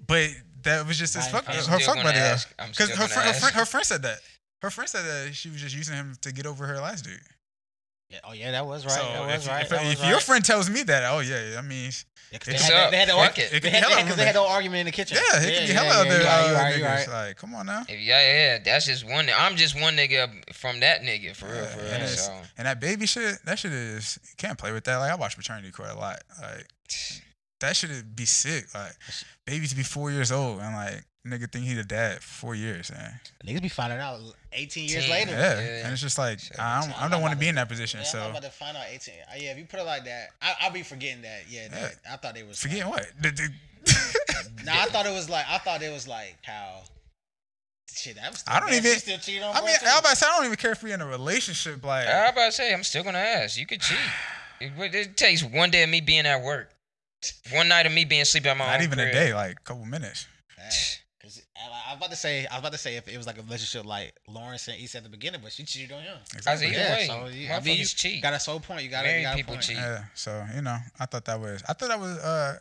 S3: but that was just his
S6: I'm-
S3: fuck,
S7: I'm
S3: her
S7: still
S3: fuck
S7: gonna
S3: buddy,
S7: ask- I'm
S3: because
S7: still
S3: her
S7: gonna
S3: friend, her
S7: ask.
S3: friend, her friend said that. Her friend said that she was just using him to get over her last dude.
S6: Yeah, oh yeah, that was right.
S3: so
S6: that
S3: if,
S6: was right.
S3: if,
S6: that
S3: if
S6: was
S3: your
S6: right.
S3: friend tells me that, oh yeah, that means
S6: Yeah, 'cause
S3: It's
S6: they, had,
S7: up.
S6: they had an
S7: Fuck
S6: ar-
S7: it.
S3: It could be
S6: they [laughs] had,
S3: hella
S6: they, had- 'cause they had
S3: argument.
S6: no argument in the kitchen.
S3: yeah, it could be hella
S6: yeah,
S3: other
S6: you right,
S3: uh,
S6: you right,
S3: niggas.
S6: you right.
S3: Like, come on now.
S7: If yeah, yeah, that's just one. I'm just one nigga from that nigga for real,
S3: Yeah,
S7: for
S3: and,
S7: real.
S3: it's-
S7: So
S3: and that baby shit, that shit is you can't play with that. Like I watch Paternity Court a lot. Like that shit would be sick. Like babies be four years old and like nigga think he the dad for four years. Man.
S6: Niggas be finding out 18 years
S7: Teen,
S6: later.
S3: Yeah.
S6: Yeah.
S3: and it's just like
S7: Shit,
S3: I
S7: it's
S3: don't,
S6: not
S3: I don't want to
S6: about
S3: be in
S6: to-
S3: that position.
S6: I'm
S3: so
S6: about to find out 18. Uh, yeah, if you put it like that, I, I'll be forgetting that. Yeah, that, I thought it was.
S3: forget
S6: like,
S3: what. [laughs] The- the-
S6: No, I thought it was like I thought it was like how. Shit, that was. Still
S3: I don't
S6: bad. She
S3: even-
S6: still cheating on.
S3: I
S6: boy,
S3: mean,
S6: too.
S3: I, was about to say, I don't even care if we in a relationship. Like
S7: I was about to say, I'm still gonna ask. You could cheat.
S3: [sighs]
S7: It, would- it takes one day of me being at work, one night of me being sleeping at my
S3: not
S7: own
S3: even a [sighs]
S7: [sighs] crib.
S3: day, like a couple minutes.
S6: Facts. Cause I, I was about to say, I was about to say if it was like a relationship like Lawrence and East at the beginning, but she cheated on him.
S7: Cause either
S3: Exactly.
S7: way,
S6: so you, I
S7: motherfuckers
S6: mean, you
S7: cheat.
S6: got a sole point. You got to
S7: Married
S6: you got a
S7: people
S6: point.
S7: cheat.
S3: Yeah. So you know, I thought that was. I thought that was. Uh,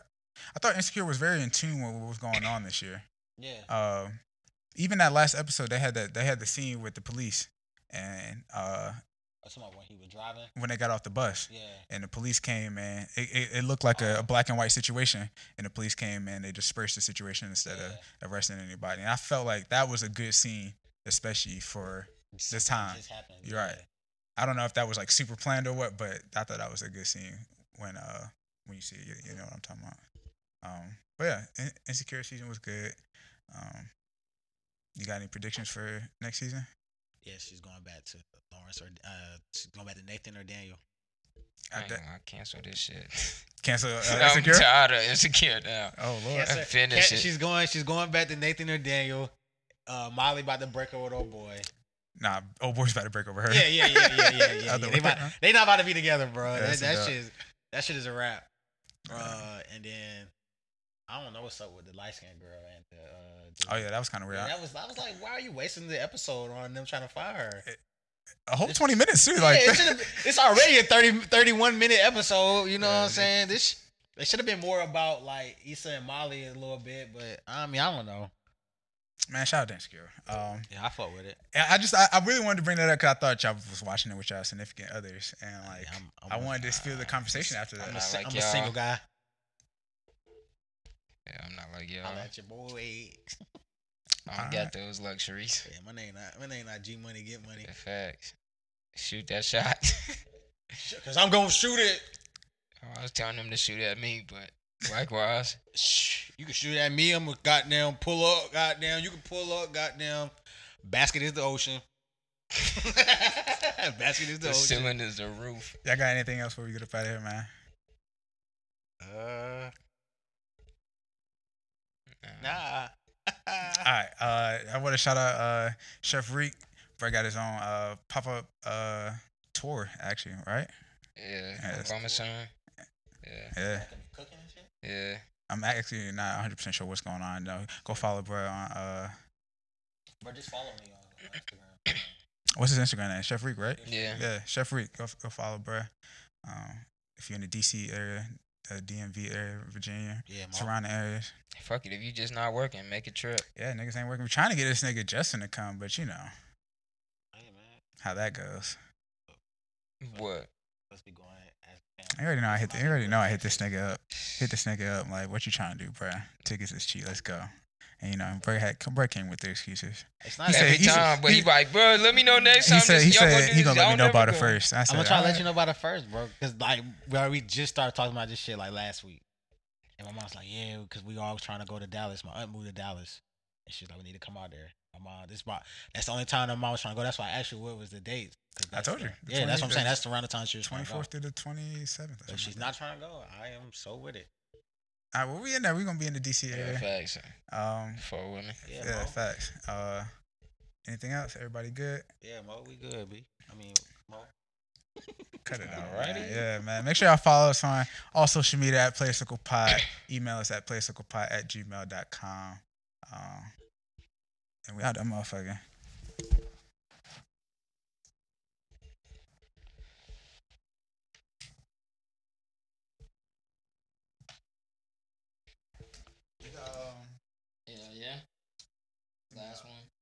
S3: I thought Insecure was very in tune with what was going on this year.
S6: Yeah,
S3: Uh, even that last episode, they had that. They had the scene with the police, and uh,
S6: or somebody when he was driving.
S3: when they got off the bus,
S6: Yeah,
S3: and the police came, and it, it, it looked like a, a black and white situation, and the police came and they dispersed the situation instead of arresting anybody. And I felt like that was a good scene, especially for this time.
S6: just happened.
S3: You're right. I don't know if that was like super planned or what, but I thought that was a good scene when uh when you see it, you, you know what I'm talking about. Um, but yeah, In- Insecure season was good. Um, you got any predictions for next season?
S6: Yeah, she's going back to Lawrence or uh, she's going back to Nathan or Daniel.
S3: I
S7: I, ain't
S3: de-
S7: gonna- I cancel this shit. [laughs]
S3: cancel [laughs] uh,
S7: I'm
S3: Insecure.
S7: tired of insecure now.
S3: oh lord,
S6: Cancer-
S7: finish
S6: Can-
S7: it.
S6: She's going. She's going back to Nathan or Daniel. Uh, Molly about to break up with old boy.
S3: nah, old boy's about to break over her.
S6: Yeah, yeah, yeah, yeah,
S3: [laughs]
S6: yeah. yeah,
S3: Other way
S6: yeah. They, about,
S3: around.
S6: they not about to be together, bro. that
S3: that's a
S6: that
S3: dub.
S6: shit, is, that shit is a wrap.
S3: Yeah.
S6: Uh, and then I don't know what's up with the light skinned girl and the. Uh, the-
S3: Oh yeah, that was kind of weird.
S6: Yeah, That was I was like, why are you wasting the episode on them trying to fire her?
S3: a whole 20 minutes
S6: [laughs]
S3: too. Like [laughs]
S6: yeah, it should've been- it's already a 30, 31 minute episode. You know
S3: Yeah,
S6: what I'm
S3: they-
S6: saying? This sh- it should have been more about like Issa and Molly a little bit, but I mean I don't know.
S3: man, shout out to Insecure. Um,
S6: Yeah, I fuck with it.
S3: and I just I, I really wanted to bring that up because I thought y'all was watching it with y'all significant others, and like
S6: Yeah, I'm- I'm
S3: i
S6: with-
S3: wanted to feel the conversation after that.
S6: I'm
S7: I
S6: a, si-
S7: like
S6: I'm a
S7: y'all.
S6: single guy.
S7: Yeah, I'm not like
S3: Oh,
S7: y'all.
S6: I'm at your boy. [laughs]
S7: I don't
S3: Alright.
S7: got those luxuries.
S6: Yeah, my name not my name not G Money Get Money.
S7: The facts. Shoot that shot. [laughs]
S6: Cause I'm gonna shoot it.
S7: I was telling them to shoot at me, but
S3: [laughs]
S7: likewise,
S6: Shh, You can shoot at me. I'm a goddamn pull up. Goddamn, you can pull up. Goddamn, basket is the ocean. [laughs] basket is the
S7: the
S6: ocean.
S7: ceiling is the roof.
S3: Y'all got anything else before we get up out of here, man?
S6: Uh,
S7: Nah.
S6: nah.
S3: All right. Uh, I want to shout out uh, Chef Reek. Break out his own uh, pop up uh, tour, actually, right?
S7: Yeah,
S3: that's
S7: Obama son. Yeah,
S3: Yeah.
S6: Cooking and shit?
S7: yeah.
S3: I'm actually not 100% sure what's going on. No, go follow bro on uh,
S6: Bro, just follow me on Instagram.
S3: what's his Instagram name? Chef Reek, right?
S7: Yeah.
S3: Yeah, Chef Reek. Go, go follow bro. Um, if you're in the DC area, uh, DMV area, Virginia,
S6: Yeah, my,
S3: surrounding areas.
S7: Fuck it. If you just not working, make a trip.
S3: Yeah, niggas ain't working. We're trying to get this nigga Justin to come, but you know
S6: hey man,
S3: how that goes.
S7: What?
S6: let's be going. As
S3: I already know I hit. The, I already know I hit this nigga up. Hit this nigga up. Like, what you trying to do, bruh? Tickets is cheap. Let's go. And you know, Bray had Bray came with the excuses.
S6: It's not.
S3: He said-
S7: Every
S3: he said-
S7: time, but he,
S3: he-
S7: like, bro, let me know next
S3: he
S7: time.
S3: said
S7: this-
S3: he
S7: y'all
S3: said
S7: do
S3: he
S7: this,
S3: gonna
S7: y'all
S3: let me know
S7: never
S3: about it
S7: go."
S3: first. I said,
S6: I'm gonna try to let
S3: "Alright."
S6: you know about it first, bro. Cause like we already just started talking about this shit like last week, and my mom's like, "Yeah," cause we all was trying to go to Dallas. My aunt moved to Dallas, and she's like, "We need to come out there." My mom, this about that's the only time that mom was trying to go. That's why I asked you what was the date. 'cause
S3: I
S6: that's
S3: told
S6: the-
S3: you, the
S6: yeah, that's what I'm
S3: 20th,
S6: saying. That's around the time she was trying
S3: Twenty
S6: to go.
S3: fourth through the twenty seventh.
S6: So she's not trying to go. I am so with it.
S3: All right, well, we in there. We gonna be in the DC
S7: Yeah,
S3: area.
S7: facts.
S3: Um,
S7: Four women.
S6: Yeah,
S3: yeah,
S6: Mo.
S3: facts. Uh, anything else? Everybody good?
S6: Yeah, Mo, we good, B. I mean, Mo.
S3: Cut it out, right?
S7: Alrighty.
S3: Yeah, man. Make sure y'all follow us on all social media at PlayCircle Pod. [coughs] Email us at PlayCirclePod at gmail.com. Um, and we out that motherfucker.
S7: Yeah, yeah. Last one.